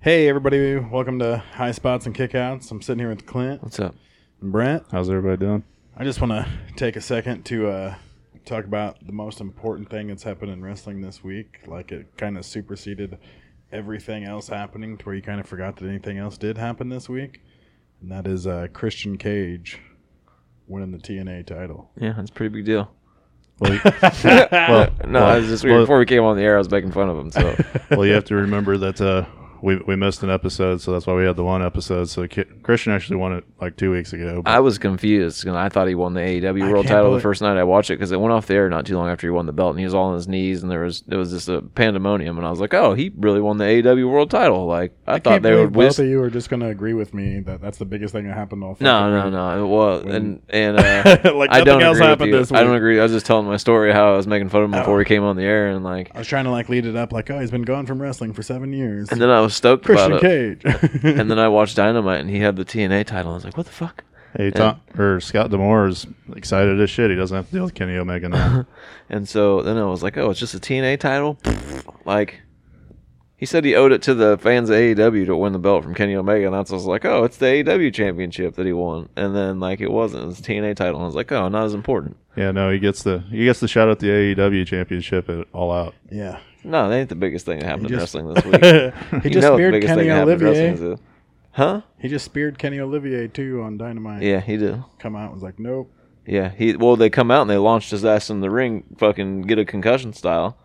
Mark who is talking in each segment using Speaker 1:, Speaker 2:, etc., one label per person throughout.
Speaker 1: Hey, everybody. Welcome to High Spots and Kickouts. I'm sitting here with Clint
Speaker 2: What's up?
Speaker 1: and Brent.
Speaker 3: How's everybody doing?
Speaker 1: I just want to take a second to uh, talk about the most important thing that's happened in wrestling this week. Like, it kind of superseded everything else happening to where you kind of forgot that anything else did happen this week. And that is uh, Christian Cage winning the TNA title.
Speaker 2: Yeah, that's a pretty big deal.
Speaker 3: Well,
Speaker 2: Well, Uh, no,
Speaker 3: well,
Speaker 2: I was just weird.
Speaker 3: well-
Speaker 2: Before we came on the air, I was making fun of him. So
Speaker 3: well, you have to remember that uh, we we missed an episode, so that's why we had the one episode. So Ki- Christian actually won it like two weeks ago. but-
Speaker 2: I was confused because I thought he won the AEW
Speaker 1: I
Speaker 2: World
Speaker 1: can't
Speaker 2: Title
Speaker 1: believe-
Speaker 2: the first night I watched it because it went off the air not too long after he won the belt, and he was all on his knees, and there was it was just a pandemonium, and I was like, oh, he really won the AEW World Title. Like I, thought
Speaker 1: can't
Speaker 2: they
Speaker 1: believe
Speaker 2: would whisk
Speaker 1: Both of you are just going to agree with me that that's the biggest thing that happened all.
Speaker 2: No,
Speaker 1: fucking
Speaker 2: no,
Speaker 1: week.
Speaker 2: no. Well, and and uh,
Speaker 1: Like,
Speaker 2: I don't
Speaker 1: nothing else
Speaker 2: agree with
Speaker 1: happened
Speaker 2: you.
Speaker 1: this
Speaker 2: I don't
Speaker 1: week. Oh.
Speaker 2: agree. I was just telling my story how I was making fun of him before we came on the air, and like,
Speaker 1: I was trying to like lead it up, like, oh, he's been gone from wrestling for seven years.
Speaker 2: and then I was stoked
Speaker 1: Christian
Speaker 2: about it.
Speaker 1: Cage.
Speaker 2: And then I watched Dynamite, and he had the TNA title. I was like, what the fuck?
Speaker 3: hey, Tom or Scott Demore is excited as shit. He doesn't have to deal with Kenny Omega now.
Speaker 2: And so then I was like, oh, it's just a TNA title. like. He said he owed it to the fans of AEW to win the belt from Kenny Omega, and that's I was like, oh, it's the AEW championship that he won, and then like it wasn't, it was the TNA title, and I was like, oh, not as important.
Speaker 3: yeah, no, he gets the he gets the shout at the AEW championship at All Out.
Speaker 1: yeah.
Speaker 2: No, that ain't the biggest thing that happened in
Speaker 1: just-
Speaker 2: wrestling this week.
Speaker 1: He
Speaker 2: You
Speaker 1: just
Speaker 2: know what the
Speaker 1: speared
Speaker 2: biggest
Speaker 1: Kenny
Speaker 2: thing that happened in wrestling
Speaker 1: Olivier.
Speaker 2: is that- Huh?
Speaker 1: He just speared Kenny Olivier too on Dynamite.
Speaker 2: Yeah, he did.
Speaker 1: Come out and was like, nope.
Speaker 2: Yeah, he. Well, they come out and they launched his ass in the ring, fucking get a concussion style,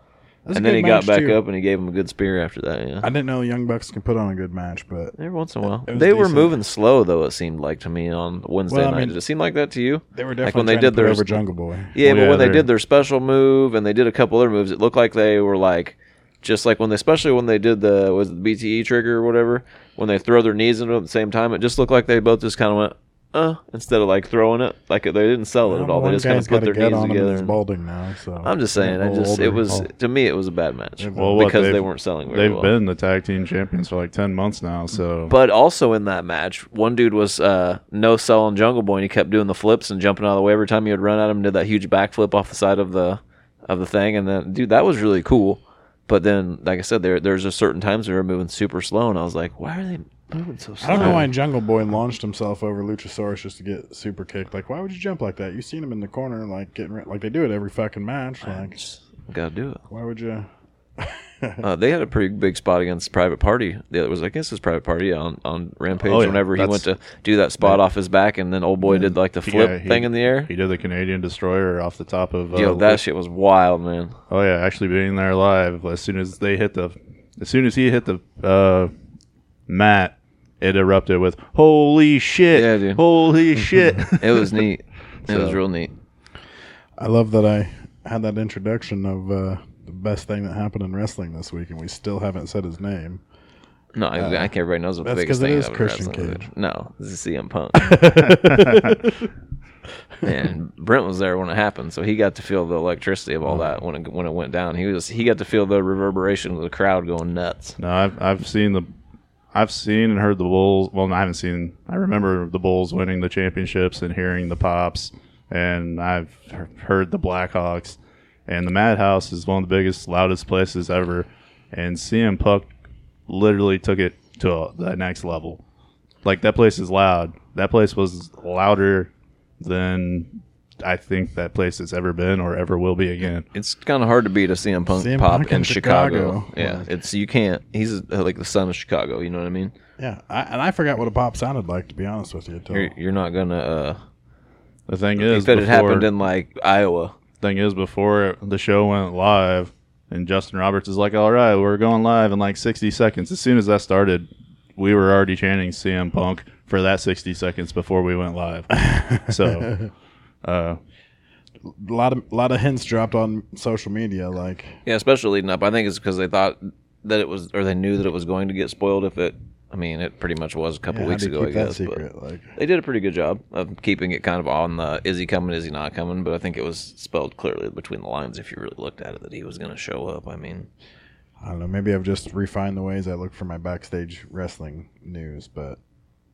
Speaker 1: That's a
Speaker 2: and then
Speaker 1: good
Speaker 2: he
Speaker 1: match,
Speaker 2: got back
Speaker 1: too.
Speaker 2: up and he gave him a good spear after that. Yeah,
Speaker 1: I didn't know Young Bucks can put on a good match, but
Speaker 2: every once in a while
Speaker 1: it was
Speaker 2: they were
Speaker 1: decent.
Speaker 2: moving slow though. It seemed like to me on Wednesday
Speaker 1: Well, I
Speaker 2: night.
Speaker 1: mean,
Speaker 2: did it seem like that to you?
Speaker 1: they were
Speaker 2: Like
Speaker 1: definitely
Speaker 2: when they
Speaker 1: trying to
Speaker 2: did
Speaker 1: put
Speaker 2: their-
Speaker 1: over Jungle Boy.
Speaker 2: Yeah, but
Speaker 3: Yeah,
Speaker 2: when they
Speaker 3: they're-
Speaker 2: did their special move and they did a couple other moves, it looked like they were like just like when they especially when they did the was it the BTE trigger or whatever, when they throw their knees into it at the same time, it just looked like they both just kind of went uh instead of like throwing it like they didn't sell it at all. They
Speaker 1: One
Speaker 2: just kind
Speaker 1: guy's
Speaker 2: of put
Speaker 1: gotta
Speaker 2: their
Speaker 1: get
Speaker 2: knees
Speaker 1: on him and
Speaker 2: together.
Speaker 1: He's
Speaker 2: and-
Speaker 1: balding now, so
Speaker 2: I'm just saying, I
Speaker 1: Getting a little
Speaker 2: just it
Speaker 1: older.
Speaker 2: was
Speaker 1: Oh.
Speaker 2: to me it was a bad match
Speaker 3: Well, what,
Speaker 2: because they
Speaker 3: they've-
Speaker 2: weren't selling very
Speaker 3: They've
Speaker 2: well.
Speaker 3: been the tag team champions for like ten months now. So
Speaker 2: But also in that match, one dude was uh, no selling Jungle Boy, and he kept doing the flips and jumping out of the way every time he would run at him. Did that huge backflip off the side of the of the thing, and then dude, that was really cool. But then, like I said, there there's just certain times they were moving super slow, and I was like, why are they moving so
Speaker 1: I
Speaker 2: slow?
Speaker 1: don't know why Jungle Boy launched himself over Luchasaurus just to get super kicked. Like, why would you jump like that? You've seen him in the corner, like getting re- like they do it every fucking match. Like,
Speaker 2: Got to do it.
Speaker 1: why would you?
Speaker 2: Uh, they had a pretty big spot against Private Party. The other was, I guess, it was Private Party yeah, on on Rampage.
Speaker 3: Oh, yeah.
Speaker 2: whenever he went
Speaker 3: That's-
Speaker 2: to do that spot off his back, and then old boy did like the flip
Speaker 3: Yeah, he-
Speaker 2: thing in the air.
Speaker 3: he did the Canadian Destroyer off the top of uh,
Speaker 2: Yo, that shit was wild, man.
Speaker 3: Oh yeah, actually being there live as soon as they hit the, as soon as he hit the uh, mat, it erupted with "Holy shit!
Speaker 2: Yeah, dude.
Speaker 3: Holy shit!"
Speaker 2: It was neat. It was
Speaker 3: So-
Speaker 2: real neat.
Speaker 1: I love that I had that introduction of uh, the best thing that happened in wrestling this week, and we still haven't said his name.
Speaker 2: No, I, I think everybody knows what the
Speaker 1: uh, that's
Speaker 2: biggest
Speaker 1: 'cause it
Speaker 2: thing
Speaker 1: is
Speaker 2: about
Speaker 1: Christian
Speaker 2: wrestling is.
Speaker 1: Cage.
Speaker 2: No, this is CM Punk. Man, Brent was there when it happened, so he got to feel the electricity of all that when it when it went down. He was he got to feel the reverberation of the crowd going nuts.
Speaker 3: no, I've I've seen the, I've seen and heard the Bulls. Well, no, I haven't seen. I remember the Bulls winning the championships and hearing the pops, and I've he- heard the Blackhawks, and the Madhouse is one of the biggest, loudest places ever, and CM Punk literally took it to a- the next level. like that place is loud. That place was louder than I think that place has ever been or ever will be again.
Speaker 2: It's kind of hard to beat a CM Punk
Speaker 1: CM
Speaker 2: pop
Speaker 1: Punk
Speaker 2: in
Speaker 1: in
Speaker 2: Chicago.
Speaker 1: Chicago.
Speaker 2: Yeah, it's you can't. He's uh, like the son of Chicago. You know what I mean?
Speaker 1: Yeah, I, and I forgot what a pop sounded like to be honest with you. Till,
Speaker 2: You're you're not gonna. Uh,
Speaker 3: The thing
Speaker 2: if
Speaker 3: is,
Speaker 2: that
Speaker 3: before,
Speaker 2: had happened in like Iowa,
Speaker 3: thing is before the show went live, and Justin Roberts is like, "All right, we're going live in like 60 seconds." As soon as that started, we were already chanting CM Punk for that 60 seconds before we went live. so, uh,
Speaker 1: a lot of lot of hints dropped on social media, like
Speaker 2: Yeah, especially leading up. I think it's because they thought that it was, or they knew that it was going to get spoiled. If it, I mean, it pretty much was a couple
Speaker 1: yeah,
Speaker 2: weeks
Speaker 1: how do you
Speaker 2: ago, I
Speaker 1: keep that
Speaker 2: guess. But
Speaker 1: secret? Like,
Speaker 2: they did a pretty good job of keeping it kind of on the is he coming, is he not coming. But I think it was spelled clearly between the lines if you really looked at it that he was going to show up. I mean,
Speaker 1: I don't know. Maybe I've just refined the ways I look for my backstage wrestling news, but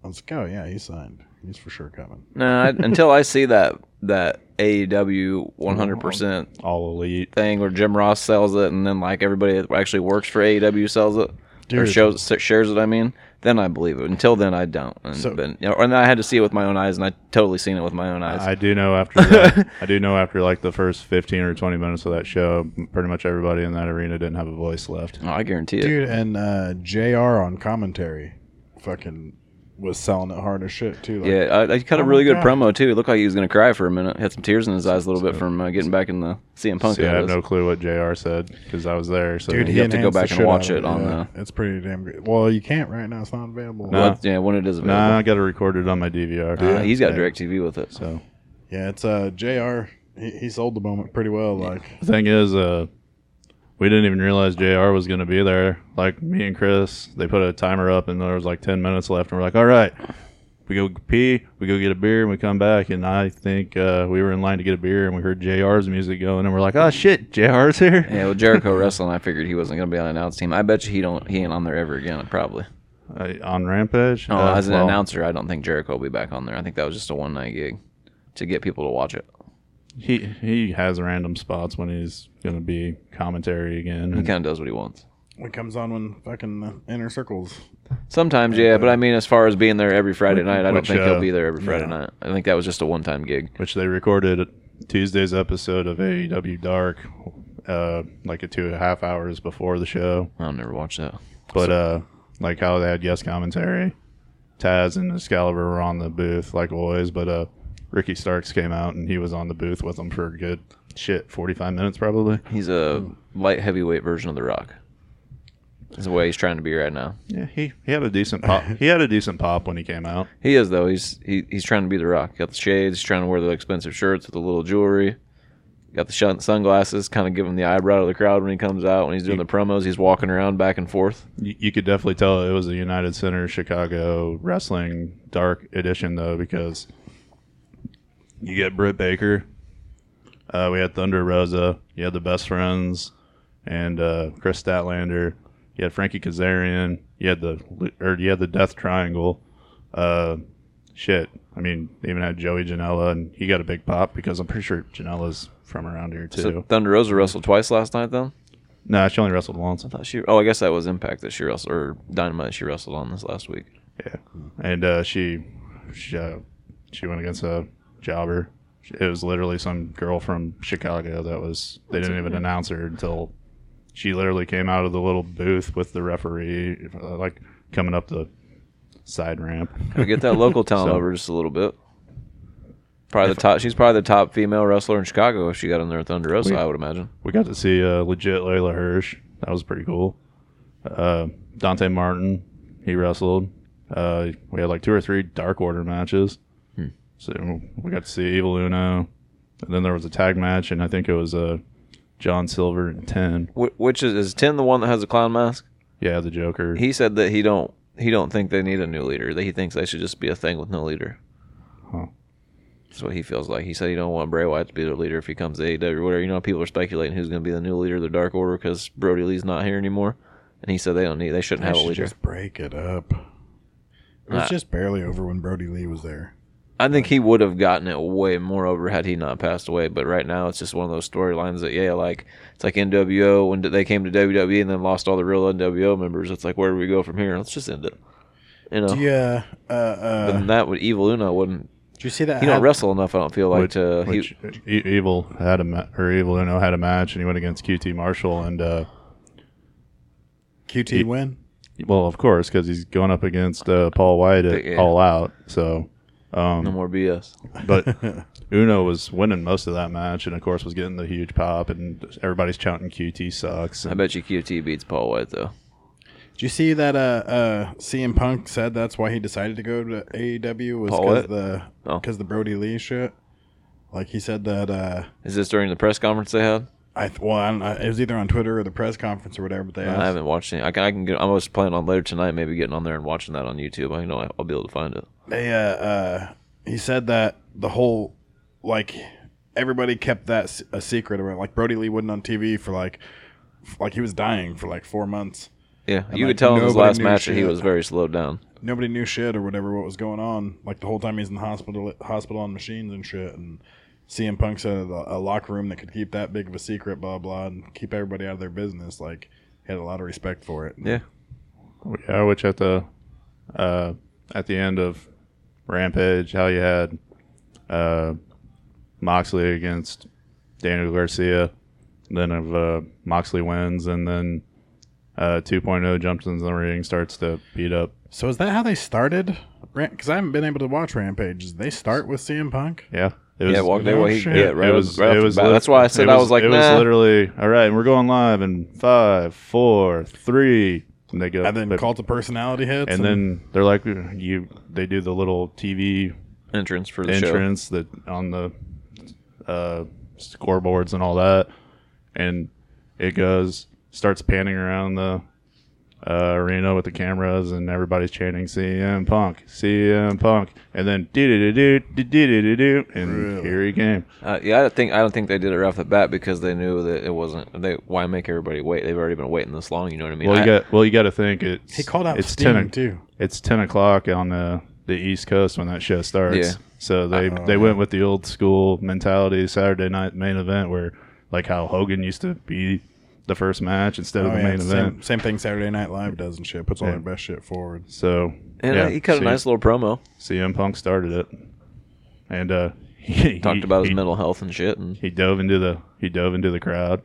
Speaker 1: I was like, oh yeah, he signed. He's for sure coming.
Speaker 2: no, I, until I see that that E AEW 100 percent
Speaker 3: all elite.
Speaker 2: thing where Jim Ross E sells it, and then like everybody that actually works for AEW sells it. or
Speaker 1: Dude.
Speaker 2: shows shares it. I mean, then I believe it. Until then, I don't. And,
Speaker 1: So-
Speaker 2: but- you know, and I had to see it with my own eyes, and I totally seen it with my own eyes.
Speaker 3: I do know after that, I do know after like the first fifteen or twenty minutes of that show, pretty much everybody in that arena didn't have a voice left.
Speaker 2: oh, I guarantee it.
Speaker 1: dude. And uh, Jr. on commentary, fucking was selling it hard as shit too. Like,
Speaker 2: Yeah, I, I cut a
Speaker 1: Oh my
Speaker 2: really good
Speaker 1: God.
Speaker 2: promo too. It looked like he was gonna cry for a minute. Had some tears in his eyes a little bit from uh, getting back in the CM Punk.
Speaker 3: See, I
Speaker 2: that
Speaker 3: have
Speaker 2: is.
Speaker 3: no clue what Jr. said because I was there. So
Speaker 1: Dude,
Speaker 2: You
Speaker 1: he
Speaker 2: have to go
Speaker 1: enhanced the
Speaker 2: back and
Speaker 1: shit
Speaker 2: watch
Speaker 1: out of
Speaker 2: it on
Speaker 1: yeah. It's pretty damn good. Well, you can't right now. It's not available.
Speaker 3: No.
Speaker 2: Well, yeah, when it is available.
Speaker 3: nah, I got it recorded on my DVR.
Speaker 2: Uh, he's got
Speaker 3: Yeah.
Speaker 2: direct TV with it.
Speaker 3: So
Speaker 1: Yeah, it's uh Jr. He, he sold the moment pretty well. Like
Speaker 3: the thing is, uh, we didn't even realize Jr. was going to be there. Like me and Chris, they put a timer up, and there was like ten minutes left, and we're like, all right. We go pee, we go get a beer, and we come back. And I think uh, we were in line to get a beer, and we heard JR's music going, and we're like, "Oh shit, JR's here!"
Speaker 2: Yeah, well, Jericho wrestling. I figured he wasn't gonna be on the announce team. I bet you he don't. He ain't on there ever again. Probably.
Speaker 3: Uh, on Rampage?
Speaker 2: No,
Speaker 3: Uh,
Speaker 2: Oh, as an
Speaker 3: well,
Speaker 2: announcer, I don't think Jericho will be back on there. I think that was just a one night gig to get people to watch it.
Speaker 3: He he has random spots when he's gonna be commentary again.
Speaker 2: He kind of does what he wants.
Speaker 1: it comes on when fucking uh, inner circles.
Speaker 2: Sometimes, yeah, but I mean, as far as being there every Friday night, I don't
Speaker 3: which,
Speaker 2: think
Speaker 3: uh,
Speaker 2: he'll be there every Friday night. I think that was just a one time gig.
Speaker 3: which they recorded Tuesday's episode of AEW Dark, uh, like a two and a half hours before the show.
Speaker 2: I'll never watch that.
Speaker 3: But uh, like how they had guest commentary, Taz and Excalibur were on the booth like always. But uh, Ricky Starks came out and he was on the booth with them for a good shit forty five minutes probably.
Speaker 2: He's a
Speaker 3: Hmm.
Speaker 2: light heavyweight version of The Rock. Is the way he's trying to be right now.
Speaker 3: Yeah, he, he had a decent pop. he had a decent pop when he came out.
Speaker 2: He is though. He's he, he's trying to be The Rock. Got the shades. He's trying to wear the expensive shirts with the little jewelry. Got the shun- sunglasses. Kind of give him the eyebrow to the crowd when he comes out. When he's doing the promos, he's walking around back and forth.
Speaker 3: you, you could definitely tell it was a United Center Chicago Wrestling Dark Edition though, because you get Britt Baker, uh, we had Thunder Rosa, you had the Best Friends, and uh, Chris Statlander, you had Frankie Kazarian, you had the or you had the Death Triangle, uh, shit. I mean, they even had Joey Janela, and he got a big pop because I'm pretty sure Janela's from around here too. Mm.
Speaker 2: So Thunder Rosa wrestled twice last night. Then
Speaker 3: no, nah, she only wrestled once.
Speaker 2: thought she. Oh, I guess that was Impact that she wrestled or Dynamite that she wrestled on this last week.
Speaker 3: Yeah, and uh, she she, uh, she went against a jobber. It was literally some girl from Chicago that was. They didn't even announce her until she literally came out of the little booth with the referee, uh, like coming up the side ramp.
Speaker 2: We get that local talent over just a little bit. Probably the top. She's probably the top female wrestler in Chicago if she got in there with Thunder Rosa. I would imagine.
Speaker 3: We got to see uh, legit Layla Hirsch. That was pretty cool. Uh, Dante Martin, he wrestled. Uh, we had like two or three Dark Order matches.
Speaker 2: Hmm.
Speaker 3: So we got to see Evil Uno. And then there was a tag match, and I think it was uh, John Silver and 10.
Speaker 2: Wh- Which is is Ten the one that has the clown mask?
Speaker 3: Yeah, the Joker.
Speaker 2: He said that he don't he don't think they need a new leader. That he thinks they should just be a thing with no leader.
Speaker 3: Huh.
Speaker 2: That's what he feels like. He said he don't want Bray Wyatt to be the leader if he comes to AEW or whatever. You know, how people are speculating who's going to be the new leader of the Dark Order because Brody Lee's not here anymore. And he said they don't need, they shouldn't
Speaker 1: I
Speaker 2: have a
Speaker 1: should
Speaker 2: leader.
Speaker 1: just break it up. It was
Speaker 2: Uh,
Speaker 1: just barely over when Brody Lee was there.
Speaker 2: I think he would have gotten it way more over had he not passed away. But right now, it's just one of those storylines that yeah, like it's like NWO when they came to WWE and then lost all the real NWO members. It's like where do we go from here? Let's just end it. You know,
Speaker 1: Yeah. Uh,
Speaker 2: but
Speaker 1: uh,
Speaker 2: then that would Evil Uno wouldn't.
Speaker 1: did you see that?
Speaker 2: He don't
Speaker 1: hat-
Speaker 2: wrestle enough. I don't feel like
Speaker 3: which,
Speaker 2: to. uh, he-
Speaker 3: which E- Evil had a ma- or Evil Uno had a match, and he went against QT Marshall. And uh,
Speaker 1: QT win.
Speaker 3: well, of course, because he's going up against uh, Paul White at
Speaker 2: Yeah.
Speaker 3: All Out. So
Speaker 2: no more BS.
Speaker 3: But Uno was winning most of that match, and of course was getting the huge pop, and everybody's chanting "QT sucks."
Speaker 2: I
Speaker 3: And
Speaker 2: bet you QT beats Paul White though.
Speaker 1: Did you see that? Uh, uh, CM Punk said that's why he decided to go to AEW was
Speaker 2: Paul
Speaker 1: because
Speaker 2: what?
Speaker 1: the
Speaker 2: Oh.
Speaker 1: because the Brody Lee shit. Like he said that. Uh,
Speaker 2: Is this during the press conference they had?
Speaker 1: I th- well, I don't know. It was either on Twitter or the press conference or whatever. But they
Speaker 2: I
Speaker 1: asked.
Speaker 2: haven't watched it. I can. I can get. I was planning on later tonight, maybe getting on there and watching that on YouTube. I know I'll be able to find it.
Speaker 1: they uh, uh he said that the whole like everybody kept that s- a secret about like Brody Lee wasn't on TV for like f- like he was dying for like 4 months.
Speaker 2: Yeah, you
Speaker 1: like,
Speaker 2: could tell in his
Speaker 1: nobody
Speaker 2: last
Speaker 1: knew
Speaker 2: match that he
Speaker 1: shit.
Speaker 2: was very slowed down.
Speaker 1: Nobody knew shit or whatever what was going on like the whole time he's in the hospital hospital on machines and shit and CM Punk said a, a locker room that could keep that big of a secret blah blah and keep everybody out of their business like he had a lot of respect for it.
Speaker 2: Yeah.
Speaker 3: Yeah, which at the uh, at the end of Rampage, how you had uh, Moxley against Daniel Garcia, then if uh, Moxley wins, and then uh, 2.0 jumps in the ring, starts to beat up.
Speaker 1: So is that how they started? Because I haven't been able to watch Rampages. They start with CM Punk.
Speaker 3: Yeah, it
Speaker 2: yeah, walked away.
Speaker 1: shit.
Speaker 2: yeah, right.
Speaker 3: it
Speaker 2: off-
Speaker 3: was.
Speaker 2: right off
Speaker 3: it
Speaker 2: the
Speaker 3: was
Speaker 2: bat.
Speaker 3: lit-
Speaker 2: That's why I said
Speaker 3: it
Speaker 2: I was like,
Speaker 3: it
Speaker 2: nah.
Speaker 3: was literally all right. And we're going live in five, four, three, and they go.
Speaker 1: And then
Speaker 3: they-
Speaker 1: cult of personality hits.
Speaker 3: and then they're like, you. They do the little TV
Speaker 2: entrance for the show.
Speaker 3: entrance that on the uh, scoreboards and all that, and it goes starts panning around the uh, arena with the cameras and everybody's chanting CM Punk, CM Punk, and then do do do do do do do, and
Speaker 1: Really?
Speaker 3: here he came.
Speaker 2: Uh, yeah, I don't think I don't think they did it right off the bat because they knew that it wasn't. They why make everybody wait? They've already been waiting this long. You know what I mean?
Speaker 3: Well, you
Speaker 2: I-
Speaker 3: got well, you got to think it's
Speaker 1: he called out
Speaker 3: it's
Speaker 1: Sting
Speaker 3: ten o-
Speaker 1: too.
Speaker 3: It's ten o'clock on the the East Coast when that show starts.
Speaker 2: Yeah.
Speaker 3: So they
Speaker 1: Uh-oh,
Speaker 3: they
Speaker 1: yeah.
Speaker 3: went with the old school mentality Saturday night main event where like how Hogan used to be the first match instead
Speaker 1: Oh,
Speaker 3: of the
Speaker 1: yeah,
Speaker 3: main
Speaker 1: same,
Speaker 3: event.
Speaker 1: same thing Saturday Night Live does and shit. Puts all their best shit forward.
Speaker 3: So
Speaker 2: and
Speaker 3: yeah,
Speaker 2: uh, he cut a
Speaker 3: C-
Speaker 2: nice little promo.
Speaker 3: CM Punk started it, and uh, he
Speaker 2: Talked
Speaker 3: he-
Speaker 2: about his
Speaker 3: he,
Speaker 2: mental health and shit. And
Speaker 3: He dove into the he dove into the crowd,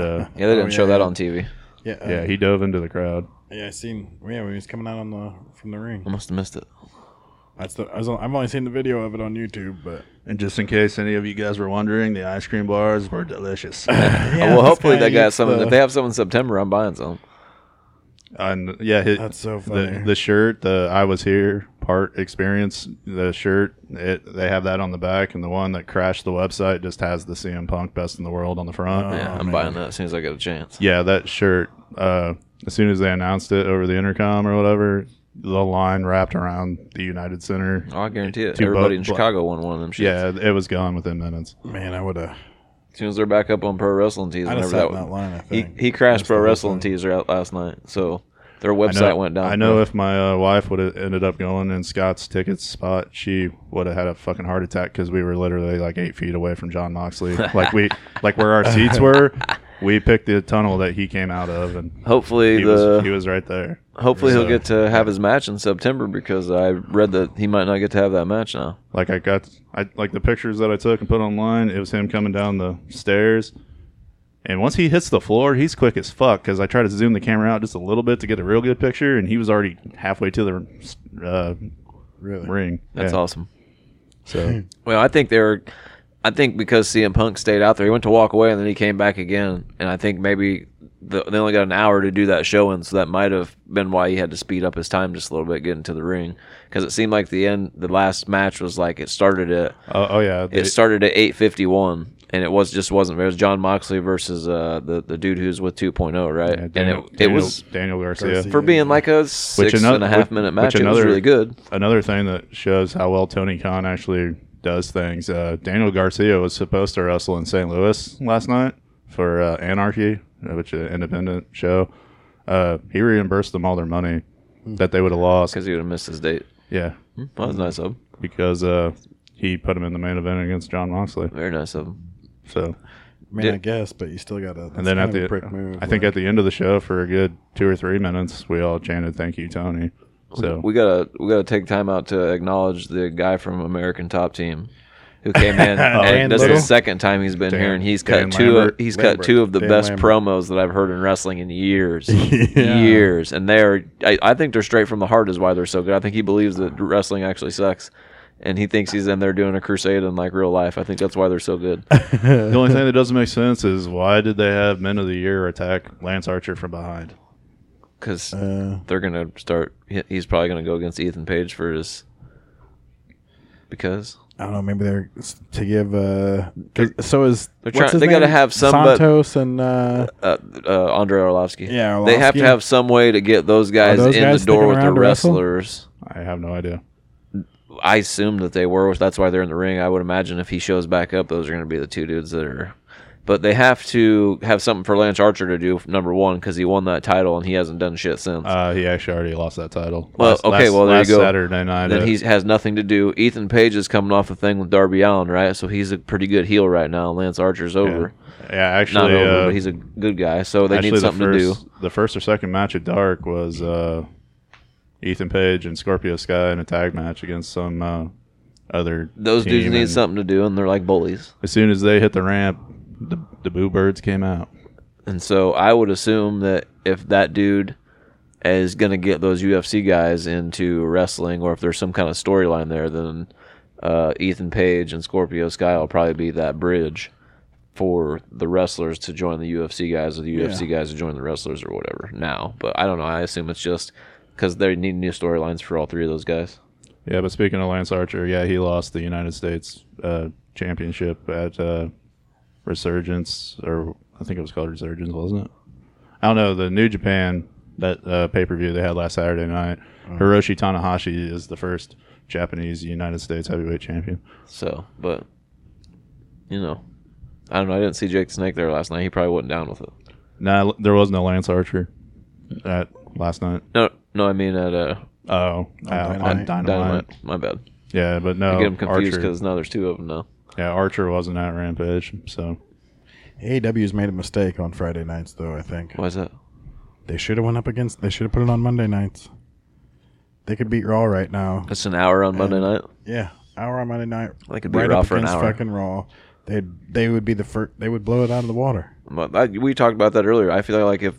Speaker 3: uh,
Speaker 2: yeah, they
Speaker 1: Oh,
Speaker 2: didn't show
Speaker 1: yeah,
Speaker 2: that
Speaker 1: yeah.
Speaker 2: on TV.
Speaker 1: Yeah, uh,
Speaker 3: yeah, he dove into the crowd.
Speaker 1: yeah. I seen. Yeah, when he was coming out on the from the ring.
Speaker 2: I must have missed it.
Speaker 1: That's the. I was, on- I've only seen the video of it on YouTube, but
Speaker 3: And just in case any of you guys were wondering, the ice cream bars were delicious.
Speaker 2: Oh, well, hopefully they got
Speaker 1: some
Speaker 2: some.
Speaker 1: of
Speaker 2: If they have some in September, I'm buying some.
Speaker 3: and yeah, his,
Speaker 1: That's so
Speaker 3: the
Speaker 1: funny.
Speaker 3: the shirt, the I was here part experience, the shirt, it, they have that on the back, and the one that crashed the website just has the CM Punk best in the world on the front.
Speaker 1: Oh,
Speaker 2: Yeah, I'm
Speaker 1: man.
Speaker 2: buying that as soon as I get a chance.
Speaker 3: Yeah, that shirt. Uh, as soon as they announced it over the intercom or whatever, the line wrapped around the United Center.
Speaker 2: Oh, I guarantee it.
Speaker 3: Two
Speaker 2: Everybody
Speaker 3: bu-
Speaker 2: in
Speaker 3: bu-
Speaker 2: Chicago won one of them shits.
Speaker 3: Yeah, it was gone within minutes.
Speaker 1: man, I would have.
Speaker 2: As soon as they're back up on pro wrestling tees,
Speaker 1: I'd have
Speaker 2: whenever
Speaker 1: sat
Speaker 2: that
Speaker 1: in that
Speaker 2: was,
Speaker 1: line. I
Speaker 2: he,
Speaker 1: think
Speaker 2: he crashed
Speaker 1: That's
Speaker 2: pro
Speaker 1: the whole
Speaker 2: wrestling
Speaker 1: thing.
Speaker 2: tees are out last night, so their
Speaker 3: I
Speaker 2: website
Speaker 3: know-
Speaker 2: went down.
Speaker 3: I know if my uh, wife would have ended up going in Scott's ticket spot, she would have had a fucking heart attack because we were literally like eight feet away from John Moxley. like we, like where our seats were, we picked the tunnel that he came out of, and
Speaker 2: Hopefully
Speaker 3: he was
Speaker 2: the
Speaker 3: he was right there.
Speaker 2: hopefully
Speaker 3: so-
Speaker 2: he'll get to have his match in September because I read that he might not get to have that match now.
Speaker 3: Like I got, I like the pictures that I took and put online. It was him coming down the stairs. And once he hits the floor, he's quick as fuck because I tried to zoom the camera out just a little bit to get a real good picture, and he was already halfway to the uh,
Speaker 1: really.
Speaker 3: ring.
Speaker 2: That's
Speaker 3: Yeah.
Speaker 2: awesome.
Speaker 3: So
Speaker 2: Well, I think they're. I think because CM Punk stayed out there, he went to walk away and then he came back again. And I think maybe the, they only got an hour to do that showing, so that might have been why he had to speed up his time just a little bit getting to the ring. Because it seemed like the end, the last match was like it started at
Speaker 3: Oh oh yeah,
Speaker 2: it
Speaker 3: They-
Speaker 2: started at eight fifty one, and it was just wasn't. It was John Moxley versus uh the the dude who's with 2.0, right?
Speaker 3: Yeah,
Speaker 2: and
Speaker 3: Daniel-
Speaker 2: it it
Speaker 3: Daniel-
Speaker 2: was
Speaker 3: Daniel Garcia.
Speaker 1: Garcia.
Speaker 2: for being like a six
Speaker 3: ano-
Speaker 2: and a half
Speaker 3: which-
Speaker 2: minute
Speaker 3: which
Speaker 2: match. it was
Speaker 3: another-
Speaker 2: really good.
Speaker 3: Another thing that shows how well Tony Khan actually does things. Uh, Daniel Garcia was supposed to wrestle in St. Louis last night for uh, Anarchy, uh, which is an independent show. Uh, he reimbursed them all their money
Speaker 1: Hmm.
Speaker 3: that they would have lost.
Speaker 2: Because he would have missed his date.
Speaker 3: Yeah,
Speaker 2: Hmm, That was nice of him.
Speaker 3: because uh, he put him in the main event against John Moxley.
Speaker 2: Very nice of him.
Speaker 3: So
Speaker 1: I mean, I guess, but you still got to.
Speaker 3: and then at the
Speaker 1: prick move,
Speaker 3: I think
Speaker 1: like,
Speaker 3: at the end of the show for a good two or three minutes, we all chanted "Thank you, Tony." So
Speaker 2: we gotta we gotta take time out to acknowledge the guy from American Top Team who came in
Speaker 1: Oh,
Speaker 2: and this is the
Speaker 1: Little?
Speaker 2: second time he's been
Speaker 3: Dan-
Speaker 2: here and he's
Speaker 3: Dan
Speaker 2: cut two of,
Speaker 3: Lambert.
Speaker 2: he's cut
Speaker 1: Lambert.
Speaker 2: two of the
Speaker 1: Dan
Speaker 2: best
Speaker 1: Lambert.
Speaker 2: promos that I've heard in wrestling in years
Speaker 1: Yeah.
Speaker 2: years and they're I, I think they're straight from the heart is why they're so good I think he believes that wrestling actually sucks and he thinks he's in there doing a crusade in like real life I think that's why they're so good
Speaker 1: Uh,
Speaker 3: The only thing that doesn't make sense is why did they have Men of the Year attack Lance Archer from behind?
Speaker 2: because
Speaker 1: Uh,
Speaker 2: they're gonna start he- he's probably gonna go against Ethan Page for his because
Speaker 1: I don't know. Maybe they're s- to give. Uh, 'cause- so is
Speaker 2: They're
Speaker 1: what's
Speaker 2: trying-
Speaker 1: his
Speaker 2: they gotta
Speaker 1: name?
Speaker 2: have some, but-
Speaker 1: Santos and uh,
Speaker 2: uh, uh, Andre Arlovsky.
Speaker 1: Yeah,
Speaker 2: they have
Speaker 1: Arlovsky.
Speaker 2: to have some way to get those guys
Speaker 1: those
Speaker 2: in
Speaker 1: guys
Speaker 2: the door
Speaker 1: sticking
Speaker 2: with the
Speaker 1: around to wrestle?
Speaker 2: wrestlers.
Speaker 3: I have no idea.
Speaker 2: I assume that they were. That's why they're in the ring. I would imagine if he shows back up, those are going to be the two dudes that are. But they have to have something for Lance Archer to do, number one, because he won that title and he hasn't done shit since.
Speaker 3: Uh, he actually already lost that title.
Speaker 2: Well,
Speaker 3: Last-
Speaker 2: okay,
Speaker 3: last-
Speaker 2: well, there you
Speaker 3: last
Speaker 2: go.
Speaker 3: Saturday night. uh,
Speaker 2: then
Speaker 3: at-
Speaker 2: he has nothing to do. Ethan Page is coming off the thing with Darby Allen, right? So he's a pretty good heel right now. Lance Archer's over,
Speaker 3: yeah,
Speaker 2: not
Speaker 3: actually,
Speaker 2: over,
Speaker 3: uh,
Speaker 2: but he's a good guy. So they
Speaker 3: actually
Speaker 2: need something
Speaker 3: the
Speaker 2: to
Speaker 3: first,
Speaker 2: do.
Speaker 3: The first or second match at Dark was uh, Ethan Page and Scorpio Sky in a tag match against some uh, other.
Speaker 2: Those
Speaker 3: team,
Speaker 2: dudes need
Speaker 3: and
Speaker 2: something to do, and they're like bullies.
Speaker 3: As soon as they hit the ramp, the, the Boo Birds came out.
Speaker 2: And so I would assume that if that dude is going to get those UFC guys into wrestling, or if there's some kind of storyline there, then uh, Ethan Page and Scorpio Sky will probably be that bridge for the wrestlers to join the UFC guys, or the UFC guys to join the wrestlers, or whatever. Now, but I don't know. I assume it's just because they need new storylines for all three of those guys.
Speaker 3: Yeah, but speaking of Lance Archer, yeah, he lost the United States uh, Championship at uh, Resurgence, or I think it was called Resurgence, wasn't it? I don't know. The New Japan that uh, pay per view they had last Saturday night.
Speaker 2: Uh-huh.
Speaker 3: Hiroshi Tanahashi is the first Japanese United States heavyweight champion.
Speaker 2: So, but you know, I don't know. I didn't see Jake Snake there last night. He probably wasn't down with it.
Speaker 3: No, there was no Lance Archer at last night.
Speaker 2: No, no, I mean at uh,
Speaker 3: Oh,
Speaker 1: Dynamite.
Speaker 3: uh, on
Speaker 1: Oh,
Speaker 3: Dynamite.
Speaker 2: Dynamite. My bad.
Speaker 3: Yeah, but no,
Speaker 2: I get them confused
Speaker 3: Archer.
Speaker 2: because now there's two of them now.
Speaker 3: Yeah, Archer wasn't at Rampage, so
Speaker 1: AEW's made a mistake on Friday nights, though. I think
Speaker 2: Why is that?
Speaker 1: they should have went up against. They should have put it on Monday nights. They could beat Raw right now.
Speaker 2: It's an hour on Monday
Speaker 1: Oh.
Speaker 2: night.
Speaker 1: Yeah, hour on Monday night.
Speaker 2: They could beat
Speaker 1: right
Speaker 2: Raw
Speaker 1: up
Speaker 2: for an
Speaker 1: against
Speaker 2: hour.
Speaker 1: fucking Raw. They they would be the first. They would blow it out of the water.
Speaker 2: But I, we talked about that earlier. I feel like if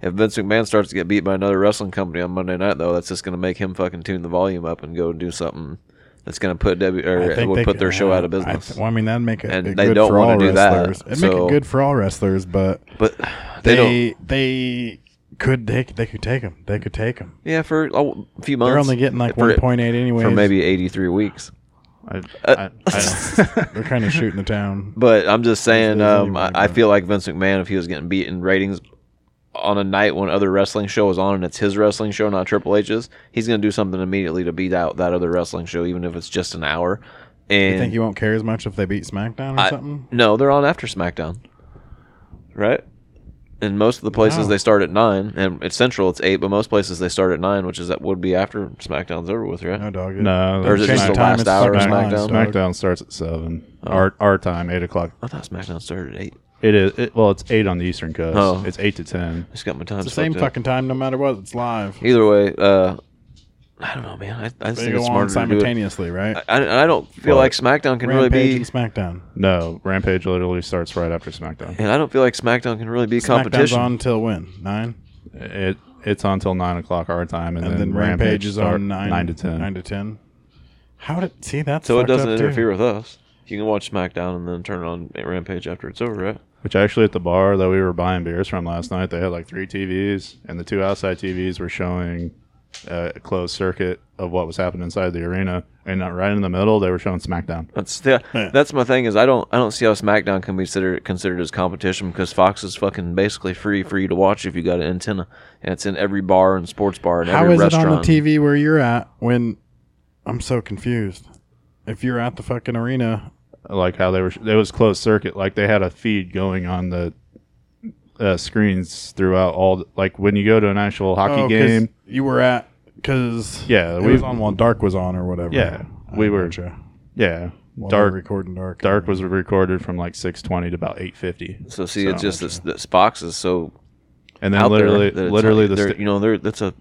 Speaker 2: if Vince McMahon starts to get beat by another wrestling company on Monday night, though, that's just going to make him fucking tune the volume up and go do something that's going to put W or will put
Speaker 1: could-
Speaker 2: their show
Speaker 1: uh,
Speaker 2: out of
Speaker 1: I th-
Speaker 2: business.
Speaker 1: well, I mean, that'd make it,
Speaker 2: And
Speaker 1: it
Speaker 2: they
Speaker 1: good
Speaker 2: don't
Speaker 1: for
Speaker 2: wanna
Speaker 1: all
Speaker 2: do that,
Speaker 1: wrestlers. It'd make
Speaker 2: so-
Speaker 1: it good for all wrestlers, but
Speaker 2: but they, don't.
Speaker 1: they they could they they could take them. They could take them.
Speaker 2: Yeah, for a few months.
Speaker 1: They're only getting like
Speaker 2: for-
Speaker 1: one point eight anyway.
Speaker 2: for maybe eighty three weeks.
Speaker 3: I,
Speaker 2: Uh,
Speaker 3: I, I,
Speaker 1: they're kind of shooting the town.
Speaker 2: But I'm just saying,
Speaker 1: there's
Speaker 2: um, I,
Speaker 1: anybody
Speaker 2: I
Speaker 1: that-
Speaker 2: feel like Vince McMahon, if he was getting beat in ratings on a night when other wrestling show is on and it's his wrestling show, not Triple H's, he's going to do something immediately to beat out that other wrestling show, even if it's just an hour. And
Speaker 1: You think you won't care as much if they beat SmackDown or
Speaker 2: I-
Speaker 1: something?
Speaker 2: no, they're on after SmackDown, right? And most of the places
Speaker 1: No.
Speaker 2: they start at nine, and it's Central, it's eight, but most places they start at nine, which is that would be after SmackDown's over with, right?
Speaker 1: No dog. it-
Speaker 3: no,
Speaker 1: they're
Speaker 2: Or is it
Speaker 1: changing
Speaker 2: just the
Speaker 1: time,
Speaker 2: last
Speaker 1: it's
Speaker 2: hour of
Speaker 1: fucking nine,
Speaker 2: SmackDown? Oh.
Speaker 1: dog.
Speaker 3: SmackDown starts at seven. Our our time, eight o'clock.
Speaker 2: I thought SmackDown started at eight.
Speaker 3: It is it, well, it's eight on the Eastern Coast.
Speaker 2: Oh.
Speaker 3: It's eight to ten.
Speaker 2: I just got my time.
Speaker 1: It's the same fucking time, no matter what. It's live.
Speaker 2: Either way, uh, I don't know, man. I, I just
Speaker 1: They
Speaker 2: think
Speaker 1: go
Speaker 2: it's
Speaker 1: on
Speaker 2: smarter to do it
Speaker 1: simultaneously, right?
Speaker 2: I, I don't feel
Speaker 3: Well,
Speaker 2: like SmackDown can really
Speaker 1: Rampage
Speaker 2: be,
Speaker 1: and SmackDown.
Speaker 3: No, Rampage literally starts right after SmackDown.
Speaker 2: and I don't feel like SmackDown can really be
Speaker 1: SmackDown's
Speaker 2: competition.
Speaker 1: on until when nine,
Speaker 3: It it's on till nine o'clock our time, and,
Speaker 1: and then, Rampage, is
Speaker 3: start
Speaker 1: on nine,
Speaker 3: to ten.
Speaker 1: Nine to ten. How did see that's
Speaker 2: so it
Speaker 1: fucked up,
Speaker 2: doesn't
Speaker 1: too.
Speaker 2: interfere with us. You can watch SmackDown and then turn on Rampage after it's over, right?
Speaker 3: Which actually, at the bar that we were buying beers from last night, they had like three TVs, and the two outside TVs were showing uh, a closed circuit of what was happening inside the arena, and uh, right in the middle, they were showing SmackDown.
Speaker 2: That's the, that's my thing is I don't I don't see how SmackDown can be considered considered as competition because Fox is fucking basically free for you to watch if you got an antenna and it's in every bar and sports bar and
Speaker 1: How
Speaker 2: every
Speaker 1: is it
Speaker 2: restaurant.
Speaker 1: on the TV where you're at when I'm so confused? If you're at the fucking arena,
Speaker 3: like how they were it was closed circuit like they had a feed going on the uh, screens throughout all like when you go to an actual hockey
Speaker 1: oh, 'cause
Speaker 3: game
Speaker 1: you were at because
Speaker 3: Yeah,
Speaker 1: it
Speaker 3: we-
Speaker 1: was on while Dark was on or whatever.
Speaker 3: Yeah, we were- yeah
Speaker 1: dark
Speaker 3: dark
Speaker 1: recording Dark.
Speaker 3: dark was recorded from like 620 to about 850
Speaker 2: So see, it's
Speaker 3: So-
Speaker 2: just that, that Fox is so
Speaker 3: and then
Speaker 2: out there
Speaker 3: literally
Speaker 2: that it's like
Speaker 3: literally the,
Speaker 2: they're-
Speaker 3: sta-
Speaker 2: you know they're that's a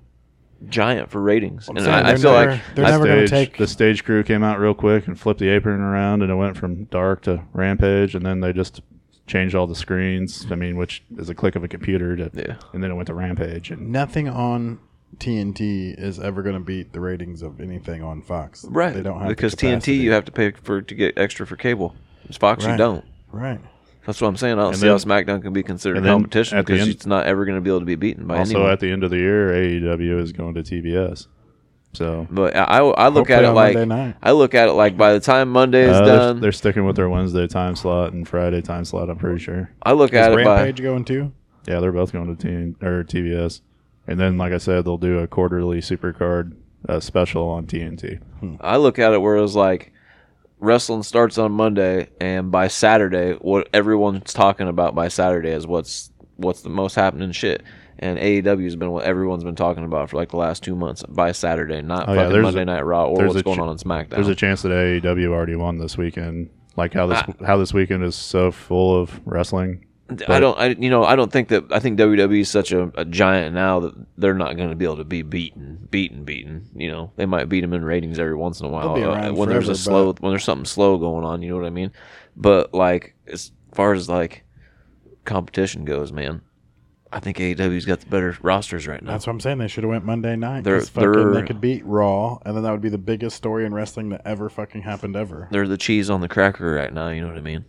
Speaker 2: giant for ratings, and
Speaker 1: saying
Speaker 2: I, I
Speaker 1: they're
Speaker 2: feel
Speaker 1: never-
Speaker 2: like
Speaker 1: they're
Speaker 2: I-
Speaker 1: never gonna
Speaker 3: stage
Speaker 1: take-
Speaker 3: the stage crew came out real quick and flipped the apron around and it went from dark to rampage and then they just changed all the screens i mean which is a click of a computer to
Speaker 2: Yeah.
Speaker 3: and then it went to rampage and
Speaker 1: Nothing on TNT is ever going to beat the ratings of anything on Fox.
Speaker 2: Right.
Speaker 1: They don't have
Speaker 2: because
Speaker 1: the capacity.
Speaker 2: TNT you have to pay for to get extra for cable. It's Fox you
Speaker 1: Right.
Speaker 2: don't.
Speaker 1: Right.
Speaker 2: That's what I'm saying. I don't
Speaker 3: And
Speaker 2: see how
Speaker 3: then-
Speaker 2: SmackDown can be considered
Speaker 3: and then
Speaker 2: competition
Speaker 3: at the
Speaker 2: because
Speaker 3: end-
Speaker 2: it's not ever going to be able to be beaten by
Speaker 3: Also,
Speaker 2: anyone.
Speaker 3: at the end of the year, AEW is going to TBS. So
Speaker 2: but I, I I look
Speaker 1: Hopefully
Speaker 2: at it
Speaker 1: on
Speaker 2: like
Speaker 1: Monday night.
Speaker 2: I look at it like by the time Monday is
Speaker 3: uh, they're-
Speaker 2: done,
Speaker 3: They're, sticking with their Wednesday time slot and Friday time slot. I'm pretty sure.
Speaker 2: I look at
Speaker 1: Is
Speaker 2: it by
Speaker 1: Rampage going too?
Speaker 3: Yeah, they're both going to T or TBS. And then, like I said, they'll do a quarterly Supercard uh, special on TNT.
Speaker 2: I look at it where it was like wrestling starts on Monday, and by Saturday, what everyone's talking about by Saturday is what's what's the most happening shit. And AEW has been what everyone's been talking about for like the last two months by Saturday, not
Speaker 3: Oh, yeah,
Speaker 2: fucking
Speaker 3: there's
Speaker 2: Monday
Speaker 3: a-
Speaker 2: Night Raw or
Speaker 3: there's
Speaker 2: what's
Speaker 3: a
Speaker 2: going
Speaker 3: ch-
Speaker 2: on in SmackDown.
Speaker 3: There's a chance that AEW already won this weekend. Like how this
Speaker 2: Ah.
Speaker 3: how this weekend is so full of wrestling.
Speaker 2: I don't, I, you know, I don't think that. I think WWE is such a, a giant now that they're not going to be able to be beaten, beaten, beaten. You know, they might beat them in ratings every once in a while
Speaker 1: be
Speaker 2: uh,
Speaker 1: around
Speaker 2: when there's
Speaker 1: forever,
Speaker 2: a slow, when there's something slow going on. You know what I mean? But like, as far as like competition goes, man, I think AEW's got the better rosters right now.
Speaker 1: That's what I'm saying. They should have went Monday night.
Speaker 2: They're-
Speaker 1: 'cause fucking,
Speaker 2: they're-
Speaker 1: they could beat Raw, and then that would be the biggest story in wrestling that ever fucking happened ever.
Speaker 2: they're the cheese on the cracker right now. You know what I mean?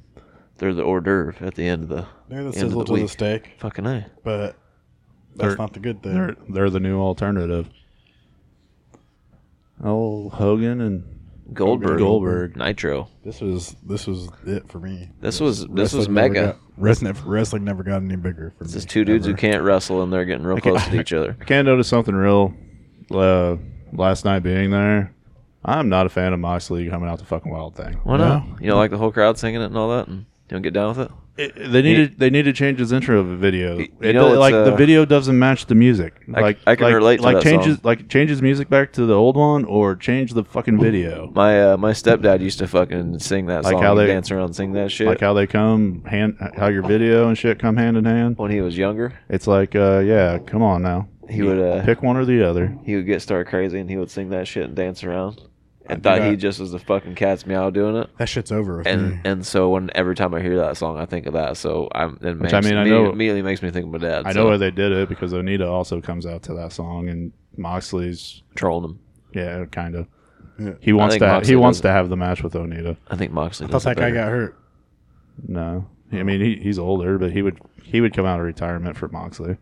Speaker 2: They're the hors d'oeuvre at the end of the
Speaker 1: They're the
Speaker 2: end of
Speaker 1: sizzle to the
Speaker 2: week.
Speaker 1: steak,
Speaker 2: Fucking a.
Speaker 1: but that's
Speaker 3: They're-
Speaker 1: not the good thing.
Speaker 3: They're they're the new alternative. Oh, Hogan and
Speaker 2: Goldberg,
Speaker 3: Goldberg.
Speaker 2: Nitro.
Speaker 1: This was this was it for me.
Speaker 2: This was this was
Speaker 1: Wrestling never
Speaker 2: mega.
Speaker 1: got- wrestling, wrestling never got any bigger for me.
Speaker 2: It's two dudes who
Speaker 1: ever.
Speaker 2: can't wrestle and they're getting real close to each other.
Speaker 3: I can't notice something real uh, last night being there. I'm not a fan of Moxley coming out the fucking wild thing.
Speaker 2: Why not? You know, like the whole crowd singing it and all that, and you don't get down with it.
Speaker 3: they needed they need to change his intro of the video.
Speaker 2: You
Speaker 3: It
Speaker 2: know,
Speaker 3: do-
Speaker 2: it's,
Speaker 3: like
Speaker 2: uh,
Speaker 3: the video doesn't match the music.
Speaker 2: I-
Speaker 3: like
Speaker 2: I can
Speaker 3: like-
Speaker 2: relate to
Speaker 3: like
Speaker 2: that
Speaker 3: changes
Speaker 2: song.
Speaker 3: like changes music back to the old one or change the fucking video.
Speaker 2: My uh, my stepdad used to fucking sing that
Speaker 3: Like
Speaker 2: song,
Speaker 3: how
Speaker 2: and
Speaker 3: they-
Speaker 2: dance around, and sing that shit
Speaker 3: Like how they come hand how your video and shit come hand in hand.
Speaker 2: when he was younger. It's
Speaker 3: It's like uh, yeah, come on now.
Speaker 2: he would uh,
Speaker 3: Pick one or the other.
Speaker 2: he would get star crazy and he would sing that shit and dance around. And
Speaker 1: do
Speaker 2: thought he
Speaker 1: that.
Speaker 2: just was the fucking cat's meow doing it.
Speaker 1: That shit's over with
Speaker 2: And
Speaker 3: Hmm.
Speaker 1: me.
Speaker 2: and so when every time I hear that song, I think of that. So I'm it makes,
Speaker 3: I mean, I
Speaker 2: immediately,
Speaker 3: know-
Speaker 2: immediately makes me think of my dad.
Speaker 3: I
Speaker 2: so
Speaker 3: know why they did it because Onita also comes out to that song and Moxley's
Speaker 2: trolling him.
Speaker 3: yeah, kind of.
Speaker 1: Yeah.
Speaker 3: He
Speaker 2: I
Speaker 3: wants
Speaker 2: think
Speaker 3: to ha-
Speaker 2: Moxley
Speaker 3: he wants
Speaker 2: does
Speaker 3: to have the match with Onita.
Speaker 2: I think Moxley.
Speaker 1: I
Speaker 2: does
Speaker 1: thought
Speaker 2: it
Speaker 1: that guy
Speaker 2: better.
Speaker 1: got hurt.
Speaker 3: No, I mean he, he's older, but he would he would come out of retirement for Moxley.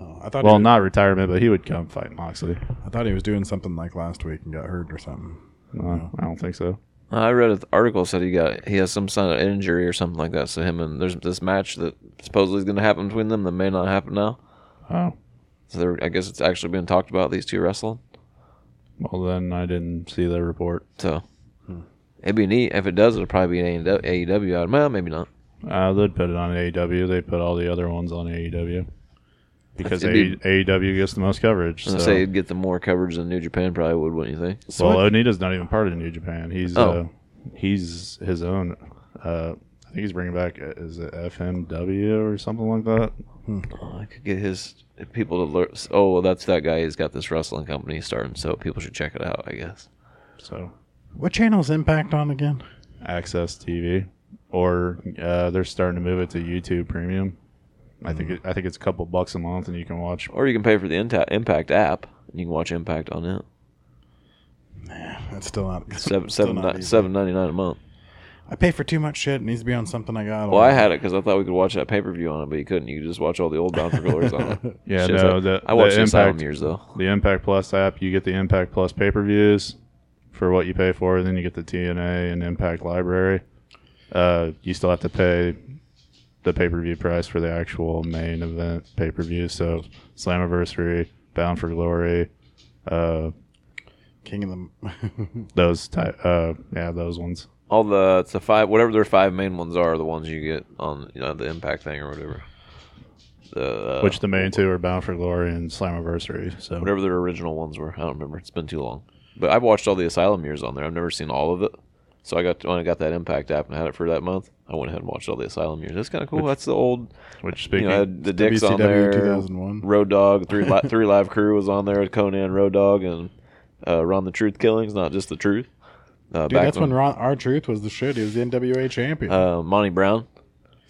Speaker 1: Oh, I thought
Speaker 3: Well,
Speaker 1: he,
Speaker 3: not retirement, but he would come fight Moxley.
Speaker 1: I thought he was doing something like last week and got hurt or something.
Speaker 3: No, I don't think so.
Speaker 2: I read an article said he got he has some sign of injury or something like that. So him and there's this match that supposedly is going to happen between them that may not happen now.
Speaker 3: Oh,
Speaker 2: So they're, I guess it's actually been talked about these two wrestling.
Speaker 3: well then I didn't see the report.
Speaker 2: So Hmm. it'd be neat if it does. It'll probably be an AEW out. E Well, maybe not.
Speaker 3: Uh, they'd put it on AEW. They put all the other ones on AEW because
Speaker 2: It'd be-
Speaker 3: AE AEW gets the most coverage.
Speaker 2: I'm
Speaker 3: So.
Speaker 2: gonna say it'd get the more coverage than New Japan probably would. Wouldn't you think?
Speaker 1: So
Speaker 3: well,
Speaker 1: I-
Speaker 3: Onita's not even part of New Japan. He's
Speaker 2: Oh.
Speaker 3: uh, he's his own. Uh, I think he's bringing back uh, is it FMW or something like that.
Speaker 2: Oh, I could get his people to learn. Oh, well, that's that guy. He's got this wrestling company starting, so people should check it out. I guess.
Speaker 3: So
Speaker 1: What channel's Impact on again?
Speaker 3: Access TV, or uh, they're starting to move it to YouTube Premium. I think
Speaker 2: Mm-hmm.
Speaker 3: it, I think it's a couple bucks a month, and you can watch.
Speaker 2: Or you can pay for the Inta- Impact app and you can watch Impact on it.
Speaker 1: That's still not still
Speaker 2: Seven seven
Speaker 1: not
Speaker 2: ni-
Speaker 1: easy.
Speaker 2: seven ninety nine a month.
Speaker 1: I pay for too much shit. It needs to be on something I got.
Speaker 2: Well, I
Speaker 1: on.
Speaker 2: had it because I thought we could watch that pay per view on it, but you couldn't. You could just watch all the old Bound for Glories on it.
Speaker 3: Yeah,
Speaker 2: Shit's
Speaker 3: no,
Speaker 2: like-
Speaker 3: the-
Speaker 2: I watched
Speaker 3: the
Speaker 2: this album
Speaker 3: Impact-
Speaker 2: years though.
Speaker 3: The Impact Plus app, you get the Impact Plus pay per views for what you pay for, and then you get the TNA and Impact Library. Uh, you still have to pay the pay per view price for the actual main event pay per view. So Slammiversary, Bound for Glory, uh,
Speaker 1: King of the.
Speaker 3: those type, uh, yeah, those ones.
Speaker 2: All the it's the five whatever their five main ones are, the ones you get on you know the Impact thing or whatever. The uh,
Speaker 3: Which the main two are Bound for Glory and Slammiversary. So
Speaker 2: whatever their original ones were, I don't remember. It's been too long, but I've watched all the Asylum years on there. I've never seen all of it. So I got when I got that Impact app and had it for that month. I went ahead and watched all the Asylum years. That's kind of cool. That's the old
Speaker 3: Which
Speaker 2: you
Speaker 3: speaking,
Speaker 2: know, had the dicks on
Speaker 1: WCW
Speaker 2: there.
Speaker 1: 2001.
Speaker 2: Road Dog, three li- three live crew was on there. Conan, Road Dog, and uh, Ron the Truth Killings, not just the Truth. Uh,
Speaker 1: Dude, that's when Ron, our truth was the shit. He was the NWA champion.
Speaker 2: uh, Monty Brown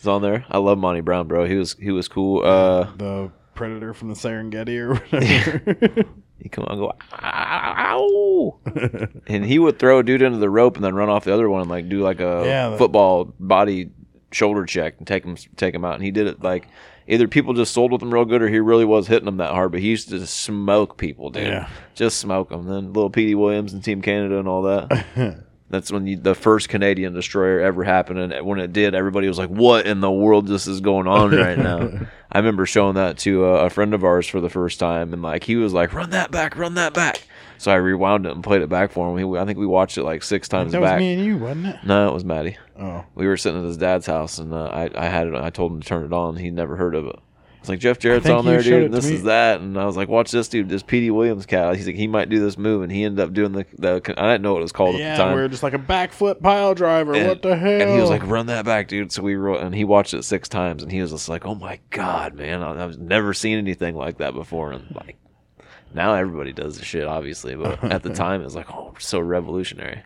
Speaker 2: is on there. I love Monty Brown, bro. He was he was cool. Uh,
Speaker 1: the predator from the Serengeti or whatever.
Speaker 2: he come out and go ow, and he would throw a dude into the rope and then run off the other one and like do like a
Speaker 1: Yeah, the-
Speaker 2: football body shoulder check and take him take him out. And he did it like. Either people just sold with him real good, or he really was hitting them that hard. But he used to just smoke people, dude.
Speaker 1: Yeah.
Speaker 2: Just smoke them. Then little Petey Williams and Team Canada and all that. That's when you, the first Canadian destroyer ever happened, and when it did, everybody was like, "What in the world? This is going on right now." I remember showing that to a, a friend of ours for the first time, and like he was like, "Run that back, run that back," So I rewound it and played it back for him. He, I think we watched it like six times
Speaker 1: That was
Speaker 2: back.
Speaker 1: me and you, wasn't it?
Speaker 2: No, it was Maddie.
Speaker 1: Oh,
Speaker 2: We were sitting at his dad's house, and uh, I, I had it. I told him to turn it on. He never heard of it. It's like Jeff Jarrett's
Speaker 1: think
Speaker 2: on
Speaker 1: you
Speaker 2: there,
Speaker 1: showed
Speaker 2: dude.
Speaker 1: it
Speaker 2: And
Speaker 1: to
Speaker 2: this
Speaker 1: me.
Speaker 2: is that, and I was like, watch this, dude. This P.D. Williams cat. He's like, he might do this move, and he ended up doing the. the I didn't know what it was called at the
Speaker 1: yeah,
Speaker 2: time.
Speaker 1: we were just like a backflip pile driver. what the hell?
Speaker 2: And he was like, "Run that back, dude." So we wrote, and he watched it six times, and he was just like, "Oh my god, man! I, I've never seen anything like that before." And like, now everybody does the shit, obviously, but at the time, it was like, "Oh, so revolutionary."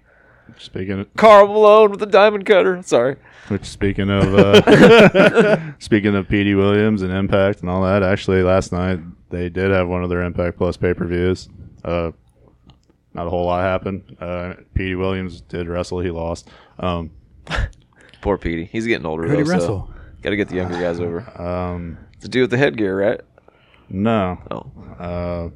Speaker 3: Speaking
Speaker 2: Carl Malone with the diamond cutter. Sorry,
Speaker 3: Which speaking of uh, speaking of PD Williams and Impact and all that, actually last night they did have one of their Impact Plus pay per views. Uh, not a whole lot happened. Uh, PD Williams did wrestle. He lost. Um,
Speaker 2: poor Petey. He's getting older.
Speaker 1: Who'd he
Speaker 2: though,
Speaker 1: wrestle?
Speaker 2: So Got to get the younger guys over.
Speaker 3: um,
Speaker 2: The dude with the headgear, right?
Speaker 3: no,
Speaker 2: Oh,
Speaker 3: uh,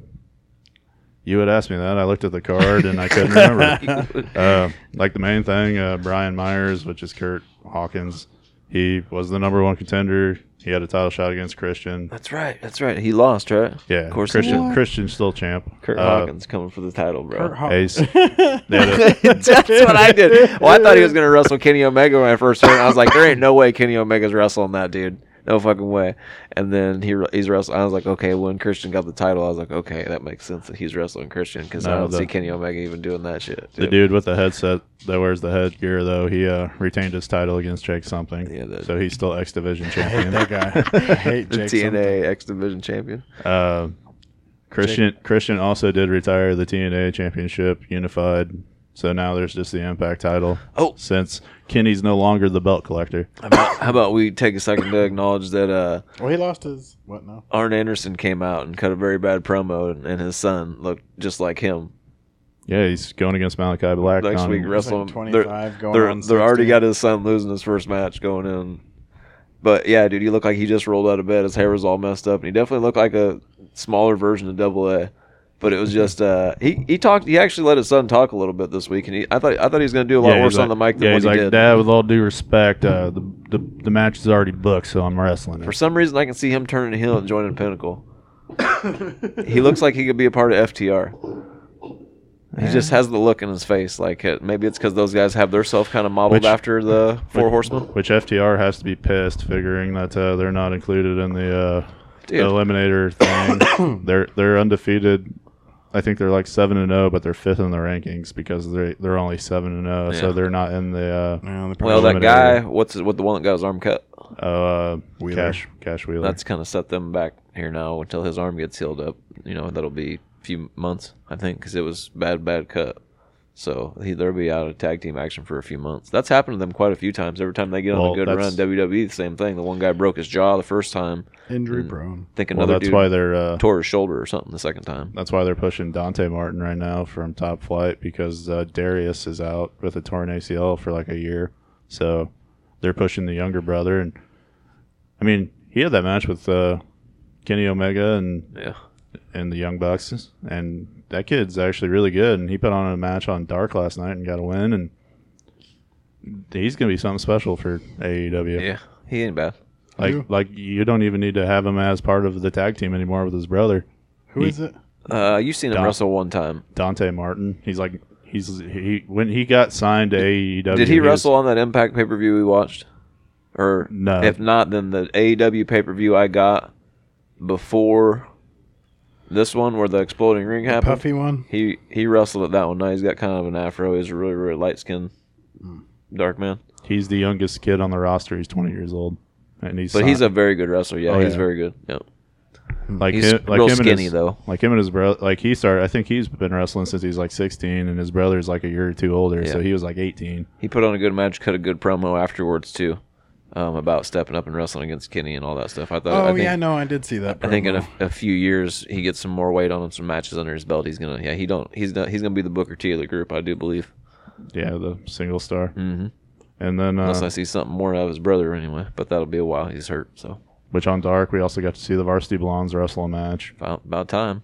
Speaker 3: you had asked me that. I looked at the card and I couldn't remember. uh, like the main thing, uh, Brian Myers, which is Kurt Hawkins, he was the number one contender. He had a title shot against Christian.
Speaker 2: that's right. That's right. He lost, right?
Speaker 3: Yeah,
Speaker 2: of course. he
Speaker 3: Christian
Speaker 2: did.
Speaker 3: Christian's still champ.
Speaker 2: Kurt
Speaker 3: Uh,
Speaker 2: Hawkins coming for the title, bro.
Speaker 1: Kurt Haw-
Speaker 3: Ace. They had a-
Speaker 2: That's what I did. Well, I thought he was gonna wrestle Kenny Omega when I first heard. It. I was like, there ain't no way Kenny Omega's wrestling that dude. No fucking way. And then he he's wrestling. I was like, okay. When Christian got the title, I was like, okay, that makes sense that he's wrestling Christian because I
Speaker 3: No,
Speaker 2: don't
Speaker 3: the-
Speaker 2: see Kenny Omega even doing that shit.
Speaker 3: the
Speaker 2: Dude.
Speaker 3: dude with the headset that wears the headgear, though, he uh, retained his title against Jake something.
Speaker 2: Yeah, that-
Speaker 3: so he's still X Division
Speaker 1: that
Speaker 3: champion.
Speaker 1: guy. I hate
Speaker 2: The
Speaker 1: Jake.
Speaker 2: TNA
Speaker 1: something.
Speaker 2: X Division champion.
Speaker 3: uh, Christian Christian also did retire the TNA Championship unified. So now there's just the Impact title.
Speaker 2: Oh.
Speaker 3: since Kenny's no longer the belt collector.
Speaker 2: How about, how about we take a second to acknowledge that uh,
Speaker 1: Well, he lost his what now?
Speaker 2: Arn Anderson came out and cut a very bad promo, and, and his son looked just like him.
Speaker 3: Yeah, he's going against Malachi Black.
Speaker 2: next
Speaker 3: on-
Speaker 2: week wrestle
Speaker 1: like
Speaker 2: him.
Speaker 1: 25
Speaker 2: they're,
Speaker 1: going
Speaker 2: they're,
Speaker 1: on
Speaker 2: they're already
Speaker 1: 16.
Speaker 2: got his son losing his first match going in but yeah dude he looked like he just rolled out of bed his hair was all messed up and he definitely looked like a smaller version of double a but it was just uh he he talked he actually let his son talk a little bit this week and he i thought i thought he was going to do a lot
Speaker 3: he's
Speaker 2: worse
Speaker 3: like-
Speaker 2: on the mic than
Speaker 3: yeah,
Speaker 2: what
Speaker 3: he's
Speaker 2: he
Speaker 3: like,
Speaker 2: did
Speaker 3: Dad, with all due respect, uh, the, the the match is already booked, so I'm wrestling. it."
Speaker 2: for some reason i can see him turning heel and joining pinnacle he looks like he could be a part of ftr he just has the look in his face like uh, maybe it's because those guys have their self kind of modeled
Speaker 3: Which-
Speaker 2: after the four horsemen
Speaker 3: Which FTR has to be pissed, figuring that uh, they're not included in the uh,
Speaker 2: Dude.
Speaker 3: eliminator thing. they're they're undefeated. I think they're like seven and zero, but they're fifth in the rankings because they're they're only seven and zero,
Speaker 2: Yeah.
Speaker 3: so they're not in the uh,
Speaker 1: No, they
Speaker 2: Well,
Speaker 1: probably-
Speaker 2: that guy, what's his, what the one that got his arm cut?
Speaker 3: uh,
Speaker 1: Wheeler.
Speaker 3: cash cash wheeler.
Speaker 2: That's kind of set them back here now until his arm gets healed up. You know, that'll be a few months, I think, because it was bad, bad cut. So he, they'll be out of tag team action for a few months. That's happened to them quite a few times. Every time they get on
Speaker 3: Well,
Speaker 2: a good run,
Speaker 3: that's-
Speaker 2: WWE, the same thing. The one guy broke his jaw the first time.
Speaker 1: injury
Speaker 2: Mm.
Speaker 1: prone.
Speaker 2: I think
Speaker 3: well,
Speaker 2: another
Speaker 3: that's
Speaker 2: dude
Speaker 3: why they're uh,
Speaker 2: tore his shoulder or something the second time.
Speaker 3: that's why they're pushing Dante Martin right now from Top Flight because uh, Darius is out with a torn ACL for like a year, so they're pushing the younger brother. And I mean, he had that match with uh, Kenny Omega and
Speaker 2: Yeah.
Speaker 3: and the Young Bucks, and that kid's actually really good. And he put on a match on Dark last night and got a win. And he's gonna be something special for AEW.
Speaker 2: Yeah. He ain't bad.
Speaker 3: Like
Speaker 1: Who?
Speaker 3: like you don't even need to have him as part of the tag team anymore with his brother.
Speaker 1: Who is it?
Speaker 2: Uh, you've seen him
Speaker 3: Dom-
Speaker 2: wrestle one time.
Speaker 3: Dante Martin. He's like he's he when he got signed to E AEW.
Speaker 2: Did he
Speaker 3: was-
Speaker 2: wrestle on that Impact pay per view we watched? Or
Speaker 3: No.
Speaker 2: If not, then the AEW pay per view I got before this one where the exploding ring happened.
Speaker 1: Puffy one.
Speaker 2: He he wrestled at that one. Now he's got kind of an afro. He's a really really light skinned dark man,
Speaker 3: He's the youngest kid on the roster. He's 20 years old, and he's
Speaker 2: but he's a very good wrestler. Yeah,
Speaker 3: Oh,
Speaker 2: he's
Speaker 3: yeah.
Speaker 2: very good. Yep.
Speaker 3: like
Speaker 2: he's
Speaker 3: him, like
Speaker 2: real
Speaker 3: him and
Speaker 2: skinny,
Speaker 3: his,
Speaker 2: though.
Speaker 3: Like him and his brother. Like he started. I think he's been wrestling since he's like 16, and his brother's like a year or two older. So
Speaker 2: Yeah.
Speaker 3: he was like 18.
Speaker 2: He put on a good match, cut a good promo afterwards too, um, about stepping up and wrestling against Kenny and all that stuff. Uh, I thought.
Speaker 1: Oh
Speaker 2: I think,
Speaker 1: yeah, no, I did see that.
Speaker 2: I think in
Speaker 1: promo.
Speaker 2: a, a few years he gets some more weight on him, some matches under his belt. He's gonna yeah he don't he's not, he's gonna be the Booker T of the group. I do believe
Speaker 3: Yeah, the single star. Mm-hmm. And then uh,
Speaker 2: unless I see something more out of his brother anyway. But that'll be a while. He's hurt, so
Speaker 3: which on Dark we also got to see the Varsity Blondes wrestle a match.
Speaker 2: about, about time.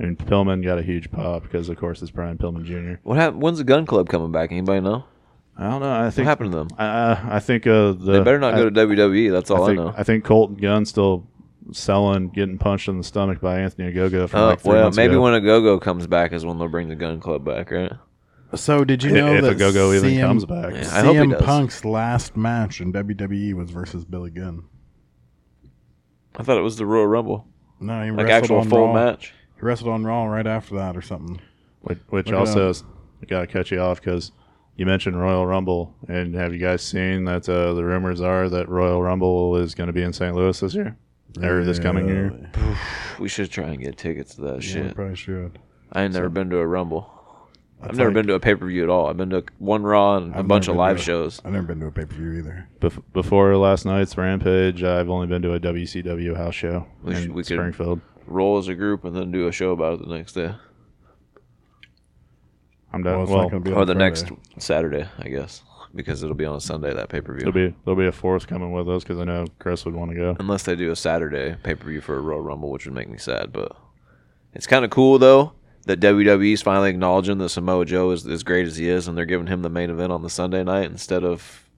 Speaker 3: And Pillman got a huge pop because of course it's Brian Pillman Jr.
Speaker 2: What hap- When's the Gun Club coming back? Anybody know?
Speaker 3: I don't know. I think
Speaker 2: What happened to them?
Speaker 3: I, I- I think uh, the
Speaker 2: They better not
Speaker 3: I-
Speaker 2: go to WWE. E, That's all Oh, I,
Speaker 3: I think,
Speaker 2: know.
Speaker 3: I think Colton Gunn still selling, getting punched in the stomach by Anthony Agogo for
Speaker 2: Oh,
Speaker 3: like three
Speaker 2: well,
Speaker 3: months
Speaker 2: maybe
Speaker 3: ago.
Speaker 2: when a go go comes back is when they'll bring the gun club back, right?
Speaker 1: So did you
Speaker 3: If-
Speaker 1: know
Speaker 3: if
Speaker 1: that
Speaker 3: Agogo even
Speaker 1: CM
Speaker 3: comes back.
Speaker 2: Yeah, I hope he
Speaker 1: CM
Speaker 2: does.
Speaker 1: Punk's last match in WWE was versus Billy Gunn.
Speaker 2: I thought it was the Royal Rumble,
Speaker 1: No, he
Speaker 2: like
Speaker 1: wrestled
Speaker 2: actual
Speaker 1: on
Speaker 2: full
Speaker 1: Raw.
Speaker 2: match.
Speaker 1: He wrestled on Raw right after that or something.
Speaker 3: Which, which
Speaker 1: Look it
Speaker 3: also, is- I gotta cut you off because you mentioned Royal Rumble, and have you guys seen that uh, the rumors are that Royal Rumble is going to be in St. Louis this year or this coming year?
Speaker 1: Really?
Speaker 2: We should try and get tickets to that
Speaker 1: Yeah, we
Speaker 2: shit.
Speaker 1: probably should.
Speaker 2: I ain't never been to a Rumble. I've
Speaker 1: That's
Speaker 2: never
Speaker 1: like-
Speaker 2: been to a pay per view at all. I've been to one Raw and a
Speaker 1: I've
Speaker 2: bunch
Speaker 1: never been
Speaker 2: of
Speaker 1: to
Speaker 2: live
Speaker 1: a-
Speaker 2: shows.
Speaker 1: I've never been to a pay per view either.
Speaker 3: Bef- before last night's Rampage, I've only been to a WCW house show
Speaker 2: We should-
Speaker 3: in
Speaker 2: we could-
Speaker 3: Springfield.
Speaker 2: Roll as a group and then do a show about it the next day
Speaker 3: I'm done.
Speaker 1: Well, it's
Speaker 3: Well,
Speaker 1: not gonna be on
Speaker 2: or the
Speaker 1: Friday.
Speaker 2: next Saturday, I guess, because it'll be on a Sunday that pay per
Speaker 3: there'll
Speaker 2: view.
Speaker 3: be there'll be a fourth coming with us because I know Chris would want to go.
Speaker 2: Unless they do a Saturday pay per view for a Royal Rumble, which would make me sad. But it's kind of cool though that WWE's finally acknowledging that Samoa Joe is as great as he is, and they're giving him the main event on the Sunday night instead of,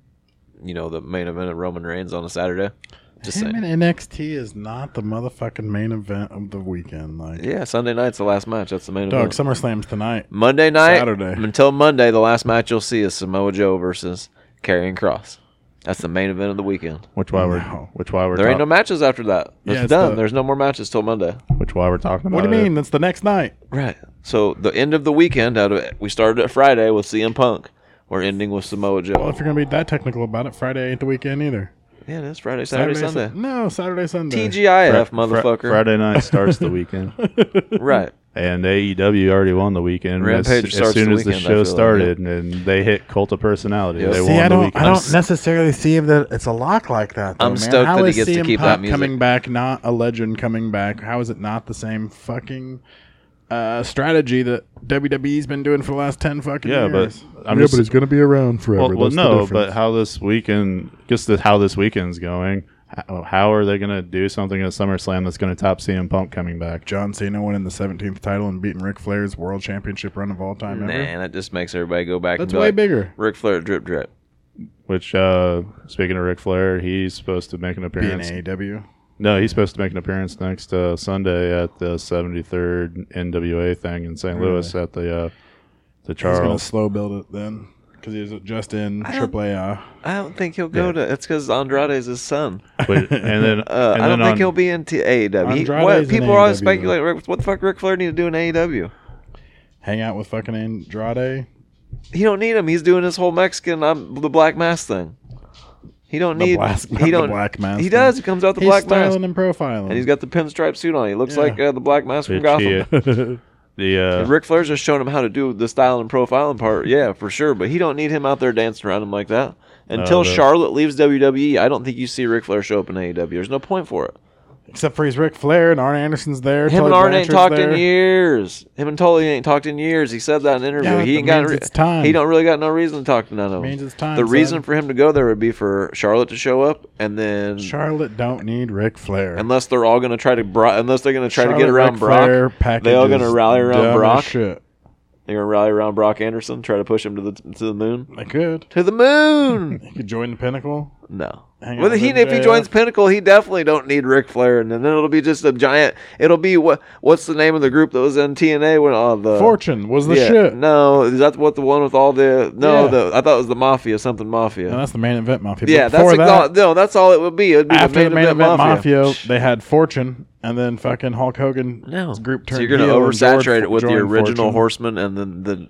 Speaker 2: you know, the main event of Roman Reigns on a Saturday. Just
Speaker 1: Him
Speaker 2: saying.
Speaker 1: and NXT is not the motherfucking main event of the weekend. Like,
Speaker 2: Yeah, Sunday night's the last match. That's the main
Speaker 1: dog,
Speaker 2: event.
Speaker 1: SummerSlam's tonight.
Speaker 2: Monday night
Speaker 1: Saturday.
Speaker 2: until Monday, the last match you'll see is Samoa Joe versus Karrion Cross. That's the main event of the weekend.
Speaker 3: Which why we're
Speaker 1: No.
Speaker 3: which why we're
Speaker 2: There ain't no
Speaker 3: talk-
Speaker 2: matches after that. That's
Speaker 1: Yeah, it's
Speaker 2: done.
Speaker 1: the-
Speaker 2: There's no more matches till Monday.
Speaker 3: which why we're talking about.
Speaker 1: What do you
Speaker 2: Uh,
Speaker 3: it.
Speaker 1: mean? That's the next night.
Speaker 2: Right. So the end of the weekend out of we started at Friday with CM Punk. We're ending with Samoa Joe.
Speaker 1: Well, if you're gonna be that technical about it, Friday ain't the weekend either.
Speaker 2: yeah, that's Friday, Saturday, Sunday.
Speaker 1: Sun- no, Saturday, Sunday.
Speaker 3: Fri-
Speaker 2: TGIF,
Speaker 3: Fri-
Speaker 2: motherfucker.
Speaker 3: Friday night starts the weekend.
Speaker 2: Right.
Speaker 3: And AEW already won the weekend. as-
Speaker 2: Rampage
Speaker 3: as,
Speaker 2: starts
Speaker 3: soon
Speaker 2: the
Speaker 3: as the
Speaker 2: weekend, I
Speaker 3: show
Speaker 2: feel like,
Speaker 3: started, and they hit Cult of Personality.
Speaker 2: Yeah.
Speaker 3: They
Speaker 2: See,
Speaker 3: won
Speaker 1: See, I
Speaker 3: the
Speaker 1: don't,
Speaker 3: weekend.
Speaker 1: I don't
Speaker 2: s-
Speaker 1: necessarily see if that it's a lock like that. Though,
Speaker 2: I'm
Speaker 1: man.
Speaker 2: stoked
Speaker 1: How
Speaker 2: that he
Speaker 1: is
Speaker 2: gets to
Speaker 1: CM
Speaker 2: keep that
Speaker 1: Punk
Speaker 2: music.
Speaker 1: coming back, not a legend coming back. How is it not the same fucking uh, strategy that WWE's been doing for the last ten fucking
Speaker 3: Yeah, but
Speaker 1: years?
Speaker 3: I'm Yeah, just- but it's
Speaker 1: gonna be around forever.
Speaker 3: well, well, no, but how this weekend, just the, how this weekend's going. How, how are they going to do something at SummerSlam that's going to top CM Punk coming back?
Speaker 1: John Cena winning the 17th title and beating Ric Flair's world championship run of all time ever.
Speaker 2: Man, that just makes everybody go back.
Speaker 1: That's
Speaker 2: and be
Speaker 1: way
Speaker 2: like,
Speaker 1: bigger.
Speaker 2: Ric Flair drip drip.
Speaker 3: Which, uh, speaking of Ric Flair, he's supposed to make an
Speaker 1: Being
Speaker 3: appearance.
Speaker 2: E
Speaker 1: AEW.
Speaker 3: No, he's supposed to make an appearance next uh, Sunday at the 73rd NWA thing in St. Louis at the uh, the
Speaker 1: He's gonna
Speaker 3: Charles.
Speaker 1: slow build it then because he was just in AAA.
Speaker 2: I don't think he'll go to. It's because Andrade's his son.
Speaker 3: But- and then
Speaker 2: Uh,
Speaker 3: and
Speaker 2: I don't
Speaker 3: then
Speaker 2: think
Speaker 3: on-
Speaker 2: he'll be in T- AEW. He-
Speaker 1: Andrade's
Speaker 2: What,
Speaker 1: in
Speaker 2: people are always
Speaker 1: AEW.
Speaker 2: speculating. Ric- What the fuck, Ric Flair need to do in E AEW?
Speaker 1: Hang out with fucking Andrade.
Speaker 2: He don't need him. He's doing his whole Mexican I'm the black mask thing. He don't
Speaker 1: The
Speaker 2: need.
Speaker 1: black-
Speaker 2: he
Speaker 1: the
Speaker 2: don't.
Speaker 1: black mask
Speaker 2: He
Speaker 1: thing.
Speaker 2: does. He comes out the
Speaker 1: He's
Speaker 2: black mask,
Speaker 1: styling and profiling.
Speaker 2: and he's got the pinstripe suit on. He looks like uh, the black mask from
Speaker 3: Bitch,
Speaker 2: Gotham.
Speaker 3: yeah. the uh,
Speaker 2: Rick Flair's just showing him how to do the style and profiling part, yeah, for sure. But he don't need him out there dancing around him like that. Until
Speaker 3: no.
Speaker 2: Charlotte leaves WWE, I don't think you see Ric Flair show up in AEW. There's no point for it.
Speaker 1: Except for he's Ric Flair and Arn Anderson's there.
Speaker 2: Him
Speaker 1: Tully
Speaker 2: and Arn ain't
Speaker 1: Blanchard's
Speaker 2: talked
Speaker 1: there.
Speaker 2: in years. Him and Tully ain't talked in years. He said that in an interview.
Speaker 1: Yeah,
Speaker 2: he
Speaker 1: that
Speaker 2: ain't got.
Speaker 1: means
Speaker 2: re-
Speaker 1: it's time.
Speaker 2: He don't really got no reason to talk to none of them.
Speaker 1: Means it's time,
Speaker 2: The
Speaker 1: son.
Speaker 2: reason for him to go there would be for Charlotte to show up, and then
Speaker 1: Charlotte don't need Ric Flair.
Speaker 2: unless they're all going to try to bro- unless they're going to try
Speaker 1: Charlotte,
Speaker 2: to get around
Speaker 1: Ric Flair
Speaker 2: Brock,
Speaker 1: package
Speaker 2: they all going to
Speaker 1: is
Speaker 2: rally
Speaker 1: dumb
Speaker 2: around
Speaker 1: as
Speaker 2: Brock.
Speaker 1: Shit.
Speaker 2: They're going to rally around Brock Anderson, try to push him to the to the moon.
Speaker 1: They could.
Speaker 2: To the moon.
Speaker 1: He could join the Pinnacle.
Speaker 2: No.
Speaker 1: Hang
Speaker 2: Well,
Speaker 1: on,
Speaker 2: he,
Speaker 1: then
Speaker 2: if he
Speaker 1: JF.
Speaker 2: joins Pinnacle, he definitely don't need Ric Flair, and then it'll be just a giant. It'll be what? What's the name of the group that was in TNA when all the
Speaker 1: Fortune was the
Speaker 2: Uh, yeah,
Speaker 1: shit.
Speaker 2: No, is that what the one with all the? No,
Speaker 1: Yeah.
Speaker 2: the I thought it was the Mafia, something Mafia.
Speaker 1: No, that's the main event mafia.
Speaker 2: yeah,
Speaker 1: But
Speaker 2: that's
Speaker 1: before
Speaker 2: exa-
Speaker 1: that,
Speaker 2: no, that's all it would be. It'd be
Speaker 1: after the main event,
Speaker 2: Mafia.
Speaker 1: mafia, they had Fortune, and then fucking Hulk Hogan.
Speaker 2: No,
Speaker 1: group
Speaker 2: so
Speaker 1: turned.
Speaker 2: you're gonna
Speaker 1: heel and George
Speaker 2: oversaturate it with the
Speaker 1: joined
Speaker 2: original
Speaker 1: Fortune.
Speaker 2: Horseman, and then the.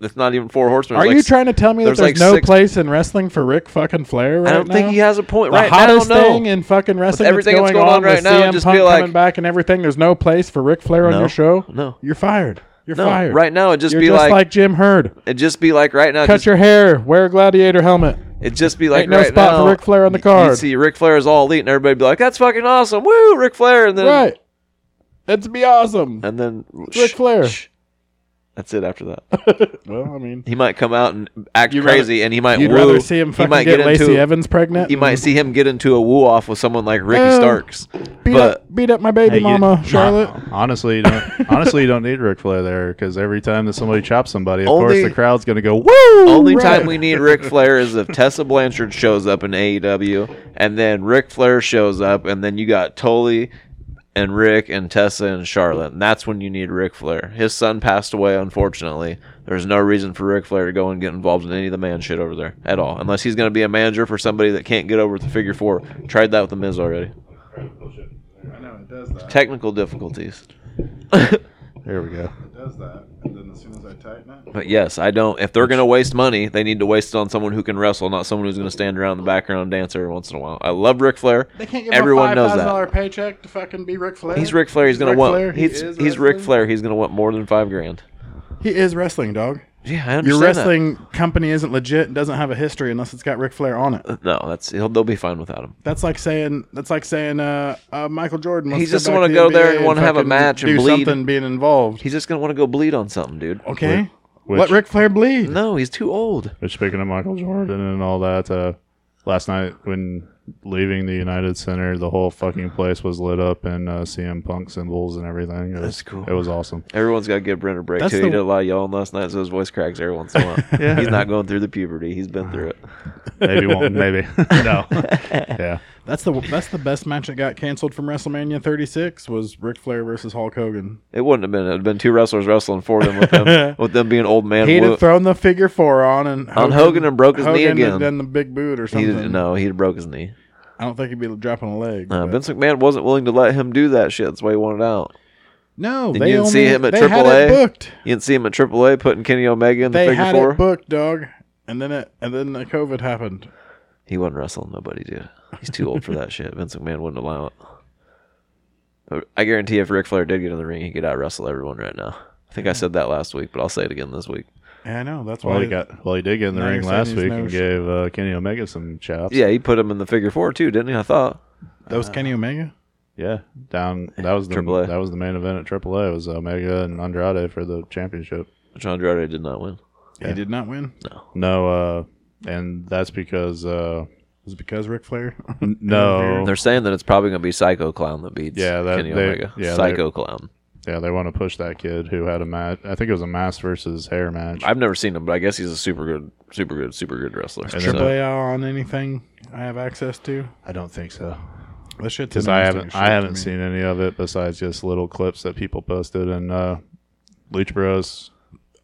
Speaker 2: It's not even four horsemen.
Speaker 1: Are
Speaker 2: It's
Speaker 1: you
Speaker 2: like-
Speaker 1: trying to tell me that
Speaker 2: there's
Speaker 1: there's
Speaker 2: like
Speaker 1: no
Speaker 2: six-
Speaker 1: place in wrestling for Rick fucking Flair right
Speaker 2: I don't think
Speaker 1: now?
Speaker 2: he has a point
Speaker 1: the
Speaker 2: right now. I don't
Speaker 1: hottest
Speaker 2: know.
Speaker 1: thing in fucking wrestling
Speaker 2: everything
Speaker 1: that's
Speaker 2: that's
Speaker 1: going,
Speaker 2: going on
Speaker 1: with
Speaker 2: right now,
Speaker 1: CM
Speaker 2: just
Speaker 1: Punk
Speaker 2: be like-
Speaker 1: coming back and everything. There's no place for Ric Flair on
Speaker 2: No.
Speaker 1: your show.
Speaker 2: No.
Speaker 1: you're fired. You're
Speaker 2: No,
Speaker 1: fired
Speaker 2: right now it'd just
Speaker 1: You're
Speaker 2: be
Speaker 1: just
Speaker 2: like-
Speaker 1: Jim Hurd.
Speaker 2: It'd just be like right now. 'cause
Speaker 1: Cut your hair. Wear a gladiator helmet.
Speaker 2: It'd just be like
Speaker 1: Ain't no
Speaker 2: right
Speaker 1: spot
Speaker 2: now,
Speaker 1: for Ric Flair on the
Speaker 2: you- You
Speaker 1: card.
Speaker 2: see Ric Flair is all elite, and everybody be like, "That's fucking awesome, woo, Ric Flair!" And then Uh,
Speaker 1: Right. That'd be awesome.
Speaker 2: and then
Speaker 1: Ric Flair.
Speaker 2: That's it after that.
Speaker 1: Well, I mean,
Speaker 2: He might come out and act
Speaker 1: You'd
Speaker 2: crazy, and he might
Speaker 1: you'd
Speaker 2: woo.
Speaker 1: rather see him
Speaker 2: he
Speaker 1: fucking
Speaker 2: might
Speaker 1: get, Lacey
Speaker 2: into,
Speaker 1: Evans pregnant.
Speaker 2: He might
Speaker 1: and
Speaker 2: see him get into a woo off with someone like Ricky
Speaker 1: Oh,
Speaker 2: Starks.
Speaker 1: beat
Speaker 2: but
Speaker 1: up, beat up my baby
Speaker 3: Hey, you-
Speaker 1: mama,
Speaker 3: nah,
Speaker 1: Charlotte.
Speaker 3: honestly, you don't, honestly, you don't need Ric Flair there because every time that somebody chops somebody, of
Speaker 2: Only-
Speaker 3: course the crowd's gonna go woo.
Speaker 2: only
Speaker 1: right.
Speaker 2: time we need Ric Flair is if Tessa Blanchard shows up in AEW, and then Ric Flair shows up, and then you got Tully and Rick and Tessa and Charlotte. And that's when you need Ric Flair. His son passed away, unfortunately. There's no reason for Ric Flair to go and get involved in any of the man shit over there at all, unless he's going to be a manager for somebody that can't get over with the figure four. Tried that with the Miz already.
Speaker 1: I know it does that.
Speaker 2: Technical difficulties.
Speaker 3: There we go.
Speaker 1: It does that, and then as soon as I tighten it,
Speaker 2: But yes, I don't. If they're going to waste money, they need to waste it on someone who can wrestle, not someone who's going to stand around in the background and dance every once in a while. I love Ric Flair.
Speaker 1: they can't give
Speaker 2: Everyone
Speaker 1: him a
Speaker 2: knows
Speaker 1: five
Speaker 2: that.
Speaker 1: thousand dollar paycheck to fucking be Ric Flair.
Speaker 2: He's Ric Flair. He's going to
Speaker 1: Ric
Speaker 2: want.
Speaker 1: Flair, he
Speaker 2: he's
Speaker 1: is
Speaker 2: he's Ric
Speaker 1: wrestling.
Speaker 2: Flair. He's going to want more than five grand.
Speaker 1: He is wrestling, dog.
Speaker 2: Yeah, I understand
Speaker 1: Your
Speaker 2: wrestling.
Speaker 1: wrestling company isn't legit and doesn't have a history unless it's got Ric Flair on it.
Speaker 2: No, that's he'll, they'll be fine without him.
Speaker 1: That's like saying that's like saying uh, uh, Michael Jordan. Wants
Speaker 2: He just
Speaker 1: to
Speaker 2: wanna
Speaker 1: want
Speaker 2: go there and wanna have a match and
Speaker 1: do
Speaker 2: bleed.
Speaker 1: something, being involved.
Speaker 2: He's just going to want to go bleed on something, dude.
Speaker 1: okay,
Speaker 3: Which-
Speaker 1: let Ric Flair bleed.
Speaker 2: No, he's too old.
Speaker 3: But speaking of Michael Jordan and all that, uh, last night when leaving the United Center, the whole fucking place was lit up in uh, CM Punk symbols and everything. It was,
Speaker 2: That's cool.
Speaker 3: It was awesome.
Speaker 2: Everyone's got to give Brent a break
Speaker 1: That's
Speaker 2: too.
Speaker 1: the-
Speaker 2: he did a lot of yelling last night, so his voice cracks every once in a while. He's not going through the puberty. He's been through it.
Speaker 3: Maybe won't. Maybe no. yeah.
Speaker 1: That's the that's the best match that got canceled from WrestleMania 36 was Ric Flair versus Hulk Hogan.
Speaker 2: It wouldn't have been. It'd have been two wrestlers wrestling for them with them with them being old man.
Speaker 1: He'd
Speaker 2: wo-
Speaker 1: have thrown the figure four on and
Speaker 2: On Hogan and broke his knee
Speaker 1: Hogan had
Speaker 2: again.
Speaker 1: Done the big boot or
Speaker 2: He
Speaker 1: something.
Speaker 2: didn't, no, he broke his knee.
Speaker 1: I don't think he'd be dropping a leg.
Speaker 2: Uh,
Speaker 1: but-
Speaker 2: Vince McMahon wasn't willing to let him do that shit. That's why he wanted out.
Speaker 1: no,
Speaker 2: Did
Speaker 1: they
Speaker 2: you
Speaker 1: only,
Speaker 2: see him at
Speaker 1: they had it
Speaker 2: AAA?
Speaker 1: booked.
Speaker 2: You didn't see him at AAA putting Kenny Omega in the
Speaker 1: They
Speaker 2: figure
Speaker 1: had
Speaker 2: four.
Speaker 1: it booked, dog. And then it and then the COVID happened.
Speaker 2: he wasn't wrestling nobody, dude. He's too old for that shit. Vince McMahon wouldn't allow it. But I guarantee if Ric Flair did get in the ring, he could out wrestle everyone right now. I think I said that last week, but I'll say it again this week.
Speaker 1: Yeah, I know. That's why
Speaker 3: Well, he got. Well, he did get in the
Speaker 1: Now
Speaker 3: ring
Speaker 1: you're saying
Speaker 3: last
Speaker 1: he's
Speaker 3: week
Speaker 1: no
Speaker 3: and
Speaker 1: sh-
Speaker 3: gave uh, Kenny Omega some chops.
Speaker 2: Yeah, he put him in the figure four too, didn't he? I thought.
Speaker 1: that was Kenny Omega.
Speaker 3: Yeah. Down. That was the
Speaker 2: AAA.
Speaker 3: that was the main event at AAA. It was Omega and Andrade for the championship.
Speaker 2: Which Andrade did not win.
Speaker 1: He did not win.
Speaker 3: No. uh And that's because. uh
Speaker 1: It was because Ric Flair.
Speaker 3: No.
Speaker 2: They're saying that it's probably going to be Psycho Clown that beats
Speaker 3: Yeah, that-
Speaker 2: Kenny
Speaker 3: they-
Speaker 2: Omega.
Speaker 3: yeah, they-
Speaker 2: Psycho Clown.
Speaker 3: Yeah, they want to push that kid who had a match. I think it was a mask versus hair match.
Speaker 2: I've never seen him, but I guess he's a super good, super good, super good wrestler. So-
Speaker 1: AAA on anything I have access to.
Speaker 3: I don't think so
Speaker 1: That shit's
Speaker 3: because I
Speaker 1: interesting
Speaker 3: haven't
Speaker 1: shit
Speaker 3: I
Speaker 1: to
Speaker 3: haven't
Speaker 1: me.
Speaker 3: seen any of it besides just little clips that people posted. And uh, Lucha Bros,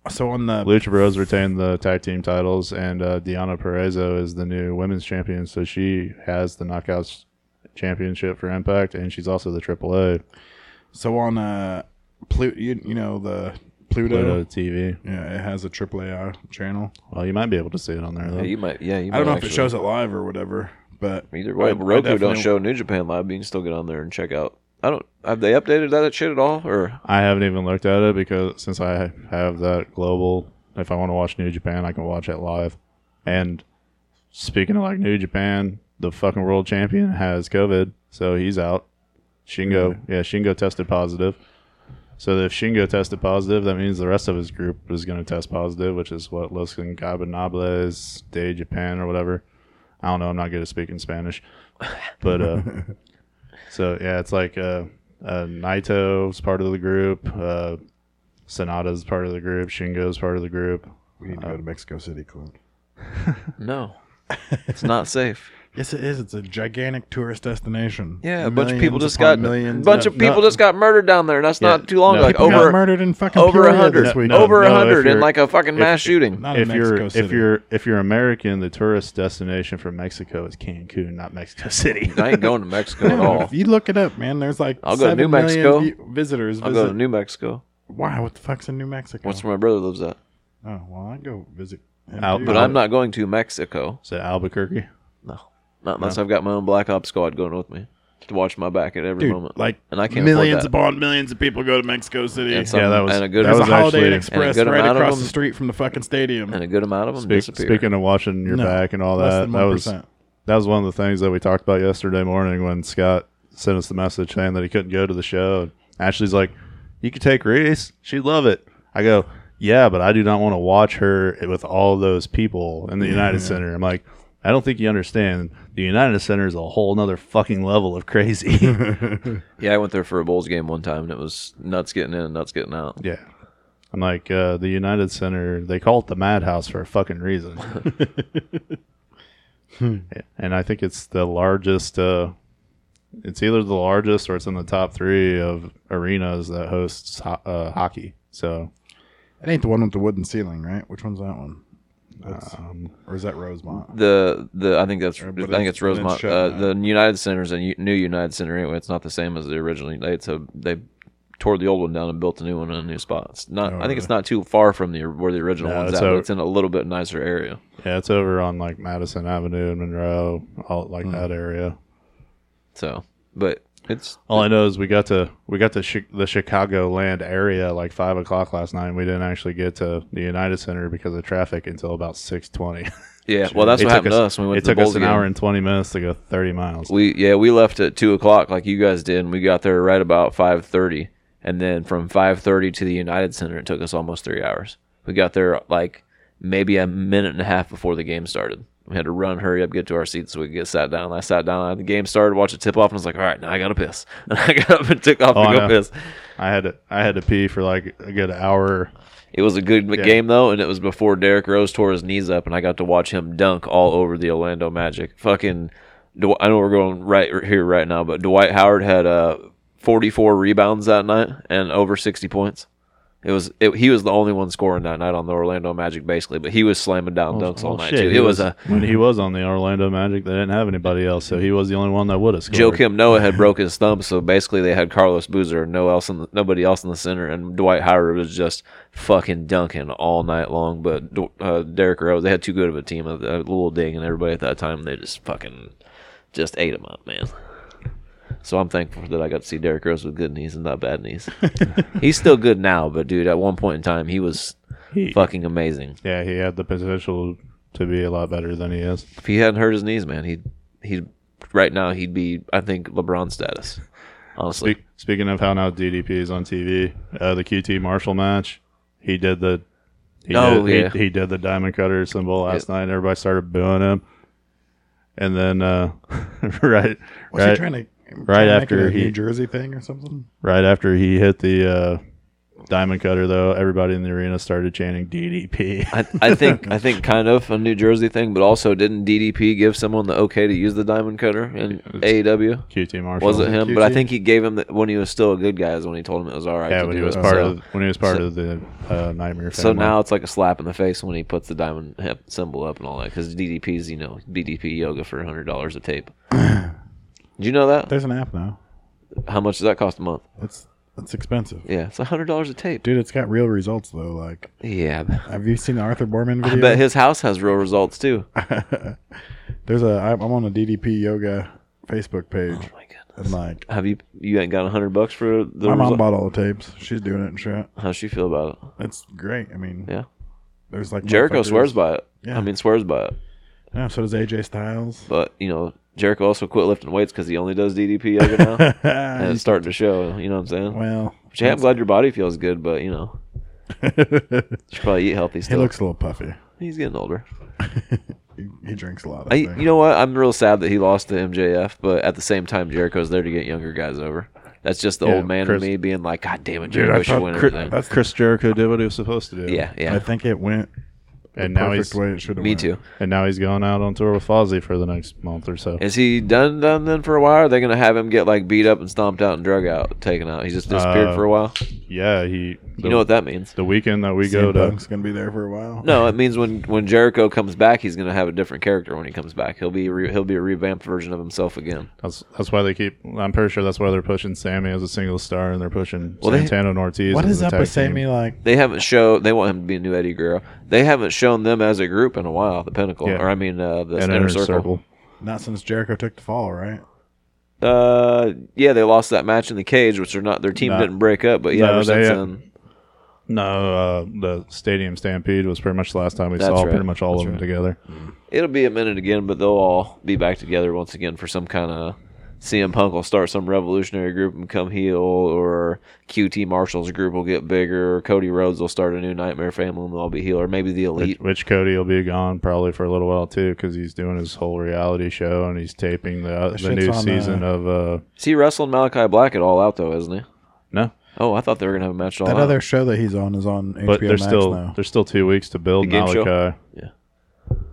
Speaker 1: So on the
Speaker 3: Lucha Bros retained the tag team titles, and uh, Deanna Perezzo is the new women's champion. So she has the Knockouts championship for Impact, and she's also the AAA
Speaker 1: So on uh, Pluto, you, you know the Pluto.
Speaker 3: Pluto TV.
Speaker 1: Yeah, it has a AAA channel.
Speaker 3: Well, you might be able to see it on there. Though.
Speaker 2: Yeah, you might. Yeah, you
Speaker 1: I don't
Speaker 2: might
Speaker 1: know if
Speaker 2: actually.
Speaker 1: it shows it live or whatever, but
Speaker 2: Either way,
Speaker 1: I- I
Speaker 2: Roku don't
Speaker 1: definitely-
Speaker 2: show New Japan Live. but You can still get on there and check out. I don't. Have they updated that shit at all? Or
Speaker 3: I haven't even looked at it because since I have that global, if I want to watch New Japan, I can watch it live. And speaking of like New Japan, the fucking world champion has COVID, so he's out. Shingo, yeah, Shingo tested positive. So if Shingo tested positive, that means the rest of his group is going to test positive, which is what Los Gabanables, Day Japan, or whatever. I don't know. I'm not good at speaking Spanish, but uh, so yeah, it's like uh, uh, Naito's part of the group, uh, Sonata's part of the group, Shingo's part of the group.
Speaker 1: we need to go to Mexico City, Clint.
Speaker 2: no, it's not safe.
Speaker 1: Yes, it is. It's a gigantic tourist destination.
Speaker 2: Yeah, a bunch of people
Speaker 1: Millions
Speaker 2: just
Speaker 1: upon
Speaker 2: got
Speaker 1: millions.
Speaker 2: a bunch of people just got murdered down there, and that's not too long
Speaker 3: no.
Speaker 2: ago. Like
Speaker 3: People
Speaker 1: got
Speaker 2: over
Speaker 1: murdered in fucking
Speaker 2: over a
Speaker 1: Peoria
Speaker 2: hundred,
Speaker 1: this week.
Speaker 3: No,
Speaker 2: over a
Speaker 3: no, if
Speaker 2: hundred in
Speaker 3: you're-
Speaker 2: like a fucking mass shooting.
Speaker 1: Not in
Speaker 3: If
Speaker 1: Mexico
Speaker 3: you're
Speaker 1: City.
Speaker 3: if you're if you're American, the tourist destination for Mexico is Cancun, not Mexico City.
Speaker 2: I ain't going to Mexico at
Speaker 1: No,
Speaker 2: all.
Speaker 1: if you look it up, man, there's like
Speaker 2: I'll go to
Speaker 1: 7
Speaker 2: New
Speaker 1: million
Speaker 2: Mexico.
Speaker 1: vi- visitors.
Speaker 2: I'll
Speaker 1: Visit.
Speaker 2: go to New Mexico.
Speaker 1: wow, what the fuck's in New Mexico?
Speaker 2: That's where my brother lives at.
Speaker 1: oh well, I go visit. him,
Speaker 3: Out-
Speaker 1: too.
Speaker 2: But I'm not going to Mexico.
Speaker 3: Is it Albuquerque?
Speaker 2: No, not unless I've got my own Black Ops squad going with me to watch my back at every
Speaker 1: Dude,
Speaker 2: moment.
Speaker 1: like
Speaker 2: and I can't afford
Speaker 1: millions
Speaker 2: that.
Speaker 1: upon millions of people go to Mexico City.
Speaker 2: And some-
Speaker 3: Yeah, that was-
Speaker 2: and a good
Speaker 3: that
Speaker 1: There's
Speaker 3: was
Speaker 1: a Holiday Inn
Speaker 3: actually-
Speaker 1: Express
Speaker 2: and a good
Speaker 1: right
Speaker 2: amount of
Speaker 1: across
Speaker 2: them-
Speaker 1: the street from the fucking stadium.
Speaker 2: and a good amount of them
Speaker 3: Speak,
Speaker 2: disappear.
Speaker 3: speaking of watching your
Speaker 1: No,
Speaker 3: back and all
Speaker 1: less
Speaker 3: that,
Speaker 1: than
Speaker 3: that was
Speaker 1: 1%.
Speaker 3: that was one of the things that we talked about yesterday morning when Scott sent us the message saying that he couldn't go to the show. And Ashley's like, "You could take Reese; she'd love it." I go, yeah, but I do not want to watch her with all those people in the United Center. I'm like, I don't think you understand. The United Center is a whole nother fucking level of crazy.
Speaker 2: Yeah, I went there for a Bulls game one time, and it was nuts getting in and nuts getting out.
Speaker 3: yeah. I'm like, uh, the United Center, they call it the madhouse for a fucking reason. and I think it's the largest, uh, it's either the largest or it's in the top three of arenas that hosts ho- uh, hockey. So
Speaker 1: It ain't the one with the wooden ceiling, right? Which one's that one? That's, or is that Rosemont?
Speaker 2: The the I think that's
Speaker 1: Yeah,
Speaker 2: I
Speaker 1: but
Speaker 2: think
Speaker 1: it's- but
Speaker 2: it's
Speaker 1: it's
Speaker 2: Rosemont.
Speaker 1: shut
Speaker 2: Uh,
Speaker 1: now.
Speaker 2: the United Center's a u- new United Center anyway. It's not the same as the originally. They it's a, they tore the old one down and built a new one in a new spot. It's not. I think it's not too far from the where the original
Speaker 3: Oh, No,
Speaker 2: one's at.
Speaker 3: so-
Speaker 2: But it's in a little bit nicer area.
Speaker 3: Yeah, it's over on like Madison Avenue and Monroe, all like that area.
Speaker 2: So, but it's
Speaker 3: All I know is we got to we got to chi- the Chicago land area like five o'clock last night. and We didn't actually get to the United Center because of traffic until about six twenty.
Speaker 2: yeah. Well, that's what happened to us when we went
Speaker 3: it
Speaker 2: to the
Speaker 3: took
Speaker 2: Bulls
Speaker 3: us an
Speaker 2: game.
Speaker 3: hour and twenty minutes to go thirty miles.
Speaker 2: We yeah, we left at two o'clock like you guys did, and we got there right about five thirty. And then from five thirty to the United Center, it took us almost three hours. We got there like maybe a minute and a half before the game started. We had to run, hurry up, get to our seats so we could get sat down. I sat down, the game started, watched the tip off, and I was like, "All right, now I gotta piss." And I got up and took off
Speaker 3: Oh, I
Speaker 2: to go
Speaker 3: know.
Speaker 2: piss.
Speaker 3: I had to I had to pee for like a good hour.
Speaker 2: It was a good game though, and it was before Derrick Rose tore his knees up, and I got to watch him dunk all over the Orlando Magic. Fucking, Dw- I know we're going right here right now, but Dwight Howard had uh, 44 rebounds that night and over 60 points. It was it, he was the only one scoring that night on the Orlando Magic, basically, but he was slamming down dunks all
Speaker 3: Oh,
Speaker 2: night
Speaker 3: shit,
Speaker 2: too.
Speaker 3: he
Speaker 2: It was a
Speaker 3: when he was on the Orlando Magic, they didn't have anybody else, so he was the only one that would have scored.
Speaker 2: Joe Kim Noah had broke his thumb, so basically they had Carlos Boozer, no else in the, nobody else in the center, and Dwight Howard was just fucking dunking all night long. But Dw- uh, Derrick Rose, they had too good of a team, uh, a, a little ding, and everybody at that time they just fucking just ate him up, man. So I'm thankful that I got to see Derrick Rose with good knees and not bad knees. He's still good now, but dude, at one point in time he was
Speaker 3: He-
Speaker 2: fucking amazing.
Speaker 3: Yeah, he had the potential to be a lot better than he is.
Speaker 2: If he hadn't hurt his knees, man, he he right now he'd be I think LeBron status. Honestly,
Speaker 3: Speak, speaking of how now DDP is on TV, uh, the QT Marshall match, he did the he,
Speaker 2: Oh,
Speaker 3: did, he-
Speaker 2: yeah.
Speaker 3: he, did the diamond cutter symbol last night. And everybody started booing him, and then uh, right
Speaker 1: Was
Speaker 3: right,
Speaker 1: he trying to trying to make it
Speaker 3: after
Speaker 1: a
Speaker 3: he-
Speaker 1: New Jersey thing or something?
Speaker 3: right after he hit the uh, diamond cutter, though, everybody in the arena started chanting DDP.
Speaker 2: I, I think I think kind of a New Jersey thing, but also didn't DDP give someone the okay to use the diamond cutter in AEW?
Speaker 3: QT Marshall
Speaker 2: Was it him? But I
Speaker 1: QT?
Speaker 2: think he gave him the, when he was still a good guy is when he told him it was all right.
Speaker 3: Yeah,
Speaker 2: to
Speaker 3: when he
Speaker 2: do
Speaker 3: was
Speaker 2: it.
Speaker 3: part
Speaker 2: so,
Speaker 3: of when he was part of the uh, Nightmare.
Speaker 2: So
Speaker 3: family.
Speaker 2: now it's like a slap in the face when he puts the diamond hip symbol up and all that because DDP's you know BDP yoga for hundred dollars a tape. Did you know that?
Speaker 1: There's an app now.
Speaker 2: How much does that cost a month?
Speaker 1: That's that's expensive,
Speaker 2: Yeah, it's hundred dollars a tape.
Speaker 1: dude. It's got real results though. Like,
Speaker 2: Yeah,
Speaker 1: have you seen the Arthur Borman
Speaker 2: I
Speaker 1: video?
Speaker 2: bet his house has real results too. Oh
Speaker 1: There's a I'm I'm on a DDP yoga Facebook page,
Speaker 2: my goodness.
Speaker 1: and like
Speaker 2: Have you you ain't got hundred bucks for the
Speaker 1: my mom
Speaker 2: result?
Speaker 1: bought all the tapes. She's doing it and shit.
Speaker 2: How's she feel about it?
Speaker 1: It's great. I mean,
Speaker 2: Yeah.
Speaker 1: there's like
Speaker 2: Jericho
Speaker 1: motherfuckers-
Speaker 2: swears by it.
Speaker 1: Yeah.
Speaker 2: I mean, swears by it.
Speaker 1: Yeah, so does AJ Styles.
Speaker 2: But you know, Jericho also quit lifting weights because he only does DDP yoga now, and it's
Speaker 1: well,
Speaker 2: starting to show. You know what I'm saying? Which, hey, I'm glad your body feels good, but you know,
Speaker 1: he
Speaker 2: should probably eat healthy still.
Speaker 1: looks a little puffy.
Speaker 2: He's getting older.
Speaker 1: He, he drinks a lot.
Speaker 2: I,
Speaker 1: I,
Speaker 2: you
Speaker 1: think.
Speaker 2: know what? I'm real sad that he lost to MJF, but at the same time, Jericho's there to get younger guys over. That's just the
Speaker 3: Yeah,
Speaker 2: old man
Speaker 3: Chris-
Speaker 2: in me being like, God damn it,
Speaker 1: Dude,
Speaker 2: Jericho
Speaker 1: I
Speaker 2: should
Speaker 1: thought
Speaker 2: win
Speaker 1: Chris-
Speaker 2: everything.
Speaker 1: that's-
Speaker 3: Chris Jericho did what he was supposed to do.
Speaker 2: Yeah, yeah.
Speaker 1: I think it went
Speaker 3: and now
Speaker 1: perfect
Speaker 3: he's
Speaker 1: way it should have.
Speaker 2: Me
Speaker 1: went.
Speaker 2: too.
Speaker 3: and now he's going out on tour with Fozzy for the next month or so.
Speaker 2: Is he done done then for a while? Or are they gonna have him get like beat up and stomped out and drug out, taken out? He just disappeared
Speaker 3: Uh,
Speaker 2: for a while.
Speaker 3: Yeah, he. The,
Speaker 2: You know what that means?
Speaker 3: the weekend that we
Speaker 1: CM
Speaker 3: go to,
Speaker 1: Punk's gonna be there for a while.
Speaker 2: No, it means when when Jericho comes back, he's gonna have a different character when he comes back. He'll be re, he'll be a revamped version of himself again.
Speaker 3: that's that's why they keep. I'm pretty sure that's why they're pushing Sammy as a single star, and they're pushing
Speaker 2: Well, they-
Speaker 3: Santana and Ortiz.
Speaker 1: What
Speaker 3: as
Speaker 1: is
Speaker 3: a
Speaker 1: up
Speaker 3: tag
Speaker 1: with
Speaker 3: team.
Speaker 1: Sammy? Like,
Speaker 2: They haven't show they want him to be a new Eddie Guerrero. They haven't shown them as a group in a while. The Pinnacle,
Speaker 3: Yeah.
Speaker 2: or I mean uh, the
Speaker 3: and
Speaker 2: Inner, Circle.
Speaker 1: not since Jericho took the fall, right?
Speaker 2: Uh, yeah, they lost that match in the cage, which are not their team
Speaker 3: No.
Speaker 2: didn't break up, but yeah,
Speaker 3: No,
Speaker 2: ever
Speaker 3: they- uh,
Speaker 2: since then,
Speaker 3: No, uh, the Stadium Stampede was pretty much the last time we
Speaker 2: That's
Speaker 3: saw
Speaker 2: right.
Speaker 3: pretty much all of them together.
Speaker 2: it'll be a minute again, but they'll all be back together once again for some kind of CM Punk will start some revolutionary group and come heel, or QT Marshall's group will get bigger, or Cody Rhodes will start a new Nightmare Family and they'll all be heel, or maybe the
Speaker 3: Which,
Speaker 2: Elite.
Speaker 3: which Cody will be gone probably for a little while too, because he's doing his whole reality show and he's taping the the
Speaker 1: shit's
Speaker 3: new
Speaker 1: on, uh,
Speaker 3: season of uh
Speaker 2: Is he wrestling Malachi Black at all out though, isn't he?
Speaker 3: no,
Speaker 2: Oh, I thought they were gonna have a match at all
Speaker 1: That
Speaker 2: out.
Speaker 1: other show that he's on is on HBO
Speaker 3: but there's
Speaker 1: Max
Speaker 3: still
Speaker 1: now.
Speaker 3: there's still two weeks to build
Speaker 2: The game show?
Speaker 3: Malachi.
Speaker 2: Yeah.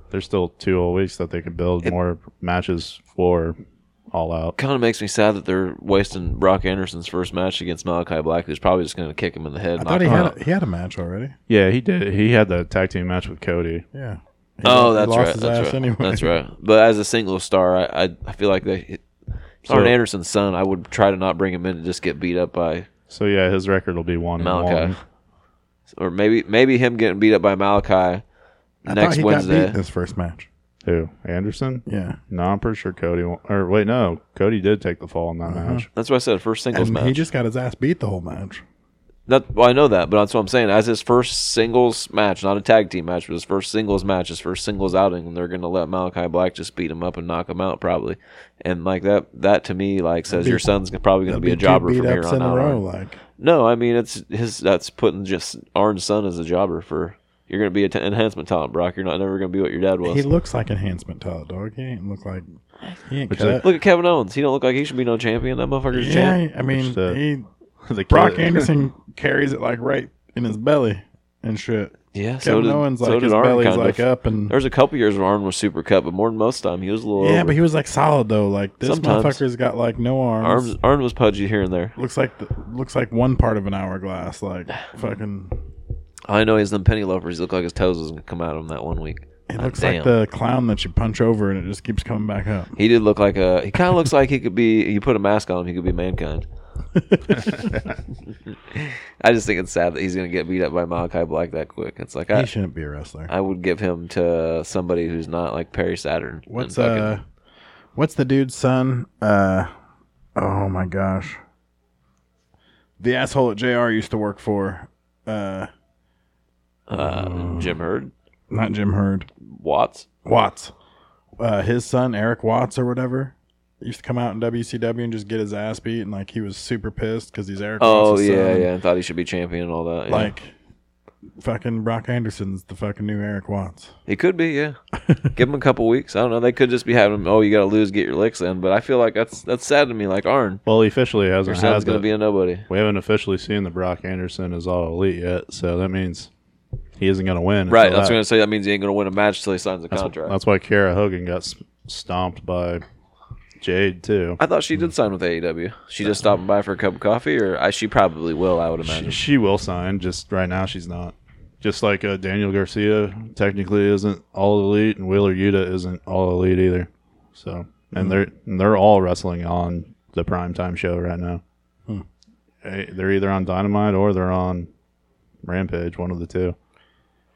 Speaker 3: there's still two whole weeks that they could build more matches for All Out.
Speaker 2: Kind of makes me sad that they're wasting Brock Anderson's first match against Malachi Black, who's probably just gonna kick him in the head.
Speaker 1: I
Speaker 2: and
Speaker 1: thought he
Speaker 2: knock him
Speaker 1: had
Speaker 2: out.
Speaker 1: a, he had a match already.
Speaker 3: Yeah, he did. He had the tag team match with Cody.
Speaker 1: Yeah. He
Speaker 2: Oh,
Speaker 1: lo- he
Speaker 2: that's
Speaker 1: lost
Speaker 2: right.
Speaker 1: his
Speaker 2: That's
Speaker 1: ass
Speaker 2: right.
Speaker 1: anyway.
Speaker 2: That's right. But as a single star, I I, I feel like they. If I were
Speaker 3: So-
Speaker 2: Anderson's son, I would try to not bring him in to just get beat up by
Speaker 3: So yeah, his record will be one and
Speaker 2: Malachi,
Speaker 3: one.
Speaker 2: or maybe maybe him getting beat up by Malachi
Speaker 1: I thought
Speaker 2: next
Speaker 1: he got beat
Speaker 2: Wednesday.
Speaker 1: in his first match.
Speaker 3: Who Anderson?
Speaker 1: Yeah.
Speaker 3: No, I'm pretty sure Cody. won- Or wait, no, Cody did take the fall in that
Speaker 1: Uh-huh.
Speaker 3: match.
Speaker 2: That's what I said. First singles
Speaker 1: And he
Speaker 2: match.
Speaker 1: just got his ass beat the whole match.
Speaker 2: Not, well, I know that, but that's what I'm saying. As his first singles match, not a tag team match, but his first singles match, his first singles outing, and they're going to let Malachi Black just beat him up and knock him out, probably. And like that, that to me, like says
Speaker 1: be-
Speaker 2: your son's probably
Speaker 1: That'd
Speaker 2: going to be a
Speaker 1: two
Speaker 2: jobber
Speaker 1: beat
Speaker 2: from here
Speaker 1: ups
Speaker 2: on
Speaker 1: in a
Speaker 2: out.
Speaker 1: row, like
Speaker 2: No, I mean it's his. That's putting just Arn's son as a jobber for. You're going to be an enhancement talent, Brock. You're not never going to be what your dad
Speaker 1: he
Speaker 2: was.
Speaker 1: looks like enhancement talent dog. He ain't look like he ain't
Speaker 3: Which
Speaker 1: cut.
Speaker 2: Look at Kevin Owens. He don't look like he should be no champion. That motherfucker's champ.
Speaker 1: yeah, I mean,
Speaker 3: Which the-
Speaker 1: he
Speaker 3: the
Speaker 1: Brock
Speaker 3: kid-
Speaker 1: Anderson carries it like right in his belly and shit.
Speaker 2: Yeah, so
Speaker 1: Kevin
Speaker 2: did,
Speaker 1: Owens
Speaker 2: so
Speaker 1: like
Speaker 2: did
Speaker 1: his
Speaker 2: Arn.
Speaker 1: belly's
Speaker 2: Kind
Speaker 1: like
Speaker 2: of.
Speaker 1: up and
Speaker 2: There was a couple years where Arn was super cut, but more than most time he was a little.
Speaker 1: yeah,
Speaker 2: over.
Speaker 1: but he was like solid though. Like this
Speaker 2: Sometimes.
Speaker 1: motherfucker's got like no arms.
Speaker 2: Arms, Arn was pudgy here and there.
Speaker 1: Looks like the, looks like one part of an hourglass. Like fucking,
Speaker 2: I know he's them penny loafers. He looked like his toes was gonna come out of him that one week.
Speaker 1: it
Speaker 2: Ah,
Speaker 1: looks
Speaker 2: damn.
Speaker 1: like the clown that you punch over and it just keeps coming back up.
Speaker 2: He did look like a. He kind of looks like he could be. You put a mask on him, he could be mankind. I just think it's sad that he's gonna get beat up by Malachi Black that quick. It's like
Speaker 1: he
Speaker 2: I,
Speaker 1: shouldn't be a wrestler.
Speaker 2: I would give him to somebody who's not like Perry Saturn. and
Speaker 1: What's
Speaker 2: fucking-
Speaker 1: uh, what's the dude's son? Uh, oh my gosh, the asshole at Jr. used to work for. Uh,
Speaker 2: uh, Jim Hurd
Speaker 1: not Jim Hurd,
Speaker 2: Watts?
Speaker 1: Watts. Uh, his son Eric Watts or whatever used to come out in WCW and just get his ass beat, and like he was super pissed because he's Eric.
Speaker 2: Oh
Speaker 1: Watts'
Speaker 2: yeah,
Speaker 1: son.
Speaker 2: yeah. I thought he should be champion and all that. yeah.
Speaker 1: Like, fucking Brock Anderson's the fucking new Eric Watts.
Speaker 2: He could be, yeah. Give him a couple weeks. I don't know. They could just be having him. Oh, you got to lose, get your licks in. But I feel like that's that's sad to me. Like Arn,
Speaker 3: Well, he officially
Speaker 2: your
Speaker 3: hasn't had
Speaker 2: son's
Speaker 3: the,
Speaker 2: gonna be a nobody.
Speaker 3: We haven't officially seen the Brock Anderson as all elite yet, so that means he isn't going to win.
Speaker 2: Right. That's
Speaker 3: until that.
Speaker 2: what I'm gonna say. That means he ain't gonna win a match till he signs a contract.
Speaker 3: That's why Kara Hogan got s- stomped by Jade too.
Speaker 2: I thought she
Speaker 3: Hmm.
Speaker 2: did sign with AEW. She just stopped by for a cup of coffee, or I, she probably will. I would
Speaker 3: Uh-huh. She,
Speaker 2: imagine.
Speaker 3: she will sign. Just right now, she's not. Just like uh, Daniel Garcia technically isn't all elite, and Wheeler Yuta isn't all elite either. So,
Speaker 2: Hmm.
Speaker 3: and they're and they're all wrestling on the primetime show right now.
Speaker 2: Hmm.
Speaker 3: Eh, They're either on Dynamite or they're on Rampage, one of the two.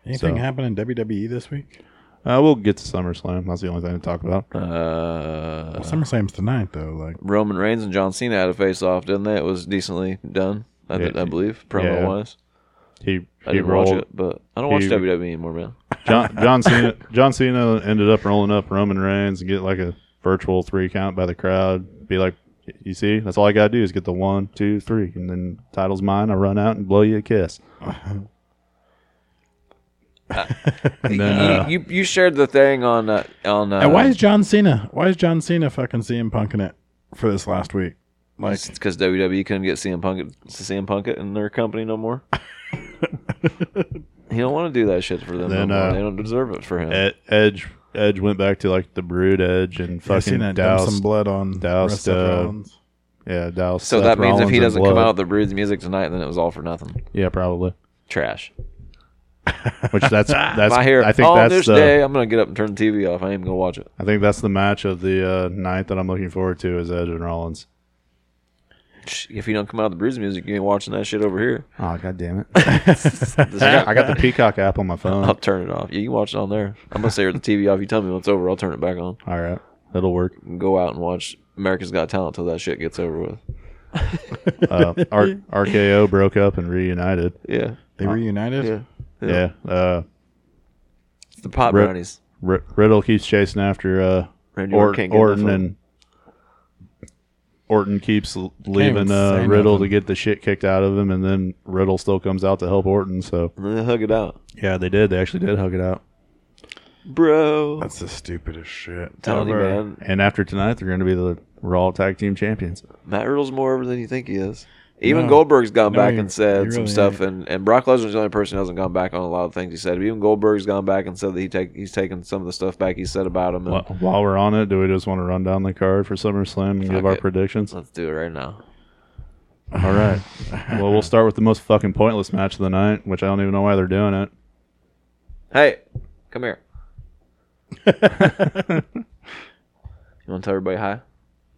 Speaker 1: Anything
Speaker 3: So-
Speaker 1: happen in WWE this week?
Speaker 3: Uh, we'll get to SummerSlam. That's the only thing to talk about.
Speaker 2: Uh,
Speaker 1: SummerSlam's tonight though. Like,
Speaker 2: Roman Reigns and John Cena had a face off, didn't they? It was decently done. I, th-
Speaker 3: Yeah.
Speaker 2: I believe promo wise.
Speaker 3: He
Speaker 2: I
Speaker 3: he
Speaker 2: didn't watch
Speaker 3: rolled.
Speaker 2: it, but I don't watch
Speaker 3: he-
Speaker 2: WWE anymore, man.
Speaker 3: John, John Cena. John Cena ended up rolling up Roman Reigns and get like a virtual three count by the crowd. Be like, you see, that's all I gotta do is get the one, two, three, and then title's mine. I run out and blow you a kiss. and then uh,
Speaker 2: you, you you shared the thing on uh, on. Uh,
Speaker 1: and why is John Cena? Why is John Cena fucking CM punking it for this last week? Like,
Speaker 2: because WWE E couldn't get CM Punk CM Punk it in their company no more. he don't want to do that shit for them.
Speaker 3: Then,
Speaker 2: no more.
Speaker 3: uh,
Speaker 2: they don't deserve it for him.
Speaker 3: Ed- E-, Edge Edge went back to like the Brood Edge and
Speaker 1: I
Speaker 3: fucking
Speaker 1: seen that dump some
Speaker 3: doused.
Speaker 1: blood on
Speaker 3: doused,
Speaker 1: Russell
Speaker 3: uh,
Speaker 1: Rollins.
Speaker 3: Yeah, doused.
Speaker 2: so
Speaker 3: Seth
Speaker 2: that means if
Speaker 3: Rollins
Speaker 2: he
Speaker 3: in
Speaker 2: doesn't come
Speaker 3: blood.
Speaker 2: out with the Brood's music tonight, then it was all for nothing.
Speaker 3: yeah, probably.
Speaker 2: Trash.
Speaker 3: Which that's that's.
Speaker 2: If I hear
Speaker 3: I think
Speaker 2: all
Speaker 3: that's
Speaker 2: this
Speaker 3: the.
Speaker 2: day, I'm gonna get up and turn the TV off. I ain't even gonna watch it.
Speaker 3: I think that's the match of the uh, night that I'm looking forward to is Edge and Rollins.
Speaker 2: Shh, If he don't come out with the Brood's music, you ain't watching that shit over here.
Speaker 3: Oh god damn it!
Speaker 2: This-
Speaker 3: I got the Peacock app on my phone.
Speaker 2: I'll turn it off. Yeah, you can watch it on there. I'm gonna stare at the TV off. You tell me when it's over, I'll turn it back on.
Speaker 3: All right, that'll work.
Speaker 2: And go out and watch America's Got Talent till that shit gets over with.
Speaker 3: Uh, R- RKO broke up and reunited.
Speaker 2: Yeah,
Speaker 1: They reunited.
Speaker 2: yeah.
Speaker 3: Yeah, uh,
Speaker 2: It's the pop
Speaker 3: Rip.
Speaker 2: brownies.
Speaker 3: R- Riddle keeps chasing after uh,
Speaker 2: Randy Orton
Speaker 3: Orton,
Speaker 2: can't get
Speaker 3: Orton
Speaker 2: enough of
Speaker 3: and Orton keeps l- leaving
Speaker 1: even
Speaker 3: uh,
Speaker 1: say
Speaker 3: Riddle
Speaker 1: nothing.
Speaker 3: to get the shit kicked out of him, and then Riddle still comes out to help Orton. So
Speaker 2: And then hug it out,
Speaker 3: yeah, they did. They actually did hug it out.
Speaker 2: bro.
Speaker 1: That's the stupidest shit.
Speaker 2: Telling you,
Speaker 1: ever.
Speaker 2: man,
Speaker 3: And after tonight, they're going to be the Raw Tag Team Champions.
Speaker 2: Matt Riddle's more over than you think he is. Even
Speaker 1: No.
Speaker 2: Goldberg's gone
Speaker 1: No,
Speaker 2: back
Speaker 1: he-
Speaker 2: and said
Speaker 1: he
Speaker 2: some
Speaker 1: really
Speaker 2: stuff, and, and Brock Lesnar's the only person who hasn't gone back on a lot of things he said. Even Goldberg's gone back and said that he take he's taken some of the stuff back he said about him. and-
Speaker 3: Wh- While we're on it, do we just want to run down the card for SummerSlam and give our
Speaker 2: it.
Speaker 3: predictions?
Speaker 2: Let's do it right now.
Speaker 3: All right. well, we'll start with the most fucking pointless match of the night, which I don't even know why they're doing it.
Speaker 2: Hey, come here. you want to tell everybody hi?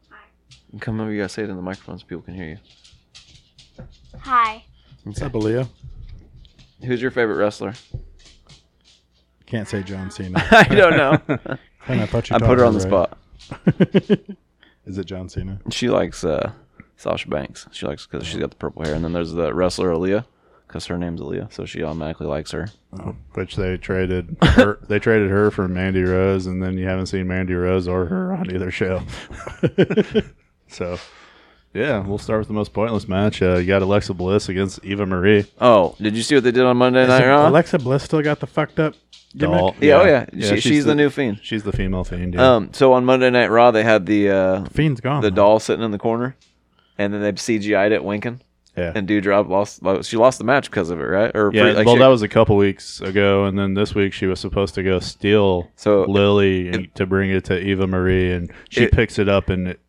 Speaker 2: Hi. Come over. You gotta say it in the microphone so people can hear you.
Speaker 4: Hi.
Speaker 1: What's up, Aaliyah?
Speaker 2: Who's your favorite wrestler?
Speaker 1: Can't say John Cena.
Speaker 2: I don't know.
Speaker 1: And I thought you
Speaker 2: I
Speaker 1: taught
Speaker 2: put her on the
Speaker 1: right?
Speaker 2: spot.
Speaker 1: Is it John Cena?
Speaker 2: She likes uh, Sasha Banks. She likes because she's got the purple hair. And then there's the wrestler Aaliyah because her name's Aaliyah, so she automatically likes her.
Speaker 3: Which they traded. Her, they traded her for Mandy Rose, and then you haven't seen Mandy Rose or her on either show. so, yeah, we'll start with the most pointless match. Uh, you got Alexa Bliss against Eva Marie.
Speaker 2: Oh, did you see what they did on Monday Night
Speaker 1: Isn't
Speaker 2: Raw?
Speaker 1: Alexa Bliss still got the fucked up gimmick.
Speaker 3: Doll.
Speaker 2: yeah, oh yeah, she, she's, the,
Speaker 3: the
Speaker 2: new fiend.
Speaker 3: She's the female fiend. Yeah.
Speaker 2: Um, so on Monday Night Raw they had the uh,
Speaker 1: Fiend's gone.
Speaker 2: the
Speaker 1: though.
Speaker 2: doll sitting in the corner, and then they CGI'd it winking.
Speaker 3: yeah.
Speaker 2: And Dewdrop lost. like, She lost the match because of it, right? Or
Speaker 3: Yeah,
Speaker 2: like,
Speaker 3: well,
Speaker 2: she-
Speaker 3: that was a couple weeks ago, and then this week she was supposed to go steal
Speaker 2: So-
Speaker 3: Lily and to bring it to Eva Marie, and she
Speaker 2: It-
Speaker 3: picks it up and it,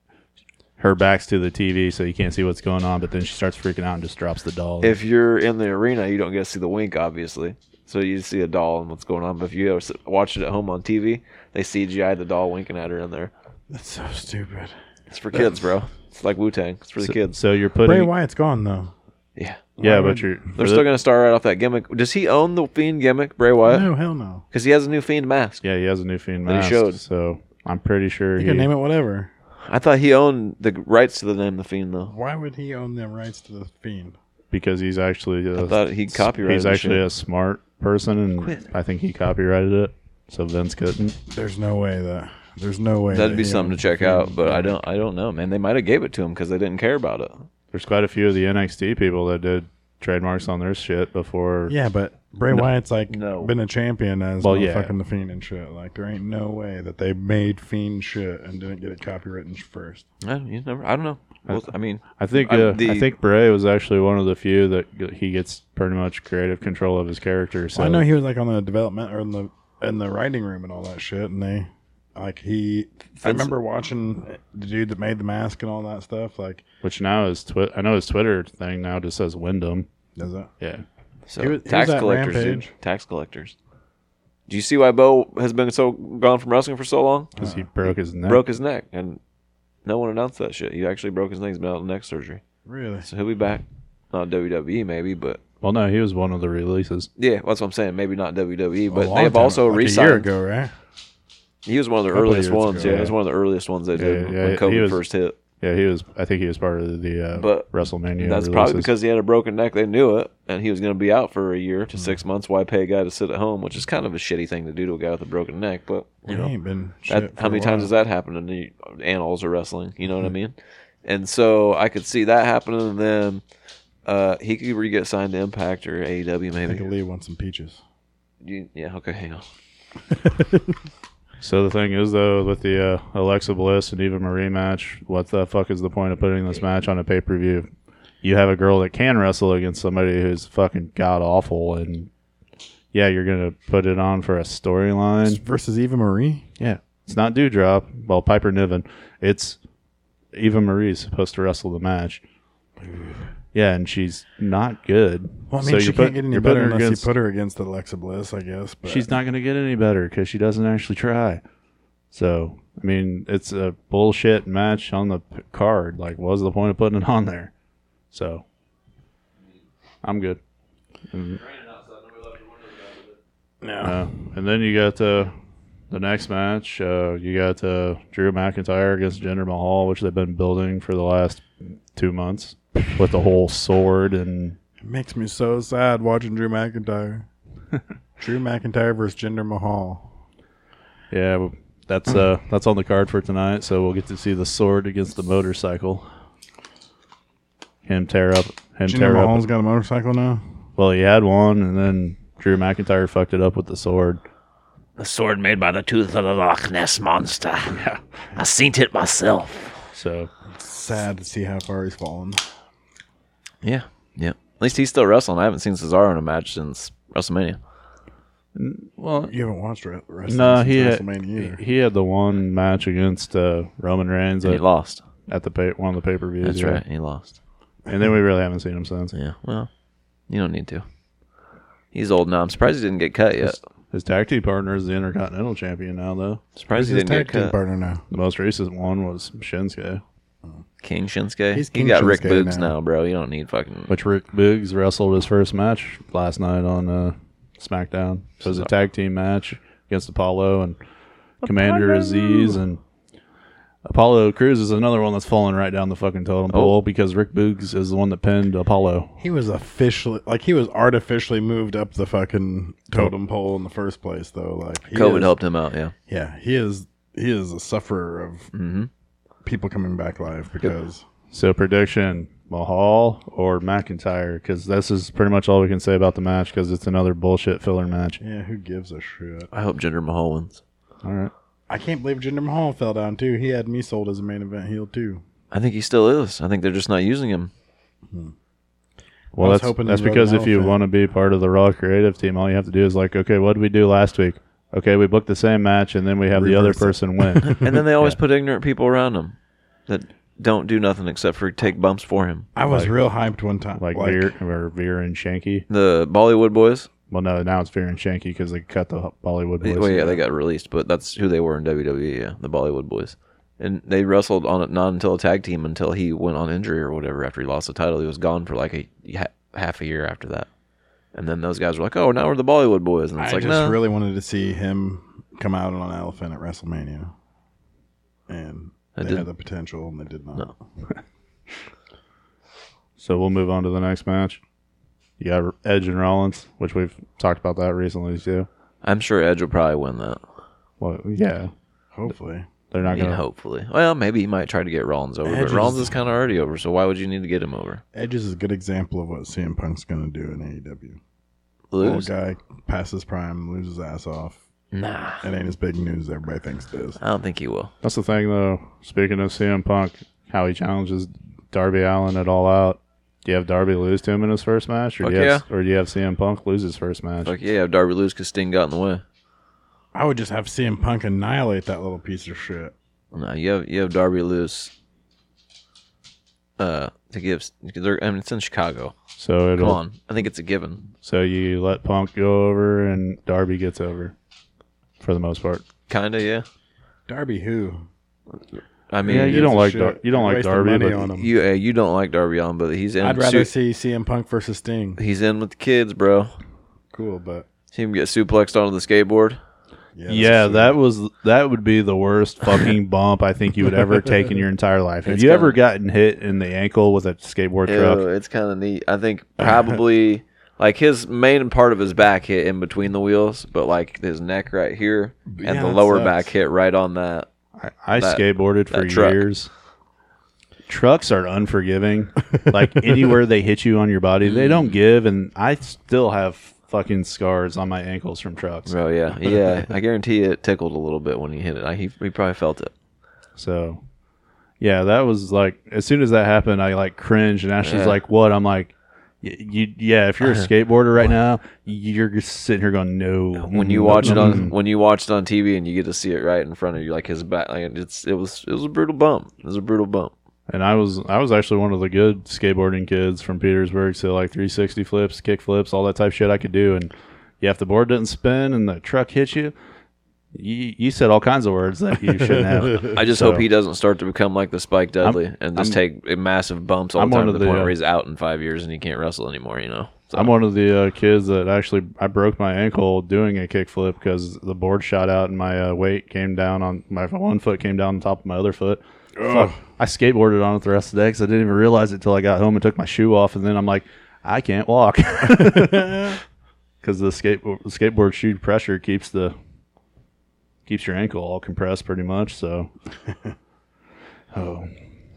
Speaker 3: her back's to the TV, so you can't see what's going on. But then she starts freaking out and just drops the doll.
Speaker 2: if you're in the arena, you don't get to see the wink, obviously. So you see a doll and what's going on. But if you ever s- watch it at home on TV, they CGI the doll winking at her in there.
Speaker 1: That's so stupid.
Speaker 2: It's for kids, bro. It's like Wu Tang. It's for the kids.
Speaker 3: so you're
Speaker 1: Bray
Speaker 3: putting,
Speaker 1: Wyatt's gone though.
Speaker 2: Yeah,
Speaker 1: why
Speaker 3: yeah, but
Speaker 1: would-
Speaker 3: you're
Speaker 2: they're still gonna start right off that gimmick. Does he own the fiend gimmick, Bray Wyatt?
Speaker 1: No, hell no.
Speaker 2: Because he has a new fiend mask.
Speaker 3: yeah, he has a new fiend
Speaker 2: That he
Speaker 3: mask,
Speaker 2: showed.
Speaker 3: so I'm pretty sure
Speaker 1: You
Speaker 3: he,
Speaker 1: can name it whatever.
Speaker 2: I thought he owned the rights to the name the fiend though.
Speaker 1: Why would he own the rights to the Fiend?
Speaker 3: because he's actually a,
Speaker 2: I thought he copyrighted
Speaker 3: He's
Speaker 2: the
Speaker 3: actually
Speaker 2: shit.
Speaker 3: a smart person, and
Speaker 2: Quit.
Speaker 3: I think he copyrighted it, so Vince couldn't.
Speaker 1: There's no way that. There's no way.
Speaker 2: That'd
Speaker 1: that
Speaker 2: be
Speaker 1: he
Speaker 2: something
Speaker 1: owns
Speaker 2: to
Speaker 1: the
Speaker 2: check
Speaker 1: Fiend.
Speaker 2: out, but I don't. I don't know, man. They might have gave it to him because they didn't care about it.
Speaker 3: There's quite a few of the NXT people that did trademarks on their shit before.
Speaker 1: Yeah, but Bray Wyatt's like
Speaker 2: No.
Speaker 1: been a champion as
Speaker 3: Well,
Speaker 1: well,
Speaker 3: yeah.
Speaker 1: fucking the Fiend and shit. Like there ain't no way that they made Fiend shit and didn't get it copywritten first.
Speaker 2: I, you never, I don't know.
Speaker 1: Uh,
Speaker 2: Well, I mean,
Speaker 3: I think
Speaker 2: I'm
Speaker 3: uh, I
Speaker 2: the-
Speaker 3: think Bray was actually one of the few that g- he gets pretty much creative control of his character. So
Speaker 1: I know he was like on the development or in the in the writing room and all that shit, and they like he. I remember watching the dude that made the mask and all that stuff. Like,
Speaker 3: which now is twi- I know his Twitter thing now just says Wyndham.
Speaker 1: does it?
Speaker 3: Yeah,
Speaker 2: so
Speaker 1: He was- he
Speaker 2: tax
Speaker 1: was at
Speaker 2: collectors, dude.
Speaker 1: Rampage.
Speaker 2: Tax collectors. Do you see why Bo has been so gone from wrestling for so long?
Speaker 3: because he broke his
Speaker 2: Uh,
Speaker 3: neck.
Speaker 2: Broke his neck, and no one announced that shit. He actually broke his neck. He's been out with neck surgery,
Speaker 1: Really?
Speaker 2: so he'll be back. Not WWE, maybe, but
Speaker 3: well, no, he was one of the releases.
Speaker 2: yeah, that's what I'm saying. Maybe not WWE,
Speaker 1: A
Speaker 2: but
Speaker 1: long
Speaker 2: they've
Speaker 1: time-
Speaker 2: also
Speaker 1: like
Speaker 2: re-signed.
Speaker 1: a year ago, right?
Speaker 2: He was one of the
Speaker 1: Couple
Speaker 2: earliest
Speaker 1: years
Speaker 2: ones.
Speaker 1: ago,
Speaker 2: yeah,
Speaker 1: yeah.
Speaker 2: he was one of the earliest ones they did
Speaker 3: Yeah, yeah,
Speaker 2: when
Speaker 3: he
Speaker 2: COVID
Speaker 3: was-
Speaker 2: first hit.
Speaker 3: Yeah, he was. I think he was part of the uh,
Speaker 2: But
Speaker 3: WrestleMania.
Speaker 2: That's
Speaker 3: releases.
Speaker 2: probably because he had a broken neck. They knew it, and he was going to be out for a year
Speaker 1: Mm-hmm.
Speaker 2: to six months. Why pay a guy to sit at home, which is kind of a shitty thing to do to a guy with a broken neck. But you
Speaker 1: It
Speaker 2: know,
Speaker 1: ain't been. shit
Speaker 2: that, how
Speaker 1: for
Speaker 2: many
Speaker 1: a while.
Speaker 2: times
Speaker 1: Mm-hmm.
Speaker 2: has that happened in the annals of wrestling? You know what I mean? And so I could see that happening, and then uh, he could re get signed to Impact or AEW
Speaker 1: I think
Speaker 2: maybe.
Speaker 1: Lee wants some peaches.
Speaker 2: You, yeah, okay, hang on.
Speaker 3: So the thing is, though, with the uh, Alexa Bliss and Eva Marie match, what the fuck is the point of putting this match on a pay per view? You have a girl that can wrestle against somebody who's fucking god awful, and yeah, you're gonna put it on for a storyline.
Speaker 1: Versus Eva Marie.
Speaker 3: Yeah, it's not Dewdrop, well Piper Niven. It's Eva Marie is supposed to wrestle the match. Yeah, and she's not good.
Speaker 1: Well, I mean,
Speaker 3: So
Speaker 1: she
Speaker 3: you
Speaker 1: can't
Speaker 3: put-
Speaker 1: get any
Speaker 3: you're putting
Speaker 1: better
Speaker 3: her
Speaker 1: unless
Speaker 3: against-
Speaker 1: you put her against Alexa Bliss, I guess. But
Speaker 3: she's not going to get any better because she doesn't actually try. So, I mean, it's a bullshit match on the p- card. Like, what was the point of putting it on there? So, I'm good.
Speaker 1: no.
Speaker 3: Uh, and then you got the the next match. Uh, you got uh, Drew McIntyre against Jinder Mahal, which they've been building for the last two months with the whole sword and
Speaker 1: It makes me so sad watching Drew McIntyre. Drew McIntyre versus Jinder Mahal.
Speaker 3: yeah. That's uh, that's on the card for tonight. So we'll get to see the sword against the motorcycle. him tear up him
Speaker 1: Do you know
Speaker 3: tear up.
Speaker 1: Mahomes got a motorcycle now?
Speaker 3: Well, he had one, and then Drew McIntyre fucked it up with the sword.
Speaker 2: The sword made by the tooth of the Loch Ness monster. Yeah. I seen it myself.
Speaker 3: So
Speaker 1: Sad to see how far he's fallen.
Speaker 2: Yeah. Yeah. At least he's still wrestling. I haven't seen Cesaro in a match since WrestleMania.
Speaker 3: well,
Speaker 1: You haven't watched re- wrestling
Speaker 3: no,
Speaker 1: since
Speaker 3: he had,
Speaker 1: WrestleMania either.
Speaker 3: he had the one match against uh, Roman Reigns
Speaker 2: And he
Speaker 3: at,
Speaker 2: lost.
Speaker 3: at the pay, one of the pay per views.
Speaker 2: That's right. He lost.
Speaker 3: And then we really haven't seen him since.
Speaker 2: Yeah. Well, you don't need to. He's old now. I'm surprised he didn't get cut yet.
Speaker 3: His tag team partner is the Intercontinental Champion now, though.
Speaker 2: Surprised he
Speaker 1: He's his
Speaker 2: didn't
Speaker 1: tag
Speaker 2: get
Speaker 1: team
Speaker 2: cut.
Speaker 1: partner now.
Speaker 3: The most recent one was Shinsuke,
Speaker 2: King Shinsuke.
Speaker 1: He's
Speaker 2: He's
Speaker 1: King
Speaker 2: got Rick
Speaker 1: Shinsuke
Speaker 2: Boogs
Speaker 1: now.
Speaker 2: now. bro. You don't need fucking.
Speaker 3: which Rick Biggs wrestled his first match last night on uh, SmackDown. It was a tag team match against Apollo and Commander Aziz and Apollo Cruz is another one that's falling right down the fucking totem pole because Rick Boogs is the one that pinned Apollo.
Speaker 1: He was officially like he was artificially moved up the fucking totem pole in the first place, though. Like he
Speaker 2: COVID
Speaker 1: is-
Speaker 2: helped him out. Yeah.
Speaker 1: Yeah, he is. He is a sufferer of
Speaker 2: Mm-hmm.
Speaker 1: people coming back live because
Speaker 3: So prediction: Mahal or McIntyre? Because this is pretty much all we can say about the match because it's another bullshit filler match.
Speaker 1: yeah, who gives a shit?
Speaker 2: I hope Jinder Mahal wins.
Speaker 3: All right.
Speaker 1: I can't believe Jinder Mahal fell down too. He had me sold as a main event heel too.
Speaker 2: I think he still is. I think they're just not using him.
Speaker 3: Well,
Speaker 1: I was
Speaker 3: that's
Speaker 1: hoping
Speaker 3: that's
Speaker 1: he wrote
Speaker 3: because
Speaker 1: an
Speaker 3: if you
Speaker 1: outfit.
Speaker 3: want to be part of the Raw creative team, all you have to do is like, okay, what did we do last week? Okay, we booked the same match, and then we have the other
Speaker 1: Reverse it.
Speaker 3: person win.
Speaker 2: And then they always put ignorant people around him that don't do nothing except for take bumps for him.
Speaker 1: I was real hyped one time.
Speaker 3: like Veer or Veer and Shanky.
Speaker 2: The Bollywood boys.
Speaker 3: Well, no, now it's Veer and Shanky because they cut the Bollywood boys.
Speaker 2: Well, yeah, they got released, but that's who they were in WWE. Yeah, the Bollywood boys. And they wrestled on it not until a tag team until he went on injury or whatever after he lost the title. He was gone for like a ha- half a year after that. And then those guys were like, "Oh, now we're the Bollywood boys," and
Speaker 1: I
Speaker 2: it's like,
Speaker 1: just
Speaker 2: "No,
Speaker 1: really wanted to see him come out on an elephant at WrestleMania, and
Speaker 2: I
Speaker 1: they
Speaker 2: didn't.
Speaker 1: had the potential, and they did not.
Speaker 2: No.
Speaker 3: So we'll move on to the next match. You got Edge and Rollins, which we've talked about that recently too.
Speaker 2: I'm sure Edge will probably win that."
Speaker 3: Well, yeah,
Speaker 1: Hopefully,
Speaker 3: they're not
Speaker 2: I mean,
Speaker 3: gonna.
Speaker 2: hopefully. Well, maybe he might try to get Rollins over,
Speaker 1: Edge
Speaker 2: but
Speaker 1: is-
Speaker 2: Rollins is kind of already over. So why would you need to get him over?
Speaker 1: Edge is a good example of what CM Punk's going to do in AEW. Old
Speaker 2: Lose?
Speaker 1: guy passes prime, loses ass off.
Speaker 2: Nah,
Speaker 1: It ain't as big news as everybody thinks it is.
Speaker 2: I don't think he will.
Speaker 3: That's the thing, though. Speaking of CM Punk, how he challenges Darby Allen at All Out. Do you have Darby lose to him in his first match, or
Speaker 2: Fuck
Speaker 3: do you have, or do you have CM Punk lose his first match?
Speaker 2: Like, yeah, Darby lose because Sting got in the way.
Speaker 1: I would just have CM Punk annihilate that little piece of shit.
Speaker 2: No, you have you have Darby lose. Uh, to give, they're, I mean, it's in Chicago.
Speaker 3: So
Speaker 2: Come
Speaker 3: it'll.
Speaker 2: on, I think it's a given.
Speaker 3: So you let Punk go over, and Darby gets over, for the most part.
Speaker 2: Kinda, yeah.
Speaker 1: Darby who?
Speaker 2: I mean,
Speaker 3: Yeah, you
Speaker 1: Gives
Speaker 3: don't
Speaker 1: a
Speaker 3: like
Speaker 1: shit.
Speaker 3: Dar- you don't like
Speaker 1: Wasting
Speaker 3: Darby,
Speaker 1: money
Speaker 3: but
Speaker 1: on him.
Speaker 2: you uh, you don't like Darby Allen, but he's in.
Speaker 1: I'd rather
Speaker 2: su-
Speaker 1: see CM Punk versus Sting.
Speaker 2: he's in with the kids, bro.
Speaker 1: Cool, but
Speaker 2: See him get suplexed onto the skateboard.
Speaker 1: yeah, that's
Speaker 3: Yeah,
Speaker 1: a-
Speaker 3: that was that would be the worst fucking bump I think you would ever take in your entire life. Have
Speaker 2: It's
Speaker 3: you ever
Speaker 2: kinda-
Speaker 3: gotten hit in the ankle with a skateboard
Speaker 2: Ew,
Speaker 3: truck?
Speaker 2: it's kind of neat. I think probably like his main part of his back hit in between the wheels, but like his neck right here and
Speaker 1: Yeah,
Speaker 2: the
Speaker 1: that
Speaker 2: lower
Speaker 1: sucks.
Speaker 2: back hit right on that.
Speaker 3: I
Speaker 2: That-
Speaker 3: skateboarded for
Speaker 2: that truck.
Speaker 3: years. Trucks are unforgiving. like anywhere they hit you on your body, they
Speaker 2: Mm.
Speaker 3: don't give. And I still have fucking scars on my ankles from trucks.
Speaker 2: Bro, yeah, yeah. I guarantee it tickled a little bit when he hit it. I, he, he probably felt it.
Speaker 3: So, yeah, that was like as soon as that happened, I like cringed. And Ashley's like, "What?" I'm like, y- "You, yeah." If you're a skateboarder right now, you're just sitting here going, "No."
Speaker 2: when you watch it
Speaker 3: Mm-hmm.
Speaker 2: on when you watch it on TV and you get to see it right in front of you, like his back, like it's it was it was a brutal bump. It was a brutal bump.
Speaker 3: And I was I was actually one of the good skateboarding kids from Petersburg. So like 360 flips, kick flips, all that type of shit I could do. And yeah, if the board didn't spin and the truck hits you, you, you said all kinds of words that you shouldn't have.
Speaker 2: I just
Speaker 3: So-
Speaker 2: hope he doesn't start to become like the Spike Dudley and just take massive bumps all
Speaker 3: I'm
Speaker 2: the time
Speaker 3: one
Speaker 2: to
Speaker 3: of
Speaker 2: the,
Speaker 3: the,
Speaker 2: point
Speaker 3: uh,
Speaker 2: where he's out in five years and he can't wrestle anymore. You know, so
Speaker 3: I'm one of the uh, kids that actually I broke my ankle doing a kickflip because the board shot out and my uh, weight came down on my one foot came down on top of my other foot. Fuck, I skateboarded on it the rest of the day because I didn't even realize it till I got home and took my shoe off, and then I'm like, I can't walk because the skateboard skateboard shoe pressure keeps the keeps your ankle all compressed pretty much. So, oh,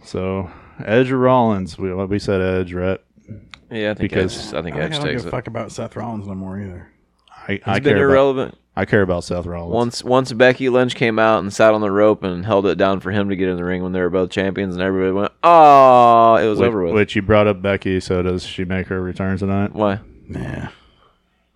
Speaker 3: so Edge or Rollins? We, we said Edge, right?
Speaker 2: Yeah, I think
Speaker 3: Because-
Speaker 2: Edge, I think
Speaker 1: I, think
Speaker 2: Edge
Speaker 1: I don't
Speaker 2: takes
Speaker 1: give a
Speaker 2: it.
Speaker 1: fuck about Seth Rollins no more either.
Speaker 3: I, I
Speaker 2: It's been
Speaker 3: care. About,
Speaker 2: irrelevant.
Speaker 3: I care about Seth Rollins.
Speaker 2: Once once Becky Lynch came out and sat on the rope and held it down for him to get in the ring when they were both champions, and everybody went, "Oh, it was
Speaker 3: which,
Speaker 2: over with."
Speaker 3: which you brought up Becky. So does she make her return tonight?
Speaker 2: why
Speaker 1: Nah.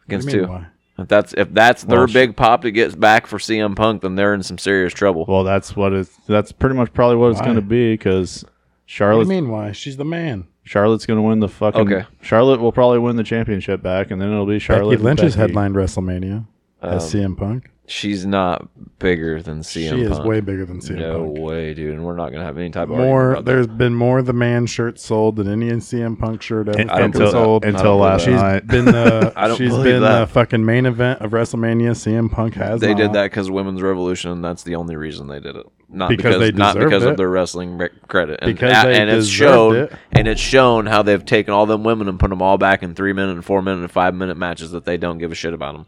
Speaker 2: against
Speaker 1: What do you
Speaker 2: two?
Speaker 1: mean, why?
Speaker 2: If that's if that's their
Speaker 3: Well, she-
Speaker 2: big pop to get back for CM Punk, then they're in some serious trouble.
Speaker 3: Well, that's what it's. That's pretty much probably what it's
Speaker 1: Why?
Speaker 3: going to be because
Speaker 1: What do you
Speaker 3: Charlotte's
Speaker 1: mean why? She's the man.
Speaker 3: Charlotte's going to win the fucking.
Speaker 2: Okay.
Speaker 3: Charlotte will probably win the championship back, and then it'll be Charlotte.
Speaker 1: Becky Lynch's
Speaker 3: and Becky.
Speaker 1: headlined WrestleMania
Speaker 2: Um,
Speaker 1: as CM Punk.
Speaker 2: She's not bigger than
Speaker 1: She
Speaker 2: CM
Speaker 1: is
Speaker 2: Punk.
Speaker 1: way bigger than CM
Speaker 2: no
Speaker 1: Punk.
Speaker 2: way, dude. And we're not gonna have any type of argument
Speaker 1: More,
Speaker 2: about that.
Speaker 1: there's been more the man shirts sold than any CM Punk shirt ever
Speaker 3: And-
Speaker 2: I don't
Speaker 1: fucking
Speaker 2: believe that.
Speaker 3: until
Speaker 1: sold.
Speaker 2: And- I
Speaker 3: until
Speaker 2: don't
Speaker 3: last
Speaker 2: believe
Speaker 1: She's
Speaker 3: night.
Speaker 1: been the
Speaker 2: I don't
Speaker 1: she's
Speaker 2: believe
Speaker 1: been
Speaker 2: that.
Speaker 1: the fucking main event of WrestleMania. CM Punk has
Speaker 2: They did
Speaker 1: not.
Speaker 2: that because women's revolution, and that's the only reason they did it. Not because,
Speaker 1: Because they
Speaker 2: not
Speaker 1: deserved
Speaker 2: because of
Speaker 1: it.
Speaker 2: their wrestling re- credit, and,
Speaker 1: Because
Speaker 2: a-
Speaker 1: they
Speaker 2: and it's
Speaker 1: deserved
Speaker 2: shown,
Speaker 1: it.
Speaker 2: and it's shown how they've taken all them women and put them all back in three minute and four minute and five minute matches that they don't give a shit about them.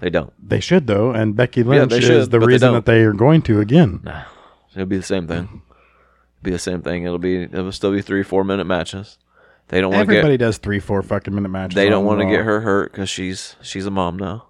Speaker 2: They don't.
Speaker 1: They should though, and Becky Lynch
Speaker 2: they
Speaker 1: is
Speaker 2: should,
Speaker 1: the
Speaker 2: but they
Speaker 1: reason that
Speaker 2: don't.
Speaker 1: they are going to again.
Speaker 2: It'll be the same thing. be the same thing. It'll be it'll still be three four minute matches. They don't want to get
Speaker 1: Everybody does three, four fucking minute matches.
Speaker 2: they don't
Speaker 1: on
Speaker 2: want to
Speaker 1: Raw.
Speaker 2: get her hurt because she's she's a mom now,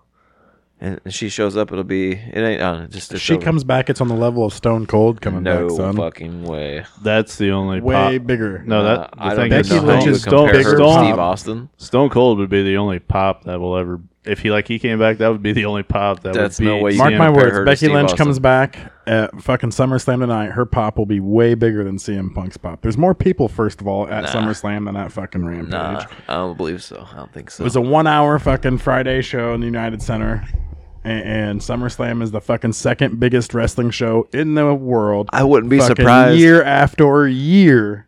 Speaker 2: and if she shows up. It'll be it ain't uh, just
Speaker 1: If
Speaker 2: it's
Speaker 1: she
Speaker 2: over.
Speaker 1: comes back, it's on the level of Stone Cold coming
Speaker 2: No
Speaker 1: back, son.
Speaker 2: fucking way.
Speaker 3: That's the only
Speaker 1: Way
Speaker 3: pop.
Speaker 1: bigger.
Speaker 3: No,
Speaker 2: Uh,
Speaker 3: that the
Speaker 2: I don't
Speaker 3: thing
Speaker 2: think
Speaker 3: is,
Speaker 1: Becky
Speaker 2: Becky
Speaker 1: Lynch
Speaker 3: Stone,
Speaker 1: is
Speaker 2: Lynch
Speaker 1: Stone-
Speaker 2: compare her to
Speaker 1: Stone-
Speaker 2: Steve Austin.
Speaker 3: Stone Cold would be the only pop that will ever. If he like he came back, that would be the only pop that
Speaker 2: That's
Speaker 3: would be.
Speaker 2: no way you
Speaker 1: Mark
Speaker 2: Yeah,
Speaker 1: my
Speaker 2: compare
Speaker 1: words.
Speaker 2: her to
Speaker 1: Becky
Speaker 2: Steve
Speaker 1: Lynch
Speaker 2: Austin.
Speaker 1: comes back at fucking SummerSlam tonight. Her pop will be way bigger than CM Punk's pop. There's more people, first of all, at SummerSlam than at fucking Rampage.
Speaker 2: Nah, I don't believe so. I don't think
Speaker 1: It
Speaker 2: so.
Speaker 1: was a one hour fucking Friday show in the United Center. And, and SummerSlam is the fucking second biggest wrestling show in the world.
Speaker 2: I wouldn't be
Speaker 1: Fucking
Speaker 2: surprised.
Speaker 1: Year after year.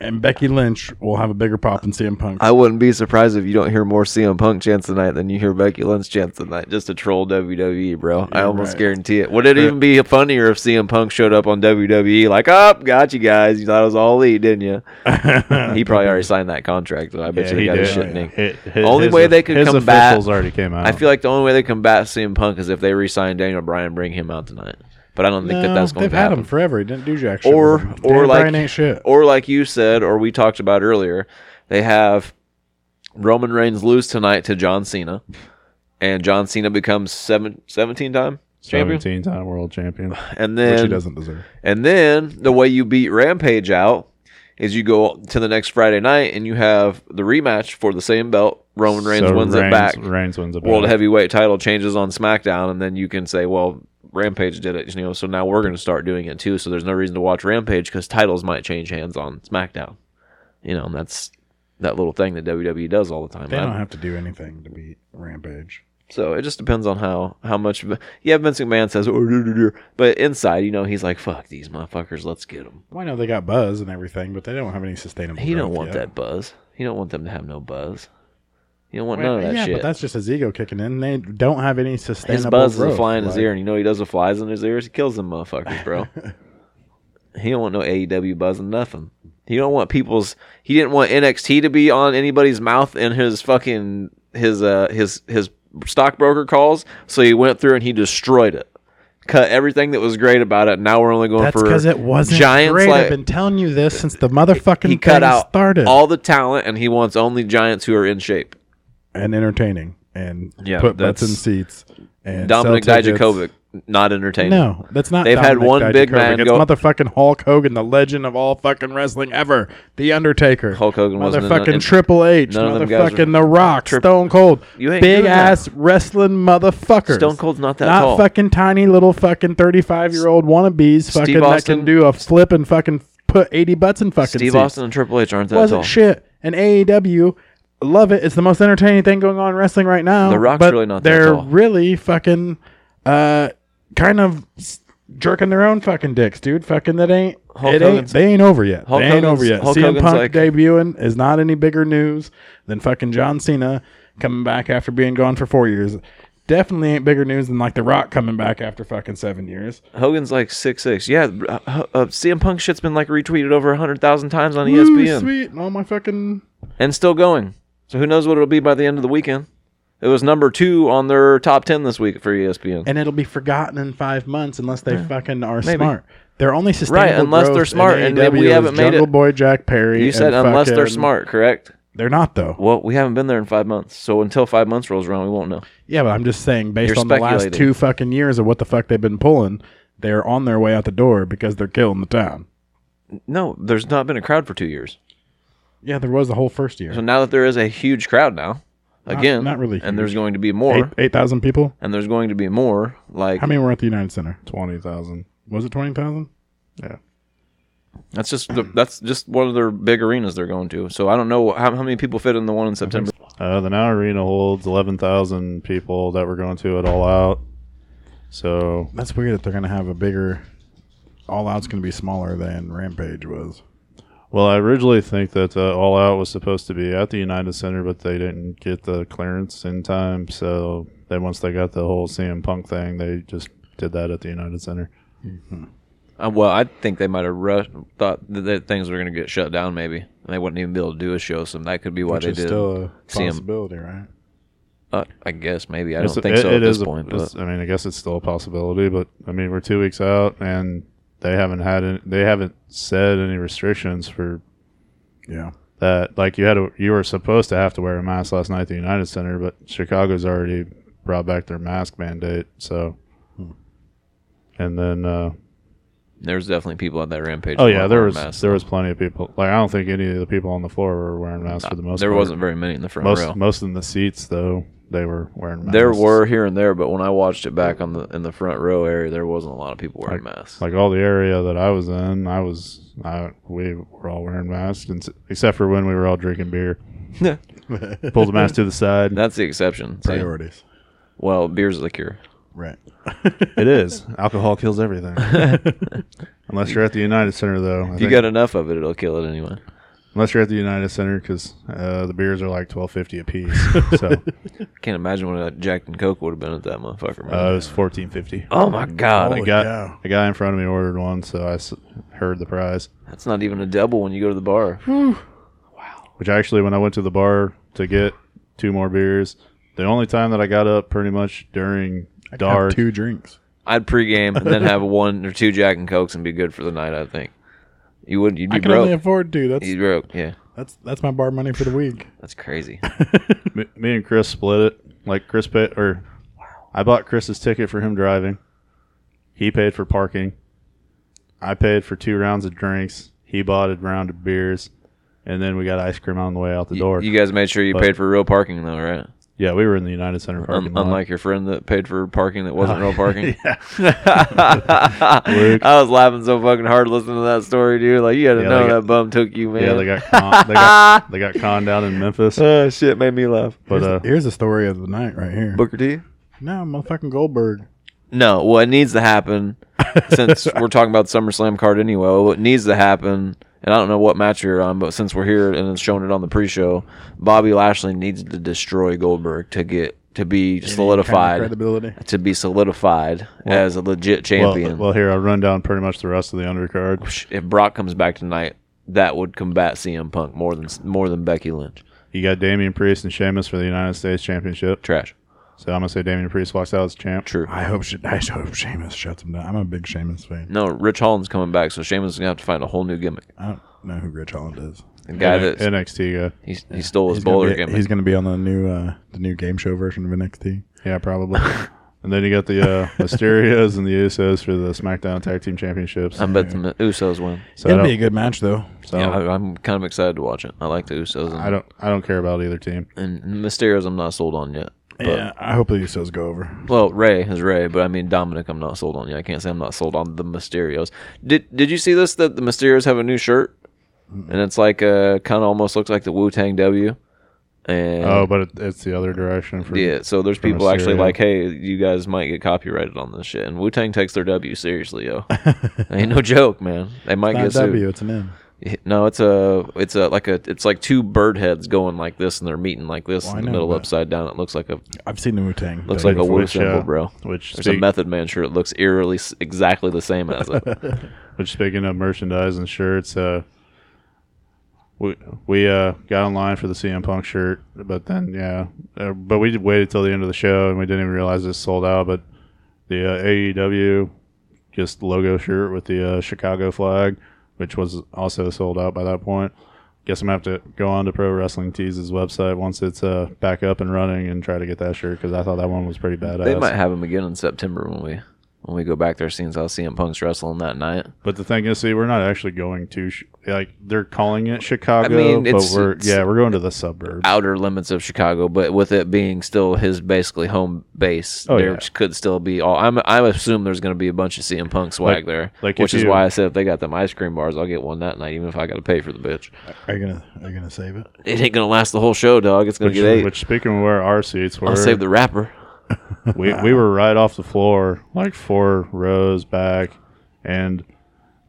Speaker 1: And Becky Lynch will have a bigger pop than CM Punk.
Speaker 2: I wouldn't be surprised if you don't hear more CM Punk chants tonight than you hear Becky Lynch chants tonight, just to troll WWE, bro. I almost
Speaker 1: right.
Speaker 2: guarantee it. Would it even be funnier if CM Punk showed up on WWE like, "Up, got you guys. You thought it was all elite, didn't you?" he probably already signed that contract, so I bet
Speaker 3: Yeah,
Speaker 2: you they
Speaker 3: he
Speaker 2: got his
Speaker 3: did.
Speaker 2: shit
Speaker 3: Oh,
Speaker 2: named.
Speaker 3: Hi- hi-
Speaker 2: Only
Speaker 3: his-
Speaker 2: way they could
Speaker 3: his
Speaker 2: combat-
Speaker 3: officials already came
Speaker 1: um,
Speaker 3: out.
Speaker 2: I feel like the only way they combat CM Punk is if they re-sign Daniel Bryan, bring him out tonight. But I don't think that
Speaker 1: No,
Speaker 2: that's going
Speaker 1: they've
Speaker 2: to
Speaker 1: had
Speaker 2: happen.
Speaker 1: him forever. He didn't do jack shit.
Speaker 2: or
Speaker 1: with him.
Speaker 2: or
Speaker 1: Dan
Speaker 2: like
Speaker 1: Bryan ain't shit.
Speaker 2: or like you said or we talked about earlier they have roman reigns lose tonight to john cena and john cena becomes seven, 17 time champion
Speaker 3: seventeen time world champion.
Speaker 2: and
Speaker 1: which he
Speaker 2: then
Speaker 1: doesn't deserve.
Speaker 2: and then the way you beat rampage out is you go to the next friday night and you have the rematch for the same belt roman reigns
Speaker 3: So
Speaker 2: wins it
Speaker 3: Reigns-
Speaker 2: back
Speaker 3: Reigns wins it
Speaker 2: world
Speaker 3: back.
Speaker 2: heavyweight title changes on SmackDown, and then you can say, well, Rampage did it, you know, so now we're going to start doing it too. So there's no reason to watch Rampage because titles might change hands on SmackDown. You know, and that's that little thing that WWE does all the time.
Speaker 1: They
Speaker 2: I-
Speaker 1: don't have to do anything to beat Rampage.
Speaker 2: so it just depends on how how much. of a- Yeah, Vince McMahon says, "Oh, do, do, do," but inside, you know, he's like, "Fuck these motherfuckers, let's get them."
Speaker 1: Well, I know they got buzz and everything, but they don't have any sustainable.
Speaker 2: He don't
Speaker 1: growth
Speaker 2: want
Speaker 1: yet.
Speaker 2: that buzz. He don't want them to have no buzz. He don't want
Speaker 1: Well,
Speaker 2: none of that
Speaker 1: yeah,
Speaker 2: shit.
Speaker 1: but that's just his ego kicking in. They don't have any sustainable.
Speaker 2: His buzz is
Speaker 1: growth.
Speaker 2: a fly in his
Speaker 1: Like,
Speaker 2: ear, and you know what he does with flies in his ears? He kills them motherfuckers, bro. he don't want no AEW buzzing nothing. He don't want people's. He didn't want NXT to be on anybody's mouth in his fucking his uh his his stockbroker calls. So he went through and he destroyed it. Cut everything that was great about it. Now we're only going
Speaker 1: That's
Speaker 2: for
Speaker 1: because it wasn't
Speaker 2: giants
Speaker 1: great.
Speaker 2: like
Speaker 1: I've been telling you this since the motherfucking
Speaker 2: he cut
Speaker 1: thing
Speaker 2: out
Speaker 1: started.
Speaker 2: all the talent, and he wants only giants who are in shape.
Speaker 1: and entertaining and
Speaker 2: Yeah,
Speaker 1: put butts in
Speaker 2: that's-
Speaker 1: seats. And
Speaker 2: Dominic
Speaker 1: sell tickets.
Speaker 2: Dijakovic not entertaining.
Speaker 1: No, that's not.
Speaker 2: They've had
Speaker 1: Dominic
Speaker 2: one big
Speaker 1: Dijakovic.
Speaker 2: man
Speaker 1: It's
Speaker 2: go-
Speaker 1: motherfucking Hulk Hogan, the legend of all fucking wrestling ever, the Undertaker.
Speaker 2: Hulk Hogan wasn't in the-
Speaker 1: motherfucking
Speaker 2: in-
Speaker 1: Triple H,
Speaker 2: none of them guys
Speaker 1: motherfucking
Speaker 2: were-
Speaker 1: The Rock,
Speaker 2: Trip-
Speaker 1: Stone Cold,
Speaker 2: You ain't
Speaker 1: big
Speaker 2: doing that.
Speaker 1: ass wrestling motherfuckers.
Speaker 2: Stone Cold's not that
Speaker 1: not
Speaker 2: tall.
Speaker 1: fucking tiny little fucking thirty-five year old wannabes fucking that
Speaker 2: Austin-
Speaker 1: can do a flip and fucking put eighty butts in fucking
Speaker 2: Steve
Speaker 1: seats.
Speaker 2: Austin and Triple H aren't that
Speaker 1: wasn't
Speaker 2: tall.
Speaker 1: shit. And AEW, love it. It's the most entertaining thing going on in wrestling right now.
Speaker 2: The Rock's
Speaker 1: but
Speaker 2: really not that
Speaker 1: They're
Speaker 2: tall.
Speaker 1: really fucking, uh, kind of s- jerking their own fucking dicks, dude. Fucking that ain't.
Speaker 2: Hulk
Speaker 1: it ain't
Speaker 2: Hogan's-
Speaker 1: they ain't over yet.
Speaker 2: Hulk
Speaker 1: they ain't over
Speaker 2: Hogan's-
Speaker 1: yet.
Speaker 2: Hulk
Speaker 1: CM
Speaker 2: Hogan's
Speaker 1: Punk
Speaker 2: like-
Speaker 1: debuting is not any bigger news than fucking John Cena coming back after being gone for four years. Definitely ain't bigger news than like The Rock coming back after fucking seven years.
Speaker 2: Hogan's like six six. Yeah, uh, uh, CM Punk shit's been like retweeted over hundred thousand times on E
Speaker 1: Ooh,
Speaker 2: ESPN
Speaker 1: sweet. All my fucking
Speaker 2: and still going. So who knows what it'll be by the end of the weekend? It was number two on their top ten this week for E ESPN.
Speaker 1: and it'll be forgotten in five months unless they fucking are
Speaker 2: Maybe.
Speaker 1: smart. They're only sustainable
Speaker 2: unless they're
Speaker 1: growth in
Speaker 2: smart, and
Speaker 1: AEW
Speaker 2: we
Speaker 1: is
Speaker 2: haven't made
Speaker 1: Jungle
Speaker 2: it-
Speaker 1: Boy Jack Perry.
Speaker 2: You said
Speaker 1: and
Speaker 2: unless they're
Speaker 1: fucking-
Speaker 2: smart, correct?
Speaker 1: They're not though.
Speaker 2: Well, we haven't been there in five months, so until five months rolls around, we won't know.
Speaker 1: Yeah, but I'm just saying, based
Speaker 2: You're
Speaker 1: on the last
Speaker 2: speculating.
Speaker 1: two fucking years of what the fuck they've been pulling, they're on their way out the door because they're killing the town.
Speaker 2: No, there's not been a crowd for two years.
Speaker 1: Yeah, there was the whole first
Speaker 2: So
Speaker 1: year.
Speaker 2: now that there is a huge crowd now, again,
Speaker 1: not really
Speaker 2: and there's
Speaker 1: huge.
Speaker 2: going to be more,
Speaker 1: Eight eight thousand people.
Speaker 2: and there's going to be more. Like
Speaker 1: How many were at the United Center?
Speaker 3: Twenty thousand.
Speaker 1: Was it twenty thousand?
Speaker 3: Yeah.
Speaker 2: that's just the, that's just one of their big arenas they're going to. So I don't know how, how many people fit in the one in September.
Speaker 3: Uh, the now arena holds eleven thousand people that were going to it all out. So
Speaker 1: That's weird that they're gonna have a bigger. All Out's gonna be smaller than Rampage was.
Speaker 3: Well, I originally think that uh, All Out was supposed to be at the United Center, but they didn't get the clearance in time. So then once they got the whole CM Punk thing, they just did that at the United Center.
Speaker 2: Uh, well, I think they might have rushed, thought that, that things were going to get shut down, maybe, and they wouldn't even be able to do a show. So that could be why
Speaker 1: Which
Speaker 2: they
Speaker 1: is
Speaker 2: did.
Speaker 1: still a
Speaker 2: see 'em.
Speaker 1: possibility, right?
Speaker 2: uh, I guess maybe I
Speaker 3: It's-
Speaker 2: don't think so
Speaker 3: it-
Speaker 2: at
Speaker 3: it
Speaker 2: this
Speaker 3: is a-
Speaker 2: point.
Speaker 3: it's-
Speaker 2: But
Speaker 3: I mean, I guess it's still a possibility, but I mean, we're two weeks out, and they haven't had any, they haven't said any restrictions for
Speaker 1: Yeah.
Speaker 3: that. Like you had, to, you were supposed to have to wear a mask last night at the United Center, but Chicago's already brought back their mask mandate. So,
Speaker 2: Hmm.
Speaker 3: and then. uh
Speaker 2: there's definitely people at that rampage.
Speaker 3: Oh
Speaker 2: that
Speaker 3: yeah,
Speaker 2: weren't
Speaker 3: there
Speaker 2: wearing
Speaker 3: was
Speaker 2: masks.
Speaker 3: there was plenty of people. Like I don't think any of the people on the floor were wearing masks for the most.
Speaker 2: there
Speaker 3: part.
Speaker 2: wasn't very many in the front
Speaker 3: most
Speaker 2: row.
Speaker 3: most in the seats though. They were wearing masks.
Speaker 2: There were here and there, but when I watched it back on the in the front row area, there wasn't a lot of people wearing masks.
Speaker 3: like all the area that I was in. I was I we were all wearing masks and, s- except for when we were all drinking beer. Pulled the mask to the side.
Speaker 2: That's the exception. See?
Speaker 1: Priorities.
Speaker 2: Well, beer's the cure.
Speaker 1: Right.
Speaker 3: it is alcohol kills everything. Unless you're at the United Center, though. I
Speaker 2: If you
Speaker 3: think-
Speaker 2: got enough of it, it'll kill it anyway.
Speaker 3: unless you're at the United Center, because uh, the beers are like twelve fifty a piece. so uh,
Speaker 2: Can't imagine what a Jack and Coke would have been at that motherfucker. man.
Speaker 3: uh, it was fourteen fifty.
Speaker 2: oh my god,
Speaker 3: I
Speaker 1: Holy
Speaker 3: got
Speaker 1: cow.
Speaker 3: a guy in front of me ordered one, so I s- heard the prize.
Speaker 2: that's not even a double when you go to the bar.
Speaker 3: Which actually, when I went to the bar to get two more beers, the only time that I got up pretty much during dark.
Speaker 1: Have two drinks.
Speaker 2: I'd pregame and then have one or two Jack and Cokes and be good for the night. I think you wouldn't. You'd be
Speaker 1: I can only
Speaker 2: broke.
Speaker 1: afford two. That's
Speaker 2: You broke. Yeah,
Speaker 1: that's that's my bar money for the week.
Speaker 2: that's crazy.
Speaker 3: me, me and Chris split it. Like Chris paid, or I bought Chris's ticket for him driving. He paid for parking. I paid for two rounds of drinks. He bought a round of beers, and then we got ice cream on the way out the
Speaker 2: You,
Speaker 3: door.
Speaker 2: you guys made sure you
Speaker 3: But-
Speaker 2: paid for real parking though, right?
Speaker 3: yeah, we were in the United Center parking
Speaker 2: Un-
Speaker 3: lot.
Speaker 2: Um, unlike your friend that paid for parking that wasn't real parking.
Speaker 3: Luke.
Speaker 2: I was laughing so fucking hard listening to that story, dude. Like you had to
Speaker 3: Yeah,
Speaker 2: know
Speaker 3: they got-
Speaker 2: that bum took you, man.
Speaker 3: Yeah, they got con, they got they got con down in Memphis.
Speaker 2: Oh shit, made me laugh.
Speaker 3: But uh,
Speaker 1: Here's the story of the night right here.
Speaker 2: Booker T.
Speaker 1: No, motherfucking Goldberg.
Speaker 2: No, well, it needs to happen since we're talking about the SummerSlam card anyway. What needs to happen, and I don't know what match you're on, but since we're here and it's showing it on the pre-show, Bobby Lashley needs to destroy Goldberg to get to be
Speaker 1: Kind of
Speaker 2: solidified,
Speaker 1: credibility.
Speaker 2: to be solidified as a legit
Speaker 3: well,
Speaker 2: champion.
Speaker 3: well, here I'll run down pretty much the rest of the undercard.
Speaker 2: if Brock comes back tonight, that would combat CM Punk more than more than Becky Lynch.
Speaker 3: You got Damian Priest and Sheamus for the United States Championship.
Speaker 2: Trash.
Speaker 3: So I'm gonna say Damian Priest walks out as champ.
Speaker 2: True.
Speaker 1: I hope she, I hope Sheamus shuts him down. I'm a big Sheamus fan.
Speaker 2: No, Rich Holland's coming back, so Sheamus is gonna have to find a whole new gimmick.
Speaker 1: I don't know who Rich Holland is.
Speaker 2: The guy
Speaker 3: N-
Speaker 2: that
Speaker 3: NXT guy.
Speaker 2: he, he stole his
Speaker 1: He's gonna
Speaker 2: bowler
Speaker 1: be-
Speaker 2: gimmick.
Speaker 1: He's going to be on the new uh, the new game show version of NXT.
Speaker 3: Yeah, probably. and then you got the uh, Mysterios and the Usos for the SmackDown Tag Team Championships.
Speaker 2: I bet the Usos win.
Speaker 3: so I
Speaker 1: It'll be a
Speaker 3: don't,
Speaker 1: good match though.
Speaker 3: so
Speaker 2: Yeah, I, I'm kind of excited to watch it. I like the Usos. And,
Speaker 3: I don't I don't care about either team.
Speaker 2: and Mysterios, I'm not sold on yet. But,
Speaker 1: yeah, I hope the Usos go over.
Speaker 2: Well, Ray is Ray, but I mean Dominic, I'm not sold on yet. I can't say I'm not sold on the Mysterios. Did Did you see this? That the Mysterios have a new shirt, and it's like uh kind of almost looks like the Wu Tang W. And
Speaker 3: Oh, but it, it's the other direction for
Speaker 2: Um, yeah, so there's
Speaker 3: from
Speaker 2: people actually
Speaker 3: Mysterio.
Speaker 2: like, hey, you guys might get copyrighted on this shit, and Wu Tang takes their W seriously, yo. Ain't no joke, man. They might
Speaker 1: Not
Speaker 2: get sued.
Speaker 1: W, it's an M.
Speaker 2: No, it's a it's a like a it's like two bird heads going like this and they're meeting like this
Speaker 3: Oh,
Speaker 1: Well, I
Speaker 2: in the
Speaker 1: know,
Speaker 2: middle
Speaker 1: but-
Speaker 2: upside down. It looks like a
Speaker 1: I've seen the Wu Tang.
Speaker 2: looks like a woo
Speaker 3: Which,
Speaker 2: symbol,
Speaker 3: uh,
Speaker 2: bro.
Speaker 3: which
Speaker 2: There's a
Speaker 3: speak-
Speaker 2: Method Man shirt. It looks eerily s- exactly the same as it.
Speaker 3: Which speaking of merchandise and shirts, uh, we we uh, got online for the CM Punk shirt, but then yeah, uh, but we waited till the end of the show and we didn't even realize it sold out. But the uh, AEW E just logo shirt with the uh, Chicago flag, which was also sold out by that point. Guess I'm gonna have to go on to Pro Wrestling Tees' website once it's uh, back up and running and try to get that shirt because I thought that one was pretty badass.
Speaker 2: They might have him again in September when we when we go back there. Since I'll see him punks wrestling that night.
Speaker 3: But the thing is, see, we're not actually going to sh- like they're calling it Chicago,
Speaker 2: I mean,
Speaker 3: but
Speaker 2: it's-
Speaker 3: we're
Speaker 2: it's-
Speaker 3: yeah, we're going to the suburbs.
Speaker 2: outer limits of Chicago, but with it being still his basically home base,
Speaker 3: Oh,
Speaker 2: there
Speaker 3: yeah.
Speaker 2: could still be all. I'm I assume there's going to be a bunch of CM Punk swag
Speaker 3: Like-
Speaker 2: there,
Speaker 3: like
Speaker 2: which
Speaker 3: if
Speaker 2: is
Speaker 3: you-
Speaker 2: why I said if they got them ice cream bars, I'll get one that night, even if I got to pay for the bitch.
Speaker 1: Are you gonna Are you gonna save it?
Speaker 2: It ain't going to last the whole show, dog. It's going
Speaker 3: Which,
Speaker 2: to get eight.
Speaker 3: which, speaking of where our seats were,
Speaker 2: I'll save the wrapper.
Speaker 3: we, we were right off the floor, like four rows back, and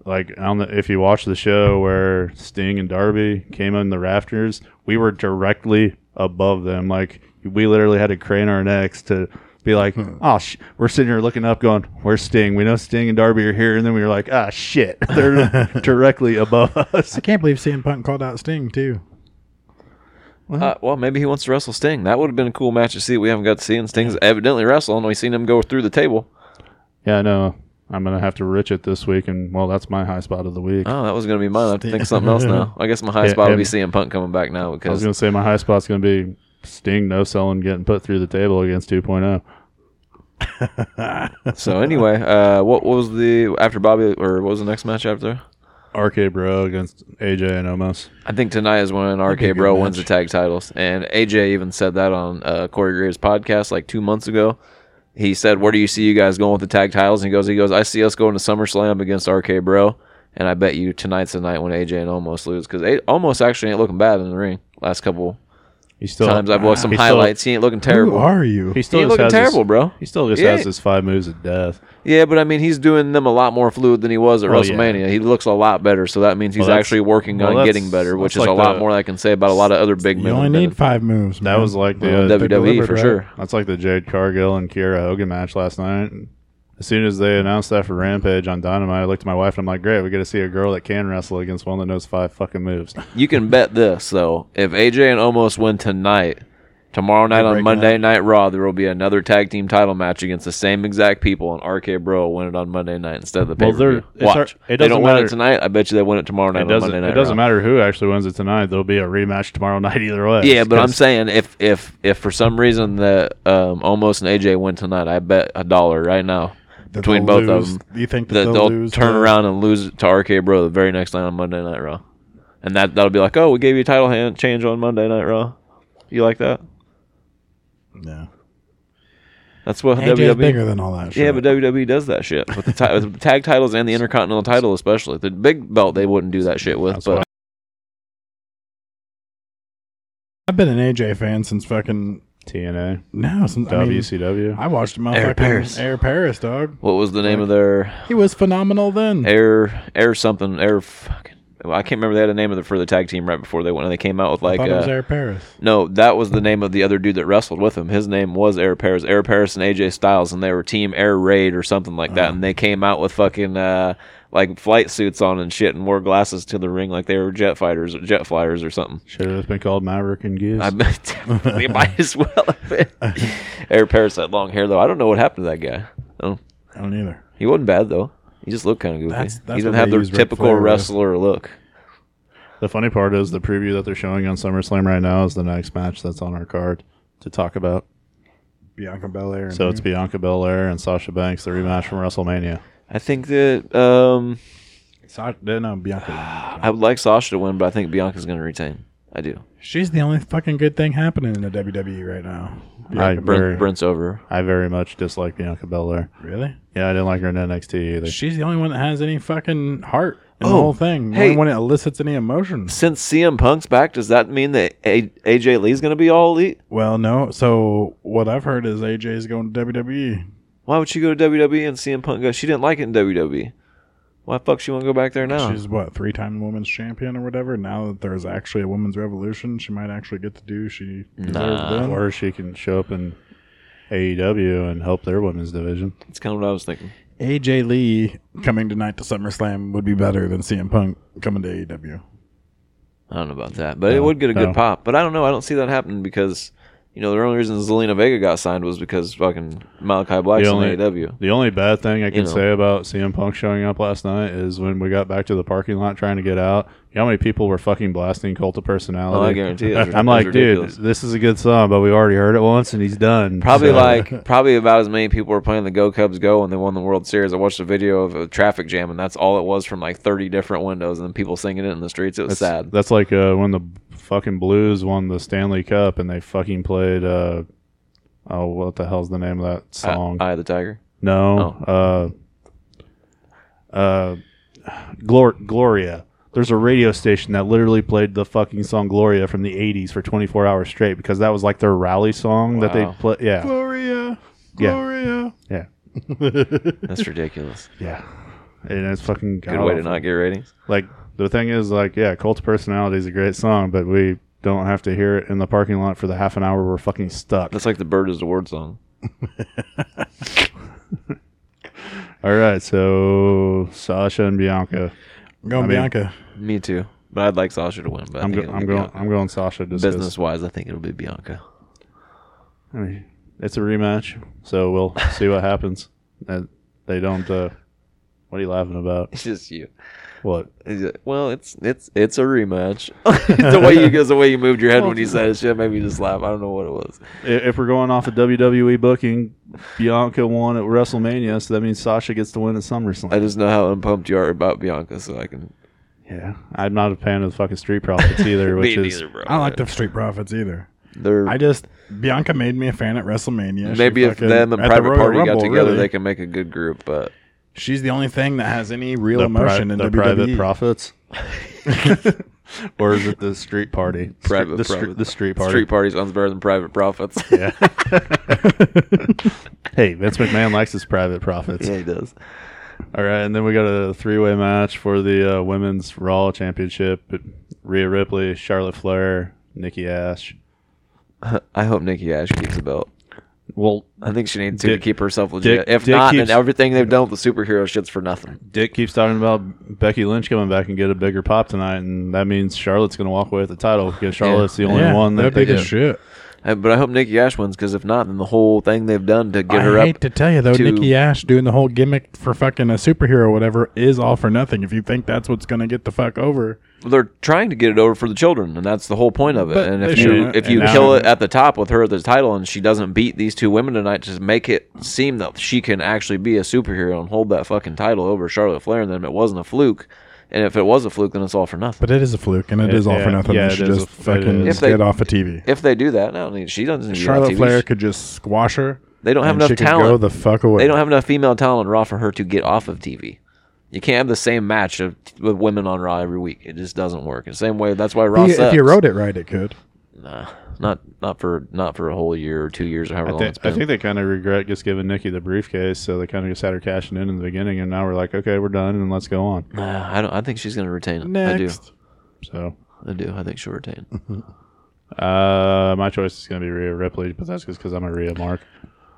Speaker 3: like on the if you watch the show where Sting and Darby came in the rafters, we were directly above them. Like we literally had to crane our necks to be like, oh, sh-. we're sitting here looking up, going, where's Sting? We know Sting and Darby are here, and then we were like, ah, shit, they're directly above us.
Speaker 1: I can't believe CM Punk called out Sting too.
Speaker 2: Uh, well, maybe he wants to wrestle Sting. That would have been a cool match to see. We haven't got to see, and Sting's evidently wrestling. We've seen him go through the table.
Speaker 3: Yeah, no, I'm gonna have to rich it this week, and well, that's my high spot of the week.
Speaker 2: Oh, that was going to be mine. I have to think of something else now. I guess my high
Speaker 3: Yeah,
Speaker 2: spot would be
Speaker 3: and-
Speaker 2: CM Punk coming back now
Speaker 3: I was
Speaker 2: because
Speaker 3: going to say my high spot's going to be Sting no selling getting put through the table against oh. 2.0.
Speaker 2: So anyway, uh, what was the after Bobby or what was the next match after?
Speaker 3: RK Bro against AJ and Omos.
Speaker 2: I think tonight is when RK Bro wins the tag titles, and AJ even said that on uh, Corey Graves' podcast like two months ago. He said, "Where do you see you guys going with the tag titles?" And he goes, "He goes, I see us going to SummerSlam against RK Bro, and I bet you tonight's the night when AJ and almost lose because A- almost actually ain't looking bad in the ring last couple
Speaker 3: He still
Speaker 2: times. I've watched some
Speaker 3: he still-
Speaker 2: highlights. he ain't looking terrible.
Speaker 1: Who are you?
Speaker 3: he
Speaker 2: he
Speaker 3: still
Speaker 2: ain't
Speaker 3: just
Speaker 2: looking
Speaker 3: has
Speaker 2: terrible,
Speaker 3: his,
Speaker 2: bro.
Speaker 3: He still just
Speaker 2: Yeah.
Speaker 3: has his five moves of death.
Speaker 2: Yeah, but I mean, he's doing them a lot more fluid than he was at
Speaker 3: Oh, yeah.
Speaker 2: WrestleMania. He looks a lot better, so that means he's
Speaker 3: Well, that's-
Speaker 2: actually working
Speaker 3: well,
Speaker 2: on
Speaker 3: that's-
Speaker 2: getting better,
Speaker 3: that's
Speaker 2: which is
Speaker 3: like
Speaker 2: a lot
Speaker 3: the-
Speaker 2: more I can say about a lot of other big
Speaker 1: You
Speaker 2: men.
Speaker 1: only need five moves.
Speaker 3: That
Speaker 1: man.
Speaker 3: was like
Speaker 2: in
Speaker 3: the uh,
Speaker 2: WWE E for
Speaker 1: delivered,
Speaker 2: sure.
Speaker 3: that's like the Jade Cargill and Kiera Hogan match last night. As soon as they announced that for Rampage on Dynamite, I looked at my wife and I'm like, "Great, we get to see a girl that can wrestle against one that knows five fucking moves."
Speaker 2: You can bet this though: if AJ and Omos win tonight, tomorrow night on
Speaker 1: breaking
Speaker 2: Monday Night Raw, there will be another tag team title match against the same exact people, and RK Bro will win it on Monday night instead of the pay
Speaker 3: Well,
Speaker 2: per
Speaker 3: they're-
Speaker 2: view.
Speaker 3: it's our-
Speaker 2: Watch,
Speaker 3: it
Speaker 2: they
Speaker 3: doesn't
Speaker 2: don't win
Speaker 3: matter-
Speaker 2: it tonight. I bet you they win it tomorrow night
Speaker 3: It
Speaker 2: on Monday
Speaker 3: doesn't.
Speaker 2: Night.
Speaker 3: It doesn't
Speaker 2: Raw.
Speaker 3: matter who actually wins it tonight. There'll be a rematch tomorrow night either way.
Speaker 2: Yeah, but I'm
Speaker 3: 'Cause-
Speaker 2: saying if if if for some reason that um, almost and AJ win tonight, I bet a dollar right now
Speaker 1: That
Speaker 2: between
Speaker 1: they'll
Speaker 2: both of
Speaker 1: lose-
Speaker 2: them
Speaker 1: Do you think that
Speaker 2: that
Speaker 1: they'll,
Speaker 2: they'll,
Speaker 1: lose
Speaker 2: turn
Speaker 1: the-
Speaker 2: around and lose it to RK Bro the very next night on Monday Night Raw, and that that'll be like, oh, we gave you a title hand change on Monday Night Raw. You like that?
Speaker 1: Yeah.
Speaker 2: That's what
Speaker 1: AJ's
Speaker 2: WWE.
Speaker 1: bigger than all that. Shit.
Speaker 2: E Yeah, but WWE does that shit with the, ti- with the tag titles and the Intercontinental title, especially the big belt. They wouldn't do that shit with,
Speaker 3: That's
Speaker 2: but
Speaker 3: why-
Speaker 1: I've been an AJ fan since fucking
Speaker 3: TNA,
Speaker 1: no since I, mean,
Speaker 3: WCW.
Speaker 1: I watched him on
Speaker 2: Air
Speaker 1: fucking
Speaker 2: Paris.
Speaker 1: Air Paris, dog.
Speaker 2: what was the name of their
Speaker 1: He was phenomenal then.
Speaker 2: air air something air? Fucking, well, I can't remember. They had a name of the, for the tag team right before they went. And they came out with
Speaker 1: I
Speaker 2: like
Speaker 1: thought it was
Speaker 2: uh,
Speaker 1: Air Paris.
Speaker 2: no, that was the name of the other dude that wrestled with him. His name was Air Paris, Air Paris and AJ Styles, and they were Team Air Raid or something like
Speaker 1: Oh.
Speaker 2: that. And they came out with fucking uh, like flight suits on and shit, and wore glasses to the ring like they were jet fighters, or jet flyers or something.
Speaker 3: Should have been called Maverick and Goose.
Speaker 2: I bet- we might as well have been. Eric Paris had long hair though. I don't know what happened to that guy. No,
Speaker 1: I don't either.
Speaker 2: he wasn't bad though. He just looked kind of goofy.
Speaker 1: That's- that's
Speaker 2: he didn't
Speaker 1: what
Speaker 2: have
Speaker 1: they
Speaker 2: the
Speaker 1: use Ric
Speaker 2: typical
Speaker 1: Flair with.
Speaker 2: wrestler look.
Speaker 3: the funny part is the preview that they're showing on SummerSlam right now is the next match that's on our card to talk about.
Speaker 1: Bianca Belair. and
Speaker 3: So it's
Speaker 1: who?
Speaker 3: Bianca Belair and Sasha Banks, the rematch from WrestleMania.
Speaker 2: I think that um,
Speaker 1: Sa- no Bianca.
Speaker 2: I would like Sasha to win, but I think Bianca's going to retain. I do.
Speaker 1: She's the only fucking good thing happening in the WWE right now.
Speaker 3: I very,
Speaker 2: Brent, Brent's over.
Speaker 3: I very much dislike Bianca Belair.
Speaker 1: Really?
Speaker 3: Yeah, I didn't like her in NXT either.
Speaker 1: She's the only one that has any fucking heart in the
Speaker 2: Oh,
Speaker 1: whole thing. The
Speaker 2: hey.
Speaker 1: only one that elicits any emotion.
Speaker 2: Since CM Punk's back, does that mean that a- AJ Lee's going to be all elite?
Speaker 1: Well, no. So what I've heard is AJ's going to E. WWE.
Speaker 2: Why would she go to WWE and CM Punk go? She didn't like it in WWE. Why the fuck she want to go back there now?
Speaker 1: She's what three time women's champion or whatever. Now that there's actually a women's revolution, she might actually get to do she deserved
Speaker 2: Nah.
Speaker 1: then.
Speaker 3: or she can show up in AEW and help their women's division.
Speaker 2: That's kind of what I was thinking.
Speaker 1: AJ Lee coming tonight to SummerSlam would be better than CM Punk coming to E AEW.
Speaker 2: I don't know about that, but it would get a good
Speaker 3: no.
Speaker 2: pop. But I don't know. I don't see that happening because you know, the only reason Zelina Vega got signed was because fucking Malachi Black's
Speaker 3: The
Speaker 2: in E
Speaker 3: only-
Speaker 2: AEW.
Speaker 3: The only bad thing I can
Speaker 2: You know.
Speaker 3: say about CM Punk showing up last night is when we got back to the parking lot trying to get out. You know how many people were fucking blasting Cult of Personality?
Speaker 2: Oh, I guarantee it. It was-
Speaker 3: I'm
Speaker 2: it was
Speaker 3: like,
Speaker 2: ridiculous.
Speaker 3: dude, this is a good song, but we already heard it once and he's done.
Speaker 2: Probably
Speaker 3: So-
Speaker 2: like probably about as many people were playing the Go Cubs Go when they won the World Series. I watched a video of a traffic jam, and that's all it was from like thirty different windows, and then people singing it in the streets. It was
Speaker 3: that's,
Speaker 2: sad.
Speaker 3: That's like uh, when the fucking Blues won the Stanley Cup and they fucking played. Uh, oh, what the hell's the name of that song?
Speaker 2: Eye of the Tiger.
Speaker 3: No.
Speaker 2: Oh.
Speaker 3: Uh, uh, Glor- Gloria. There's a radio station that literally played the fucking song Gloria from the 80s for 24 hours straight because that was like their rally song that they
Speaker 2: Wow.
Speaker 3: play. Yeah.
Speaker 1: Gloria,
Speaker 3: Yeah.
Speaker 1: Gloria.
Speaker 3: Yeah.
Speaker 2: That's ridiculous.
Speaker 3: Yeah. And it's fucking
Speaker 2: Good way to not get ratings.
Speaker 3: Like, the thing is, like, yeah, Cult of Personality is a great song, but we don't have to hear it in the parking lot for the half an hour we're fucking stuck.
Speaker 2: That's like the bird is the word song.
Speaker 3: All right. So, Sasha and Bianca.
Speaker 1: I'm going
Speaker 3: I mean-
Speaker 1: Bianca.
Speaker 2: Me too, but I'd like Sasha to win. But I
Speaker 3: I'm,
Speaker 2: think
Speaker 3: go-
Speaker 2: it'll
Speaker 3: I'm,
Speaker 2: be
Speaker 3: going,
Speaker 2: Bianca.
Speaker 3: I'm going Sasha just 'cause-
Speaker 2: business wise, I think it'll be Bianca.
Speaker 3: I mean, it's a rematch, so we'll see what happens. And they don't. Uh, what are you laughing about?
Speaker 2: It's just you.
Speaker 3: What?
Speaker 2: He's like, Well, it's it's it's a rematch. the way you the way you moved your head when you said it, shit made me just laugh. I don't know what it was.
Speaker 3: I- If we're going off of WWE booking, Bianca won at WrestleMania, so that means Sasha gets to win at
Speaker 2: I
Speaker 3: SummerSlam.
Speaker 2: just know how unpumped you are about Bianca, so I can.
Speaker 3: Yeah, I'm not a fan of the fucking Street Profits either, which
Speaker 2: Me
Speaker 3: is
Speaker 2: neither, bro.
Speaker 1: I don't like the Street Profits either.
Speaker 2: They're,
Speaker 1: I just Bianca made me a fan at WrestleMania. She
Speaker 2: maybe if
Speaker 1: fucking-
Speaker 2: them and
Speaker 1: at the
Speaker 2: Private
Speaker 1: Royal
Speaker 2: Party got
Speaker 1: Rumble,
Speaker 2: together,
Speaker 1: really.
Speaker 2: they can make a good group. But
Speaker 1: She's the only thing that has any real
Speaker 3: the,
Speaker 1: emotion
Speaker 3: pri-
Speaker 1: in E.
Speaker 3: the
Speaker 1: WWE.
Speaker 3: private profits. or is it the Street Party?
Speaker 2: Private
Speaker 3: the, stre-
Speaker 2: Profits.
Speaker 3: the Street Party.
Speaker 2: Street Party sounds better than Private Profits.
Speaker 3: Yeah. hey, Vince McMahon likes his private profits.
Speaker 2: yeah, he does.
Speaker 3: All right, and then we got a three-way match for the uh, women's Raw Championship: Rhea Ripley, Charlotte Flair, Nikki Ash.
Speaker 2: I hope Nikki Ash keeps the belt.
Speaker 3: Well,
Speaker 2: I think she needs to,
Speaker 3: Dick-
Speaker 2: to keep herself legit.
Speaker 3: Dick-
Speaker 2: if
Speaker 3: Dick
Speaker 2: not,
Speaker 3: keeps-
Speaker 2: then everything they've done with the superhero shit's for nothing.
Speaker 3: Dick keeps talking about Becky Lynch coming back and get a bigger pop tonight, and that means Charlotte's going to walk away with the title because Charlotte's the only
Speaker 1: yeah,
Speaker 3: one that
Speaker 1: that'd
Speaker 3: they
Speaker 1: be the
Speaker 3: get.
Speaker 1: shit.
Speaker 2: Uh, But I hope Nikki Ash wins because if not, then the whole thing they've done to get
Speaker 1: I
Speaker 2: her
Speaker 1: hate
Speaker 2: up.
Speaker 1: to tell you though,
Speaker 2: to-
Speaker 1: Nikki Ash doing the whole gimmick for fucking a superhero, or whatever, is all for nothing. If you think that's what's gonna get the fuck over,
Speaker 2: They're trying to get it over for the children, and that's the whole point of it.
Speaker 1: But
Speaker 2: and
Speaker 1: they
Speaker 2: if you
Speaker 1: shouldn't,
Speaker 2: if
Speaker 1: and
Speaker 2: you
Speaker 1: they
Speaker 2: kill it
Speaker 1: shouldn't.
Speaker 2: at the top with her at the title, and she doesn't beat these two women tonight, just make it seem that she can actually be a superhero and hold that fucking title over Charlotte Flair, and then it wasn't a fluke. And if it was a fluke, then it's all for nothing.
Speaker 1: but it is a fluke, and it
Speaker 3: It-
Speaker 1: is all
Speaker 3: yeah,
Speaker 1: for nothing.
Speaker 3: yeah,
Speaker 1: they
Speaker 3: it
Speaker 1: should
Speaker 3: is
Speaker 1: just
Speaker 3: a- it
Speaker 1: fucking
Speaker 3: is.
Speaker 2: If they-
Speaker 1: get off of TV.
Speaker 2: if they do that, I don't need. She doesn't. need to be on
Speaker 1: Charlotte
Speaker 2: TV.
Speaker 1: Flair
Speaker 2: She-
Speaker 1: could just squash her.
Speaker 2: They don't have
Speaker 1: and
Speaker 2: enough
Speaker 1: she could
Speaker 2: talent.
Speaker 1: Go the fuck away.
Speaker 2: They don't have enough female talent on Raw for her to get off of TV. You can't have the same match of, with women on Raw every week. It just doesn't work. The same way. That's why Raw.
Speaker 1: If you, if
Speaker 2: sucks.
Speaker 1: you wrote it right, it could.
Speaker 2: Nah, not not for not for a whole year or two years or however
Speaker 3: I
Speaker 2: long
Speaker 3: think,
Speaker 2: it's
Speaker 3: I
Speaker 2: been.
Speaker 3: think they kind of regret just giving Nikki the briefcase, so they kind of just had her cashing in in the beginning, and now we're like, okay, we're done, and let's go on.
Speaker 2: Nah, I don't. I think she's gonna retain it.
Speaker 1: Next,
Speaker 3: So,
Speaker 2: I do. I do. I think she'll retain.
Speaker 3: uh, my choice is going to be Rhea Ripley, but that's just because I'm a Rhea Mark.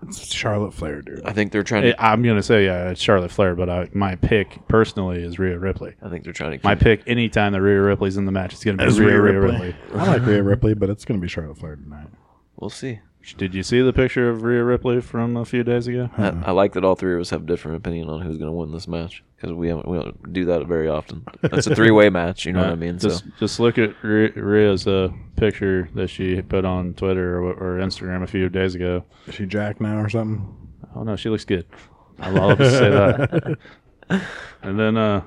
Speaker 1: it's Charlotte Flair, dude.
Speaker 2: I think they're trying
Speaker 3: I-
Speaker 2: to.
Speaker 3: I'm gonna say yeah, it's Charlotte Flair, but I, my pick personally is Rhea Ripley.
Speaker 2: I think they're trying to. Keep,
Speaker 3: My pick anytime that Rhea Ripley's in the match, it's gonna be
Speaker 1: As
Speaker 3: Rhea, Rhea Ripley.
Speaker 1: I like Rhea Ripley, but it's gonna be Charlotte Flair tonight.
Speaker 2: we'll see.
Speaker 3: Did you see the picture of Rhea Ripley from a few days ago?
Speaker 2: I, I like that all three of us have different opinion on who's gonna win this match because we haven't we don't do that very often. That's a three way match. You know what I mean?
Speaker 3: Just
Speaker 2: so
Speaker 3: just look at Rhea- Rhea's uh, picture that she put on Twitter or, or Instagram a few days ago.
Speaker 1: Is she Jack now or something?
Speaker 3: Oh no, she looks good. I'll I'll just say that. And then uh,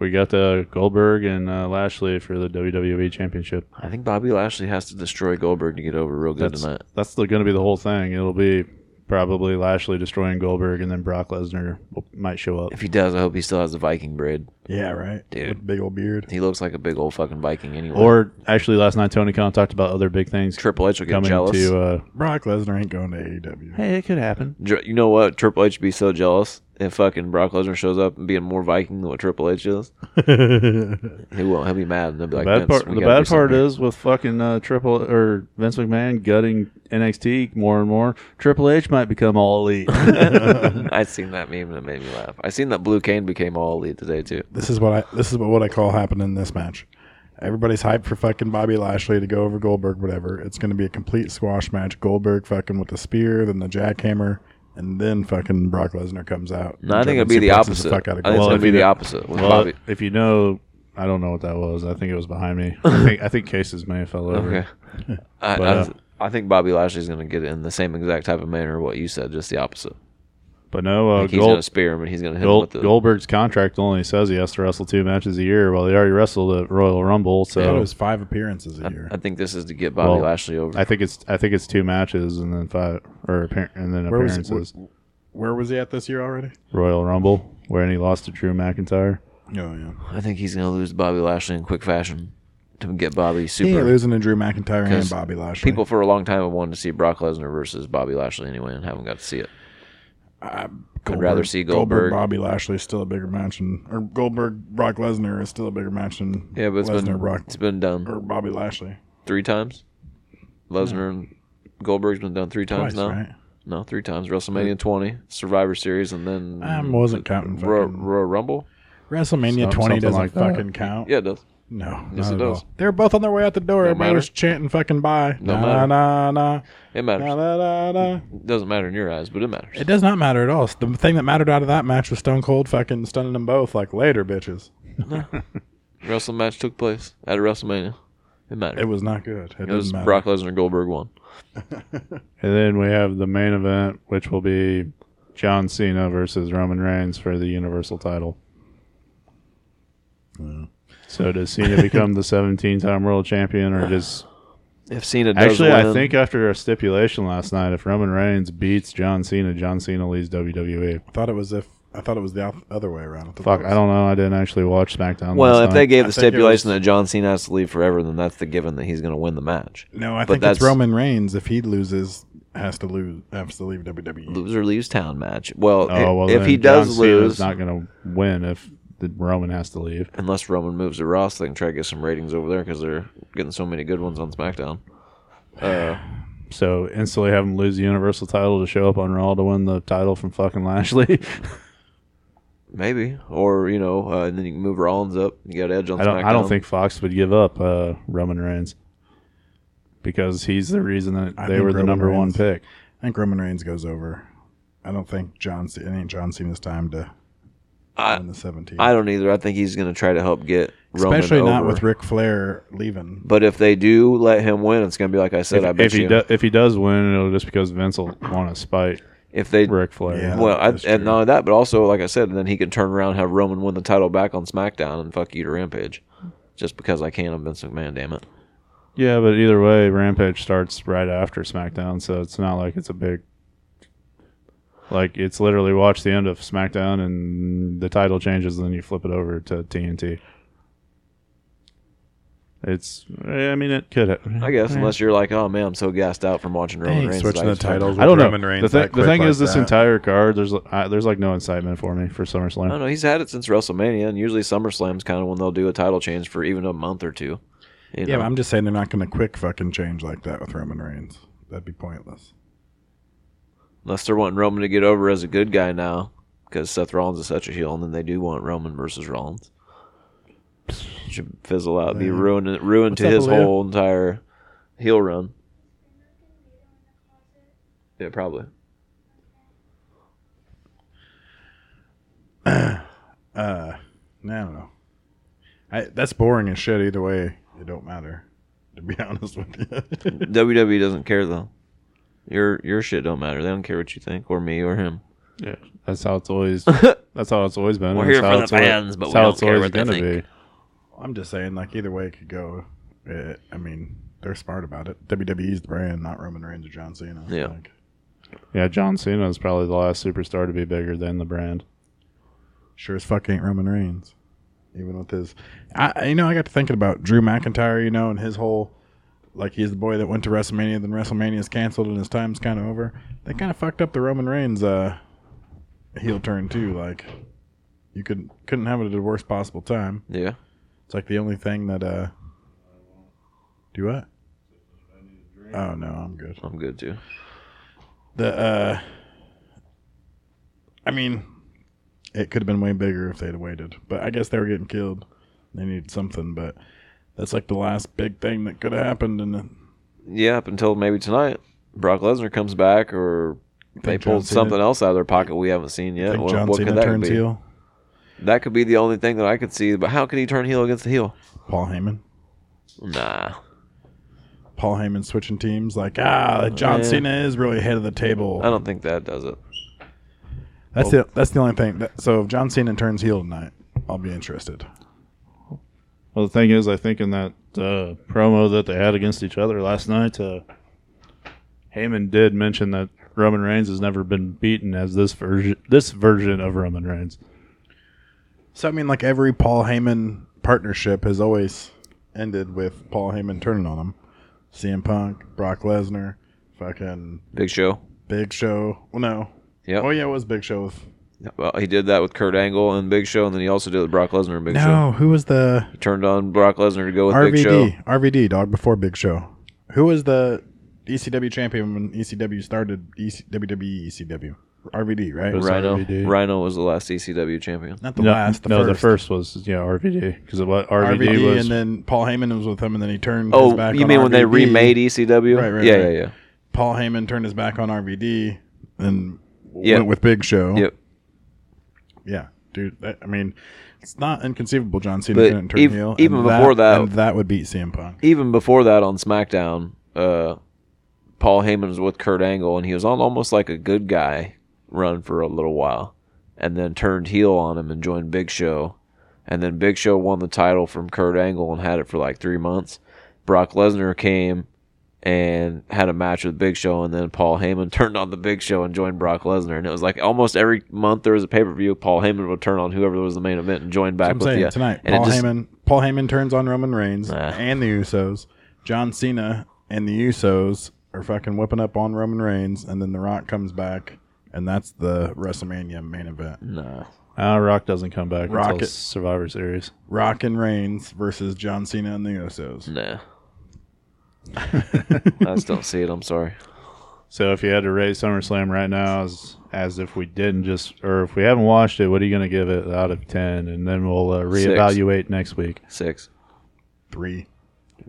Speaker 3: we got the Goldberg and uh, Lashley for the WWE Championship.
Speaker 2: I think Bobby Lashley has to destroy Goldberg to get over real good
Speaker 3: that's,
Speaker 2: tonight.
Speaker 3: That's going to be the whole thing. It'll be probably Lashley destroying Goldberg, and then Brock Lesnar will- might show up.
Speaker 2: If he does, I hope he still has the Viking braid.
Speaker 1: Yeah, right.
Speaker 2: Dude.
Speaker 1: With big old beard.
Speaker 2: He looks like a big old fucking Viking anyway.
Speaker 3: Or actually, last night Tony Khan talked about other big things
Speaker 2: Triple H will get
Speaker 3: coming
Speaker 2: jealous.
Speaker 3: to. Uh,
Speaker 1: Brock Lesnar ain't going to E AEW.
Speaker 3: hey, it could happen.
Speaker 2: Dr- You know what? Triple H would be so jealous if fucking Brock Lesnar shows up and being more Viking than what Triple H is. he won't. He'll be mad and they'll be like,
Speaker 3: bad
Speaker 2: "Vince,
Speaker 3: part.
Speaker 2: we gotta do
Speaker 3: The bad part
Speaker 2: something."
Speaker 3: is with fucking uh, Triple or Vince McMahon gutting NXT more and more. Triple H might become all elite.
Speaker 2: I seen that meme and it made me laugh. I seen that Blue Cane became all elite today too.
Speaker 1: This is what I this is what I call happening in this match. Everybody's hyped for fucking Bobby Lashley to go over Goldberg, whatever. It's going to be a complete squash match. Goldberg fucking with the spear, then the jackhammer, and then fucking Brock Lesnar comes out.
Speaker 2: No, I think it'd
Speaker 1: German
Speaker 2: be the
Speaker 1: suplexes
Speaker 2: opposite.
Speaker 1: fuck out of
Speaker 2: I think it's
Speaker 1: Goldberg.
Speaker 2: gonna
Speaker 3: if
Speaker 2: be
Speaker 3: you
Speaker 2: the
Speaker 3: don't-
Speaker 2: opposite with
Speaker 3: Well,
Speaker 2: Bobby.
Speaker 3: if you know, I don't know what that was. I think it was behind me. I think I think Case's man fell over.
Speaker 2: Okay. I,
Speaker 3: But, uh,
Speaker 2: I, I think Bobby Lashley's going to get it in the same exact type of manner what you said, just the opposite.
Speaker 3: But no, uh,
Speaker 2: Like he's going to
Speaker 3: Gold,
Speaker 2: spear him and he's going to hit him
Speaker 3: Gold,
Speaker 2: with the.
Speaker 3: Goldberg's contract only says he has to wrestle two matches a year. Well, he already wrestled at Royal Rumble,
Speaker 1: I thought
Speaker 3: so
Speaker 1: it was five appearances a year.
Speaker 2: I think this is to get Bobby
Speaker 3: Well,
Speaker 2: Lashley over.
Speaker 3: I think it's I think it's two matches and then five or appar- and then
Speaker 1: Where was-
Speaker 3: appearances.
Speaker 1: Where was he at this year already?
Speaker 3: Royal Rumble, where he lost to Drew McIntyre.
Speaker 1: Oh yeah,
Speaker 2: I think he's going to lose to Bobby Lashley in quick fashion to get Bobby
Speaker 1: he ain't
Speaker 2: super.
Speaker 1: losing to Drew McIntyre and
Speaker 2: 'Cause
Speaker 1: Bobby Lashley.
Speaker 2: People for a long time have wanted to see Brock Lesnar versus Bobby Lashley anyway and haven't got to see it.
Speaker 1: Goldberg-
Speaker 2: rather see Goldberg.
Speaker 1: Bobby Lashley is still a bigger match, than, or Goldberg Brock Lesnar is still a bigger match than
Speaker 2: Yeah, but it's
Speaker 1: Lesnar
Speaker 2: been
Speaker 1: Brock
Speaker 2: it's been done
Speaker 1: or Bobby Lashley
Speaker 2: three times. Lesnar and Goldberg's been done three times
Speaker 1: twice,
Speaker 2: now.
Speaker 1: right?
Speaker 2: No, three times. WrestleMania 20, Survivor Series, and then
Speaker 1: I wasn't counting fucking
Speaker 2: Royal, Royal Rumble.
Speaker 1: WrestleMania 20
Speaker 3: Some- something
Speaker 1: doesn't
Speaker 3: like that.
Speaker 1: fucking count.
Speaker 2: Yeah, it does.
Speaker 1: No,
Speaker 2: Yes,
Speaker 1: not
Speaker 2: it
Speaker 1: at
Speaker 2: does.
Speaker 1: all. They were both on their way out the door. Everybody
Speaker 2: matter.
Speaker 1: was chanting fucking bye.
Speaker 2: No
Speaker 1: na,
Speaker 2: matter.
Speaker 1: na, na,
Speaker 2: It matters. Mm.
Speaker 1: na, na, na, na.
Speaker 2: It doesn't matter in your eyes, but it matters.
Speaker 1: It does not matter at all. The thing that mattered out of that match was Stone Cold fucking stunning them both like later, bitches.
Speaker 2: Wrestling match took place at WrestleMania. It mattered.
Speaker 1: It
Speaker 2: It,
Speaker 1: was not good. It,
Speaker 2: was
Speaker 1: didn't matter.
Speaker 2: Brock Lesnar Goldberg won.
Speaker 3: And then we have the main event, which will be John Cena versus Roman Reigns for the Universal title. So does Cena become the 17-time world champion, or does
Speaker 2: If Cena does
Speaker 3: actually?
Speaker 2: win,
Speaker 3: I think after a stipulation last night, if Roman Reigns beats John Cena, John Cena leaves WWE.
Speaker 1: I thought it was if I thought it was the oth- other way around. thought
Speaker 3: E. Fuck,
Speaker 1: it
Speaker 3: I
Speaker 1: was-
Speaker 3: don't know. I didn't actually watch SmackDown.
Speaker 2: Well,
Speaker 3: last
Speaker 2: if they
Speaker 3: night.
Speaker 2: gave
Speaker 1: I
Speaker 2: the
Speaker 1: think it
Speaker 2: stipulation
Speaker 1: was-
Speaker 2: that John Cena has to leave forever, then that's the given that he's going to win the match.
Speaker 1: No, I
Speaker 2: But
Speaker 1: think it's
Speaker 2: that's-
Speaker 1: Roman Reigns. If he loses, has to lose. Has to leave E. WWE.
Speaker 2: Loser leaves town match. Well, i-
Speaker 3: oh well,
Speaker 2: if
Speaker 3: then
Speaker 2: he does
Speaker 3: John Cena's
Speaker 2: lose,
Speaker 3: not going to win if the Roman has to leave.
Speaker 2: unless Roman moves to Ross, they can try to get some ratings over there because they're getting so many good ones on SmackDown. Uh,
Speaker 3: So instantly have him lose the Universal title to show up on Raw to win the title from fucking Lashley.
Speaker 2: maybe, or you know, uh, and then you can move Rollins up. You got Edge on
Speaker 3: I don't.
Speaker 2: SmackDown.
Speaker 3: I don't think Fox would give up uh, Roman Reigns because he's the reason that
Speaker 1: I
Speaker 3: they
Speaker 1: think
Speaker 3: were the
Speaker 1: Roman
Speaker 3: number one
Speaker 1: Reigns-
Speaker 3: pick.
Speaker 1: I think Roman Reigns goes over. I don't think John. C- it ain't John Cena's time to
Speaker 2: I-
Speaker 1: win the 17.
Speaker 2: I don't either. I think he's going to try to help get Roman
Speaker 1: Especially
Speaker 2: over.
Speaker 1: not with Ric Flair leaving.
Speaker 2: But if they do let him win, it's going to be like I said. I
Speaker 3: If,
Speaker 2: bet
Speaker 3: if he
Speaker 2: you.
Speaker 3: do, if he does win, it'll just because Vince will want to spite
Speaker 2: if they
Speaker 3: Ric Flair.
Speaker 1: Yeah.
Speaker 2: well, I,
Speaker 1: That's
Speaker 2: and
Speaker 1: true.
Speaker 2: not only that, but also like I said, then he can turn around and have Roman win the title back on SmackDown and fuck you to Rampage, just because I can. I'm Vince McMahon. Damn it.
Speaker 3: Yeah, but either way, Rampage starts right after SmackDown, so it's not like it's a big. Like it's literally watch the end of SmackDown and the title changes, and then you flip it over to TNT. It's. I mean, it could.
Speaker 2: I guess unless you're like, oh man, I'm so gassed out from watching Roman
Speaker 1: Hey,
Speaker 2: Reigns.
Speaker 1: switching
Speaker 2: I
Speaker 1: the
Speaker 2: just fuck-
Speaker 1: titles.
Speaker 3: I don't know.
Speaker 1: Roman Reigns
Speaker 3: the thing,
Speaker 1: that
Speaker 3: the
Speaker 1: quick
Speaker 3: thing
Speaker 1: like
Speaker 3: is, this
Speaker 1: that.
Speaker 3: entire card, there's I, there's like no excitement for me for
Speaker 2: I don't
Speaker 3: SummerSlam.
Speaker 2: know. He's had it since WrestleMania, and usually SummerSlam's kind of when they'll do a title change for even a month or two. You
Speaker 1: Yeah,
Speaker 2: know?
Speaker 1: but I'm just saying they're not going to quick fucking change like that with Roman Reigns. That'd be pointless.
Speaker 2: unless they're wanting Roman to get over as a good guy now, because Seth Rollins is such a heel, and then they do want Roman versus Rollins. Should fizzle out, be ruined, ruined to
Speaker 1: up,
Speaker 2: his
Speaker 1: Aaliyah?
Speaker 2: whole entire heel run. Yeah, probably.
Speaker 1: I don't know. I, that's boring as shit. Either way, it don't matter. To be honest with you,
Speaker 2: WWE E doesn't care though. Your your shit don't matter. They don't care what you think or me or him.
Speaker 3: Yeah, that's how it's always. that's how it's always been.
Speaker 2: We're
Speaker 3: and
Speaker 2: here for
Speaker 3: that's how
Speaker 2: the
Speaker 3: it's always-
Speaker 2: fans, but
Speaker 3: that's
Speaker 2: we
Speaker 3: how
Speaker 2: don't
Speaker 3: it's
Speaker 2: care
Speaker 3: always
Speaker 2: what they
Speaker 3: gonna
Speaker 2: think.
Speaker 3: be.
Speaker 1: I'm just saying like either way it could go. Eh, I mean, they're smart about it. WWE's the brand, not Roman Reigns or John Cena.
Speaker 2: Yeah.
Speaker 1: Like,
Speaker 3: Yeah, John Cena is probably the last superstar to be bigger than the brand.
Speaker 1: sure as fuck ain't Roman Reigns. Even with his, I I- you know I got to thinking about Drew McIntyre, you know, and his whole like he's the boy that went to WrestleMania, then WrestleMania's canceled and his time's kind of over. They kind of fucked up the Roman Reigns uh, heel turn too. Like you could couldn't have it at the worst possible time.
Speaker 2: Yeah.
Speaker 1: It's like the only thing that uh, do what? Oh no, I'm good
Speaker 2: I'm good too.
Speaker 1: the uh I mean it could have been way bigger if they'd have waited. But I guess they were getting killed. They needed something, but That's like the last big thing that could have happened, and
Speaker 2: Yeah, up until maybe tonight, Brock Lesnar comes back, or they
Speaker 1: Think John
Speaker 2: pulled
Speaker 1: Cena-
Speaker 2: something else out of their pocket we haven't seen
Speaker 1: I
Speaker 2: yet.
Speaker 1: think
Speaker 2: What,
Speaker 1: John
Speaker 2: what could
Speaker 1: Cena
Speaker 2: that
Speaker 1: turns
Speaker 2: be?
Speaker 1: heel.
Speaker 2: That could be the only thing that I could see. But how could he turn heel against the heel?
Speaker 1: Paul Heyman.
Speaker 2: Nah.
Speaker 1: Paul Heyman switching teams, like ah, John
Speaker 2: Oh, Yeah. Oh.
Speaker 1: Cena is really head of the table.
Speaker 2: I don't think that does it.
Speaker 1: That's the that's the only thing. That, so if John Cena turns heel tonight, I'll be interested.
Speaker 3: Well, the thing is, I think in that uh, promo that they had against each other last night, uh, Heyman did mention that Roman Reigns has never been beaten as this version this version of Roman Reigns.
Speaker 1: So I mean, like every Paul Heyman partnership has always ended with Paul Heyman turning on him. CM Punk, Brock Lesnar, fucking
Speaker 2: Big Show.
Speaker 1: Big Show. Well, no.
Speaker 2: Yep.
Speaker 1: Oh yeah, it was Big Show with
Speaker 2: Well, he did that with Kurt Angle and Big Show, and then he also did it with Brock Lesnar and Big Show.
Speaker 1: no. Who was the
Speaker 2: He turned on Brock Lesnar to go with Big Show.
Speaker 1: RVD? RVD dog before Big Show. Who was the ECW champion when ECW started? E EC, WWE ECW. RVD right?
Speaker 3: was
Speaker 2: Rhino.
Speaker 3: RVD.
Speaker 2: Rhino was the last ECW champion.
Speaker 1: Not the
Speaker 3: no,
Speaker 1: last. The
Speaker 3: no,
Speaker 1: first.
Speaker 3: the first was yeah RVD because what RVD,
Speaker 1: RVD,
Speaker 3: was
Speaker 1: and then Paul Heyman was with him, and then he turned. his
Speaker 2: Oh,
Speaker 1: back
Speaker 2: you
Speaker 1: on
Speaker 2: mean when they
Speaker 1: RVD.
Speaker 2: remade ECW?
Speaker 1: Right, right,
Speaker 2: yeah,
Speaker 1: right.
Speaker 2: yeah, yeah.
Speaker 1: Paul Heyman turned his back on RVD and
Speaker 2: Yeah.
Speaker 1: went with Big Show.
Speaker 2: Yep.
Speaker 1: Yeah, dude. That, I mean, it's not inconceivable. John Cena
Speaker 2: But
Speaker 1: couldn't turn
Speaker 2: ev-
Speaker 1: heel. and
Speaker 2: even before that-
Speaker 1: and that would beat CM Punk.
Speaker 2: even before that on SmackDown, uh, Paul Heyman was with Kurt Angle, and he was on almost like a good guy run for a little while, and then turned heel on him and joined Big Show, and then Big Show won the title from Kurt Angle and had it for like three months. Brock Lesnar came and had a match with Big Show, and then Paul Heyman turned on the Big Show and joined Brock Lesnar, and it was like almost every month there was a pay per view. Paul Heyman would turn on whoever was the main event and join back
Speaker 1: I'm
Speaker 2: with
Speaker 1: saying
Speaker 2: the
Speaker 1: tonight,
Speaker 2: and it
Speaker 1: Paul
Speaker 2: just-
Speaker 1: Heyman. Paul Heyman turns on Roman Reigns
Speaker 2: Nah.
Speaker 1: and the Usos. John Cena and the Usos are fucking whipping up on Roman Reigns, and then The Rock comes back, and that's the WrestleMania main event.
Speaker 2: Nah.
Speaker 3: uh, Rock doesn't come back until
Speaker 1: Rocket.
Speaker 3: Survivor Series.
Speaker 1: Rock and Reigns versus John Cena and the Usos.
Speaker 2: Nah. I just don't see it. I'm sorry.
Speaker 3: So if you had to rate SummerSlam right now as as if we didn't just or if we haven't watched it, what are you going to give it out of ten? And then we'll uh, reevaluate next week.
Speaker 2: Six.
Speaker 1: Three.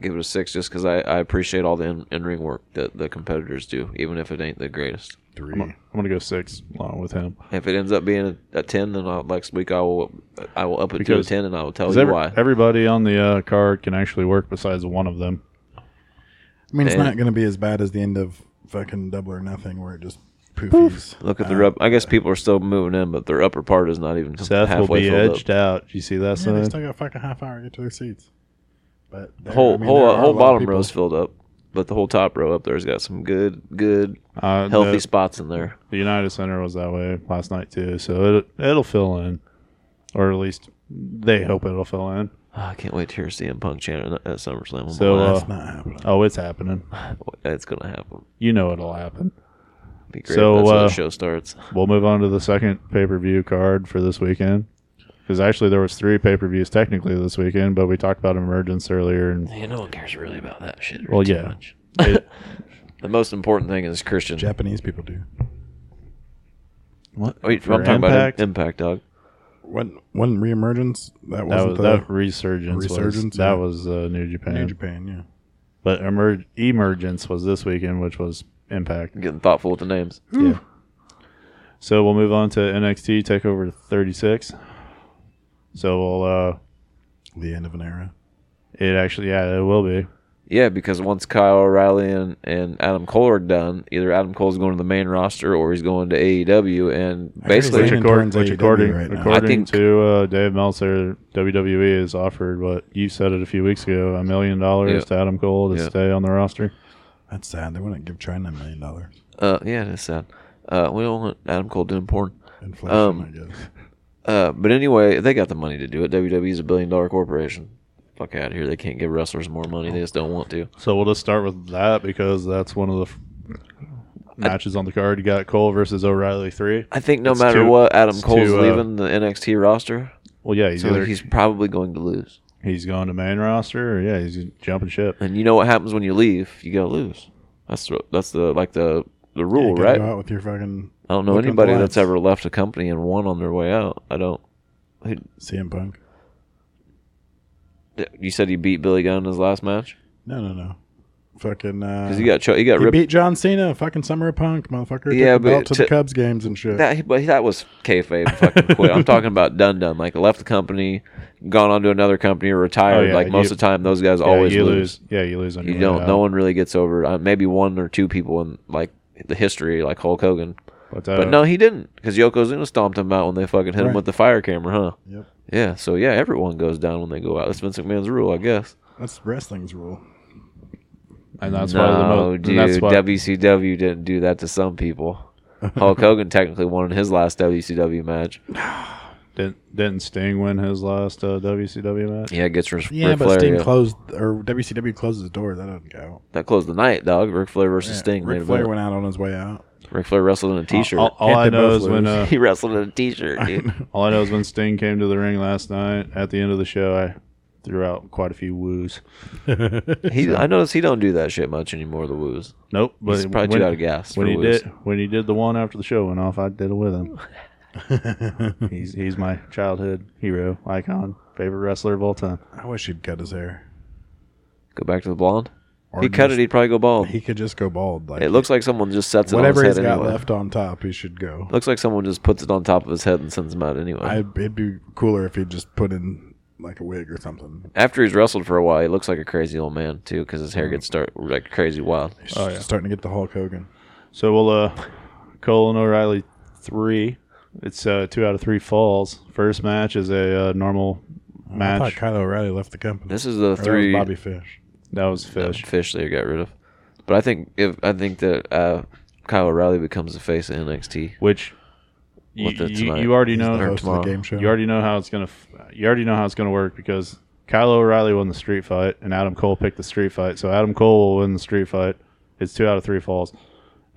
Speaker 2: Give it a six just because I, I appreciate all the in, in ring work that the competitors do, even if it ain't the greatest.
Speaker 1: 3
Speaker 3: I'm, I'm going to go six along with him.
Speaker 2: If it ends up being a, a 10, then I'll, next week I will I will up it
Speaker 3: Because-
Speaker 2: to a 10 and I will tell
Speaker 3: 'Cause
Speaker 2: you
Speaker 3: every-
Speaker 2: why.
Speaker 3: everybody on the uh, card can actually work besides one of them.
Speaker 1: I mean, it's
Speaker 2: And-
Speaker 1: not going to be as bad as the end of fucking Double or Nothing, where it just poofies.
Speaker 2: Look at the rub. I guess people are still moving in, but their upper part is not even
Speaker 3: Uh, Seth will
Speaker 2: halfway
Speaker 3: be
Speaker 2: filled
Speaker 3: edged out. You see that
Speaker 1: Yeah, they
Speaker 3: sign?
Speaker 1: still got a fucking half hour to get to their seats. But there-
Speaker 2: up. Whole
Speaker 1: I mean,
Speaker 2: whole
Speaker 1: there
Speaker 2: uh,
Speaker 1: are a
Speaker 2: whole
Speaker 1: lot of
Speaker 2: bottom
Speaker 1: people-
Speaker 2: row's filled up, but the whole top row up there's got some good good
Speaker 3: Uh,
Speaker 2: healthy
Speaker 3: the,
Speaker 2: spots in there.
Speaker 3: the United Center was that way last night too, so it it'll fill in, or at least they hope it'll fill in.
Speaker 2: Ah, I can't wait to hear CM Punk chant at at SummerSlam.
Speaker 3: So, uh,
Speaker 1: It's not happening.
Speaker 3: Oh, it's happening.
Speaker 2: it's gonna happen.
Speaker 3: You know it'll happen.
Speaker 2: Be great.
Speaker 3: So,
Speaker 2: That's when
Speaker 3: uh,
Speaker 2: the show starts.
Speaker 3: We'll move on to the second pay per view card for this weekend. Because actually, there was three pay per views technically this weekend, but we talked about emergence earlier, and
Speaker 2: Yeah, no one cares really about that shit.
Speaker 3: well, yeah, It-
Speaker 2: The most important thing is Christian.
Speaker 1: Japanese people do.
Speaker 3: what?
Speaker 2: Oh, Wait,
Speaker 3: For
Speaker 2: I'm talking
Speaker 3: Impact?
Speaker 2: about Impact, dog.
Speaker 1: When when reemergence that
Speaker 3: that
Speaker 1: wasn't
Speaker 3: was
Speaker 1: the
Speaker 3: that resurgence. was,
Speaker 1: Resurgence, yeah.
Speaker 3: That was uh, New Japan.
Speaker 1: New Japan, yeah.
Speaker 3: But emerg- emergence was this weekend, which was Impact.
Speaker 2: I'm getting thoughtful with the names.
Speaker 1: Mm.
Speaker 3: Yeah. So we'll move on to NXT Takeover 36. So we'll. Uh,
Speaker 1: The end of an era.
Speaker 3: it actually, yeah, it will be.
Speaker 2: Yeah, because once Kyle O'Reilly and, and Adam Cole are done, either Adam Cole's going to the main roster or he's going to AEW. And
Speaker 1: heard he's
Speaker 2: basically,
Speaker 1: leaving.
Speaker 3: According,
Speaker 1: turns
Speaker 3: which
Speaker 1: AEW
Speaker 3: according,
Speaker 1: right now.
Speaker 3: according
Speaker 2: I think-
Speaker 3: to uh, Dave Meltzer, WWE has offered what you said it a few weeks ago a million dollars to Adam Cole to
Speaker 2: Yeah.
Speaker 3: stay on the roster.
Speaker 1: That's sad. They wouldn't give China a million dollars.
Speaker 2: uh, yeah, that's sad. Uh, we don't want Adam Cole doing porn.
Speaker 1: Inflation,
Speaker 2: Um,
Speaker 1: I guess.
Speaker 2: Uh, but anyway, they got the money to do it. WWE's a billion dollar corporation. Fuck out of here. They can't give wrestlers more money. They just don't want to.
Speaker 3: So we'll just start with that because that's one of the f- matches on the card. You got Cole versus O'Reilly three.
Speaker 2: I think no
Speaker 3: It's
Speaker 2: matter
Speaker 3: too-
Speaker 2: what, Adam
Speaker 3: it's
Speaker 2: Cole's
Speaker 3: too, uh,
Speaker 2: leaving the NXT roster,
Speaker 3: Well, yeah, he's
Speaker 2: so
Speaker 3: either
Speaker 2: he's probably going to lose.
Speaker 3: he's going to main roster or yeah, he's jumping ship.
Speaker 2: And you know what happens when you leave? You gotta lose. That's the, that's the like the
Speaker 1: Yeah,
Speaker 2: the
Speaker 1: you
Speaker 2: rule,
Speaker 1: gotta
Speaker 2: right?
Speaker 1: Go out
Speaker 2: I
Speaker 1: with your fucking
Speaker 2: don't know
Speaker 1: look at the
Speaker 2: anybody
Speaker 1: lights.
Speaker 2: that's ever left a company and won on their way out. I don't.
Speaker 1: CM Punk.
Speaker 2: You said he beat Billy Gunn in his last match
Speaker 1: No, no, no. Fucking. Uh,
Speaker 2: because he got cho- he got
Speaker 1: he
Speaker 2: ripped.
Speaker 1: beat John Cena, fucking Summer of Punk, motherfucker.
Speaker 2: Yeah,
Speaker 1: Yeah,
Speaker 2: but
Speaker 1: but to the
Speaker 2: to-
Speaker 1: Cubs games and shit.
Speaker 2: That but that was kayfabe. and Fucking quit. I'm talking about done done. Like left the company, gone on to another company, retired.
Speaker 3: Oh, yeah,
Speaker 2: like most
Speaker 3: you-
Speaker 2: of the time, those guys
Speaker 3: Yeah,
Speaker 2: always
Speaker 3: you
Speaker 2: lose.
Speaker 3: Yeah, you lose on
Speaker 2: You
Speaker 3: your
Speaker 2: don't.
Speaker 3: way out.
Speaker 2: No one really gets over. Uh, maybe one or two people in like the history, like Hulk Hogan.
Speaker 3: But, uh,
Speaker 2: But no, he didn't, because Yokozuna stomped him out when they fucking hit him
Speaker 1: Right.
Speaker 2: with the fire camera, huh?
Speaker 1: Yep.
Speaker 2: Yeah. So yeah, everyone goes down when they go out. That's Vince McMahon's rule, I guess.
Speaker 1: That's wrestling's rule.
Speaker 3: and that's
Speaker 2: no,
Speaker 3: why the mo- and
Speaker 2: dude,
Speaker 3: that's why
Speaker 2: WCW didn't do that to some people. Hulk Hogan technically won in his last WCW match.
Speaker 3: didn't, didn't Sting win his last uh, WCW match?
Speaker 2: Yeah, gets Ric,
Speaker 1: Yeah,
Speaker 2: Ric
Speaker 1: but
Speaker 2: Flair.
Speaker 1: Sting
Speaker 2: yeah.
Speaker 1: closed or WCW closes the door. That doesn't go.
Speaker 2: that closed the night, dog. Ric Flair versus
Speaker 1: Yeah,
Speaker 2: Sting.
Speaker 1: Ric
Speaker 2: Ric
Speaker 1: Flair went out on his way out.
Speaker 2: Ric Flair wrestled in a t-shirt.
Speaker 3: All, all
Speaker 1: Can't
Speaker 3: I
Speaker 1: they
Speaker 3: know
Speaker 1: both
Speaker 3: is when
Speaker 1: lose?
Speaker 3: uh,
Speaker 2: he wrestled in a t-shirt, dude.
Speaker 3: all I know is when Sting came to the ring last night at the end of the show, I threw out quite a few woos.
Speaker 2: He, I noticed he don't do that shit much anymore. The woos.
Speaker 3: Nope, but
Speaker 2: He's probably too out of gas
Speaker 3: When
Speaker 2: for
Speaker 3: he
Speaker 2: woos.
Speaker 3: did, when he did the one after the show went off, I did it with him. he's he's my childhood hero, icon, favorite wrestler of all time.
Speaker 1: I wish he'd cut his hair.
Speaker 2: Go back to the blonde.
Speaker 1: Or
Speaker 2: he cut it.
Speaker 1: just-
Speaker 2: He'd probably go bald.
Speaker 1: He could just go bald. Like
Speaker 2: it looks like someone just sets it
Speaker 1: whatever
Speaker 2: on
Speaker 1: he's
Speaker 2: his head
Speaker 1: got
Speaker 2: anyway.
Speaker 1: left on top, he should go.
Speaker 2: Looks like someone just puts it on top of his head and sends him out anyway.
Speaker 1: I, it'd be cooler if he just put in like a wig or something.
Speaker 2: After he's wrestled for a while, he looks like a crazy old man too, because his hair gets start like crazy wild.
Speaker 1: Mm. He's starting to get the Hulk Hogan.
Speaker 3: So we'll uh, Colin O'Reilly three. It's uh, two out of three falls. First match is a uh, normal
Speaker 1: I thought
Speaker 3: match.
Speaker 1: Kyle O'Reilly left the company.
Speaker 2: This is
Speaker 1: Or
Speaker 2: the
Speaker 1: that was
Speaker 2: three
Speaker 1: Bobby Fish.
Speaker 3: That was
Speaker 2: uh,
Speaker 3: fish.
Speaker 2: fish they got rid of. But I think if I think that uh, Kyle O'Reilly becomes the face of NXT.
Speaker 3: which you,
Speaker 2: With it
Speaker 3: you,
Speaker 2: tonight.
Speaker 3: you already
Speaker 1: He's
Speaker 3: know
Speaker 1: the host
Speaker 2: tomorrow.
Speaker 1: of the game show.
Speaker 3: you already know how it's gonna f- you already know how it's gonna work because Kyle O'Reilly won the street fight and Adam Cole picked the street fight, so Adam Cole will win the street fight. It's two out of three falls.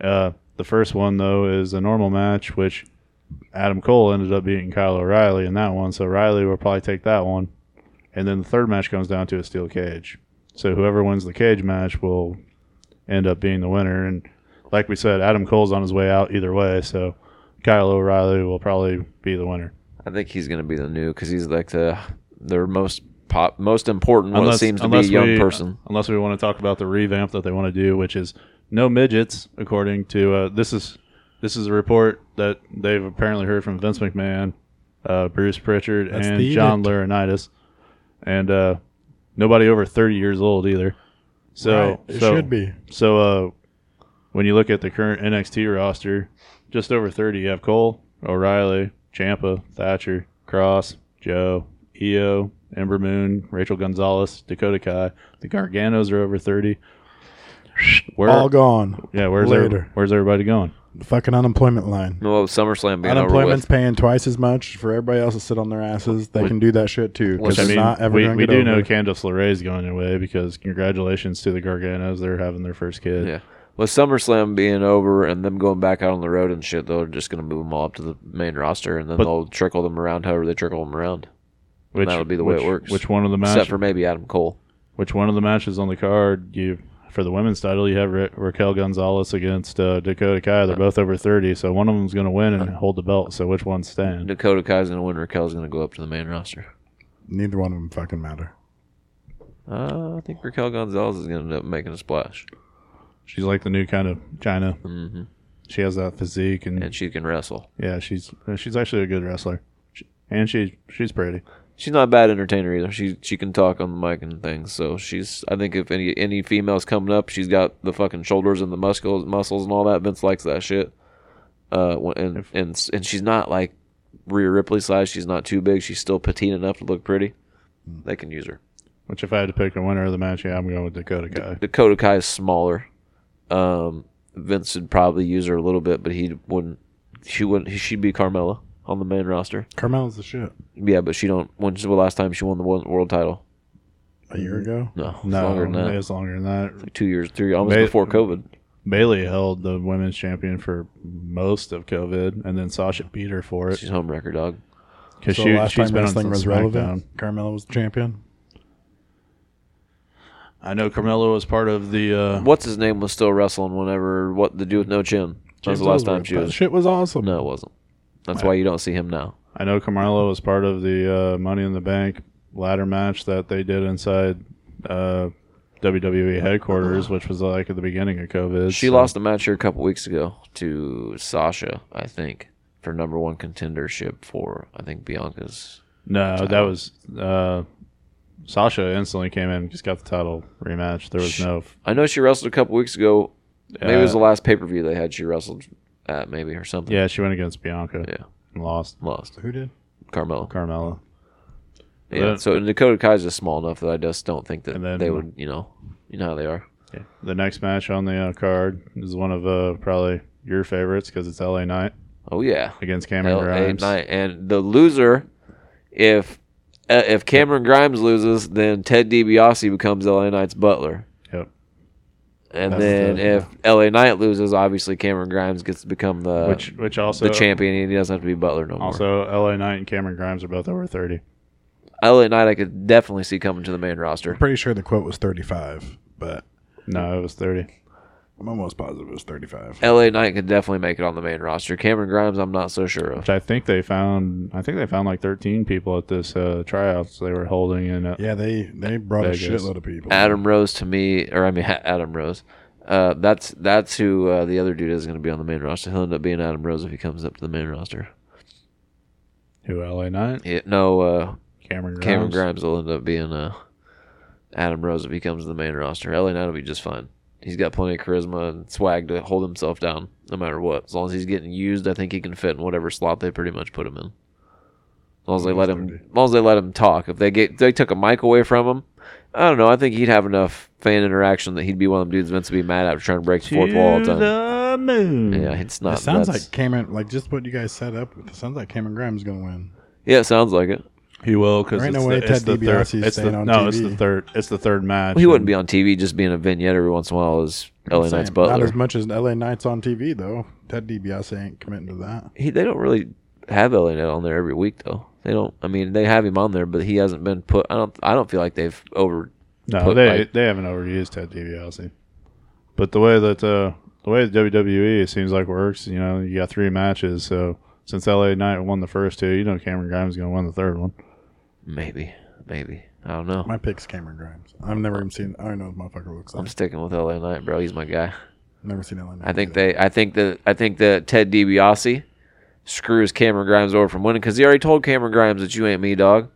Speaker 3: Uh, the first one though is a normal match, which Adam Cole ended up beating Kyle O'Reilly in that one, so O'Reilly will probably take that one. And then the third match comes down to a steel cage. So whoever wins the cage match will end up being the winner. And like we said, Adam Cole's on his way out either way, so Kyle O'Reilly will probably be the winner.
Speaker 2: I think he's gonna be the new because he's like the their most pop most important one
Speaker 3: Unless-
Speaker 2: seems to be a
Speaker 3: unless
Speaker 2: young
Speaker 3: we- uh,
Speaker 2: person.
Speaker 3: Unless we want to talk about the revamp that they want to do, which is no midgets, according to uh, this is this is a report that they've apparently heard from Vince McMahon, uh, Bruce Pritchard,
Speaker 1: That's
Speaker 3: and
Speaker 1: the
Speaker 3: John
Speaker 1: edict.
Speaker 3: Laurinaitis, and uh, nobody over thirty years old either. So
Speaker 1: Right, it
Speaker 3: so-
Speaker 1: should be.
Speaker 3: So uh, when you look at the current NXT roster, just over 30, you have Cole, O'Reilly, Champa, Thatcher, Cross, Joe, Io, Ember Moon, Rachel Gonzalez, Dakota Kai. The Garganos are over 30. Where,
Speaker 1: All gone.
Speaker 3: yeah, where's
Speaker 1: later.
Speaker 3: every- where's everybody going?
Speaker 1: The fucking unemployment line.
Speaker 2: No, SummerSlam being over
Speaker 1: Unemployment's
Speaker 2: with.
Speaker 1: paying twice as much for everybody else to sit on their asses. They can do that shit too.
Speaker 2: which,
Speaker 1: Because
Speaker 3: I
Speaker 1: it's
Speaker 3: mean,
Speaker 1: not ever
Speaker 3: we,
Speaker 1: gonna
Speaker 3: we
Speaker 1: get
Speaker 3: do
Speaker 1: over.
Speaker 3: know Candice LeRae's going away because congratulations to the Garganos. They're having their first kid.
Speaker 2: Yeah, with SummerSlam being over and them going back out on the road and shit, they're just gonna move them all up to the main roster and then
Speaker 3: But-
Speaker 2: they'll trickle them around however they trickle them around.
Speaker 3: Which,
Speaker 2: That would be the way it
Speaker 3: which-
Speaker 2: works.
Speaker 3: Which one of the matches?
Speaker 2: Except for maybe Adam Cole.
Speaker 3: which one of the matches on the card you for the women's title you have Ra- Raquel Gonzalez against uh, Dakota Kai. They're both over 30, so one of them's going to win and hold the belt. So which one's staying?
Speaker 2: Dakota Kai's gonna win. Raquel's gonna go up to the main roster.
Speaker 1: Neither one of them fucking matter.
Speaker 2: Uh, I think Raquel Gonzalez is gonna end up making a splash,
Speaker 3: She's like the new kind of China. Mm-hmm. She has that physique and,
Speaker 2: and she can wrestle.
Speaker 3: yeah, she's she's actually a good wrestler. She, and she she's pretty.
Speaker 2: She's not a bad entertainer either. She she can talk on the mic and things. So she's. I think if any any females coming up, she's got the fucking shoulders and the muscles muscles and all that. Vince likes that shit. Uh, wh- and and and she's not like Rhea Ripley size. She's not too big. She's still petite enough to look pretty. They can use her.
Speaker 3: Which if I had to pick a winner of the match, yeah, I'm going with Dakota Kai.
Speaker 2: Dakota Kai is smaller. Um, Vince would probably use her a little bit, but he wouldn't. She wouldn't. She'd be Carmella on the main roster.
Speaker 1: Carmel's the shit.
Speaker 2: Yeah, but she don't. When's the last time she won the wo- world title?
Speaker 1: A year ago.
Speaker 2: No, it's
Speaker 3: No,
Speaker 2: longer than that.
Speaker 3: it's longer than that.
Speaker 2: Like two years, three, almost
Speaker 3: Ba-
Speaker 2: before COVID.
Speaker 3: Bailey held the women's champion for most of COVID, and then Sasha beat her for it
Speaker 2: She's homewrecker dog.
Speaker 3: because
Speaker 1: So
Speaker 3: she
Speaker 1: last
Speaker 3: she's
Speaker 1: time
Speaker 3: been on
Speaker 1: wrestling
Speaker 3: some
Speaker 1: was
Speaker 3: SmackDown.
Speaker 1: relevant, Carmella was the champion.
Speaker 3: I know Carmelo was part of the. Uh,
Speaker 2: What's his name was still wrestling whenever what the dude with no chin. That was the last time she
Speaker 1: That
Speaker 2: was.
Speaker 1: Shit was awesome.
Speaker 2: No, it wasn't. That's why you don't see him now.
Speaker 3: I know Carmelo was part of the uh, Money in the Bank ladder match that they did inside uh, WWE headquarters, which was like at the beginning of COVID.
Speaker 2: She
Speaker 3: so-
Speaker 2: lost a match here a couple weeks ago to Sasha, I think, for number one contendership for I think Bianca's.
Speaker 3: No, that was uh, Sasha instantly came in, and just got the title rematch. There was no
Speaker 2: I know she wrestled a couple weeks ago. Maybe it was
Speaker 3: Uh,
Speaker 2: the last pay per view they had. She wrestled at maybe or something.
Speaker 3: Yeah, she went against Bianca.
Speaker 2: Yeah.
Speaker 3: And lost
Speaker 2: lost
Speaker 1: Who did?
Speaker 2: Carmelo.
Speaker 3: Carmella.
Speaker 2: yeah.
Speaker 3: that-
Speaker 2: So and Dakota Kai's is small enough that I just don't think that
Speaker 3: And then-
Speaker 2: they would. You know, you know how they are.
Speaker 3: Yeah. The next match on the uh, card is one of uh, probably your favorites because it's LA Knight
Speaker 2: Oh yeah.
Speaker 3: against Cameron
Speaker 2: Hell, eight,
Speaker 3: Grimes.
Speaker 2: nine, and the loser, if uh, if Cameron Grimes loses, then Ted DiBiase becomes LA Knight's butler.
Speaker 3: Yep.
Speaker 2: And
Speaker 3: That's
Speaker 2: then
Speaker 3: the-
Speaker 2: if LA Knight loses, obviously Cameron Grimes gets to become the
Speaker 3: which which also
Speaker 2: the champion, and he doesn't have to be Butler no more.
Speaker 3: Also, LA Knight and Cameron Grimes are both over thirty.
Speaker 2: LA Knight, I could definitely see coming to the main roster.
Speaker 1: I'm pretty sure the quote was 35, but
Speaker 3: No, it was thirty.
Speaker 1: I'm almost positive it was 35.
Speaker 2: LA Knight could definitely make it on the main roster. Cameron Grimes, I'm not so sure of.
Speaker 3: Which I think they found. I think they found like thirteen people at this uh, tryouts they were holding in. uh, it.
Speaker 1: Yeah, they they brought a
Speaker 3: Vegas.
Speaker 1: shitload of people.
Speaker 2: Adam Rose to me, or I mean Ha- Adam Rose. Uh, that's that's who uh, the other dude is going to be on the main roster. He'll end up being Adam Rose if he comes up to the main roster.
Speaker 3: Who LA Knight?
Speaker 2: Yeah, no, uh,
Speaker 3: Cameron Grimes.
Speaker 2: Cameron Grimes will end up being uh, Adam Rose if he comes to the main roster. LA Knight will be just fine. He's got plenty of charisma and swag to hold himself down no matter what. As long as he's getting used, I think he can fit in whatever slot they pretty much put him in. As long as they let him, as long as they let him talk. If they get, if they took a mic away from him. I don't know. I think he'd have enough fan interaction that he'd be one of them dudes meant to be mad at for trying to break the fourth wall all the time.
Speaker 3: the moon.
Speaker 2: yeah, it's not.
Speaker 1: It sounds
Speaker 2: that's-
Speaker 1: like Cameron, like just what you guys set up. It sounds like Cameron Grimes going to win.
Speaker 2: yeah, it sounds like it.
Speaker 3: He will because
Speaker 1: There ain't
Speaker 3: it's,
Speaker 1: no way
Speaker 3: the, it's
Speaker 1: Ted
Speaker 3: the third.
Speaker 1: DiBiase's
Speaker 3: It's the,
Speaker 1: staying on
Speaker 3: no, it's
Speaker 1: TV.
Speaker 3: the third. It's the third match.
Speaker 2: Well, he wouldn't be on TV just being a vignette every once in a while as LA Knight's
Speaker 1: Same.
Speaker 2: butler.
Speaker 1: Not as much as LA Knights on TV though. Ted DiBiase ain't committing to that.
Speaker 2: he they don't really have Elliott on there every week though. They don't. I mean, they have him on there, but he hasn't been put. I don't. I don't feel like they've over.
Speaker 3: No,
Speaker 2: put,
Speaker 3: they
Speaker 2: like-
Speaker 3: they haven't overused Ted DiBiase. But the way that uh, the way the WWE it seems like works, you know, you got three matches. So since LA Knight won the first two, you know Cameron Grimes is going to win the third one.
Speaker 2: Maybe, maybe. I don't know.
Speaker 1: My pick's Cameron Grimes. I've never even seen. I don't know what the motherfucker looks
Speaker 2: I'm
Speaker 1: like.
Speaker 2: sticking with LA Knight, bro. He's my guy.
Speaker 1: Never seen LA Knight.
Speaker 2: I think they. I think that. I think that Ted DiBiase screws Cameron Grimes over from winning because he already told Cameron Grimes that you ain't me, dog.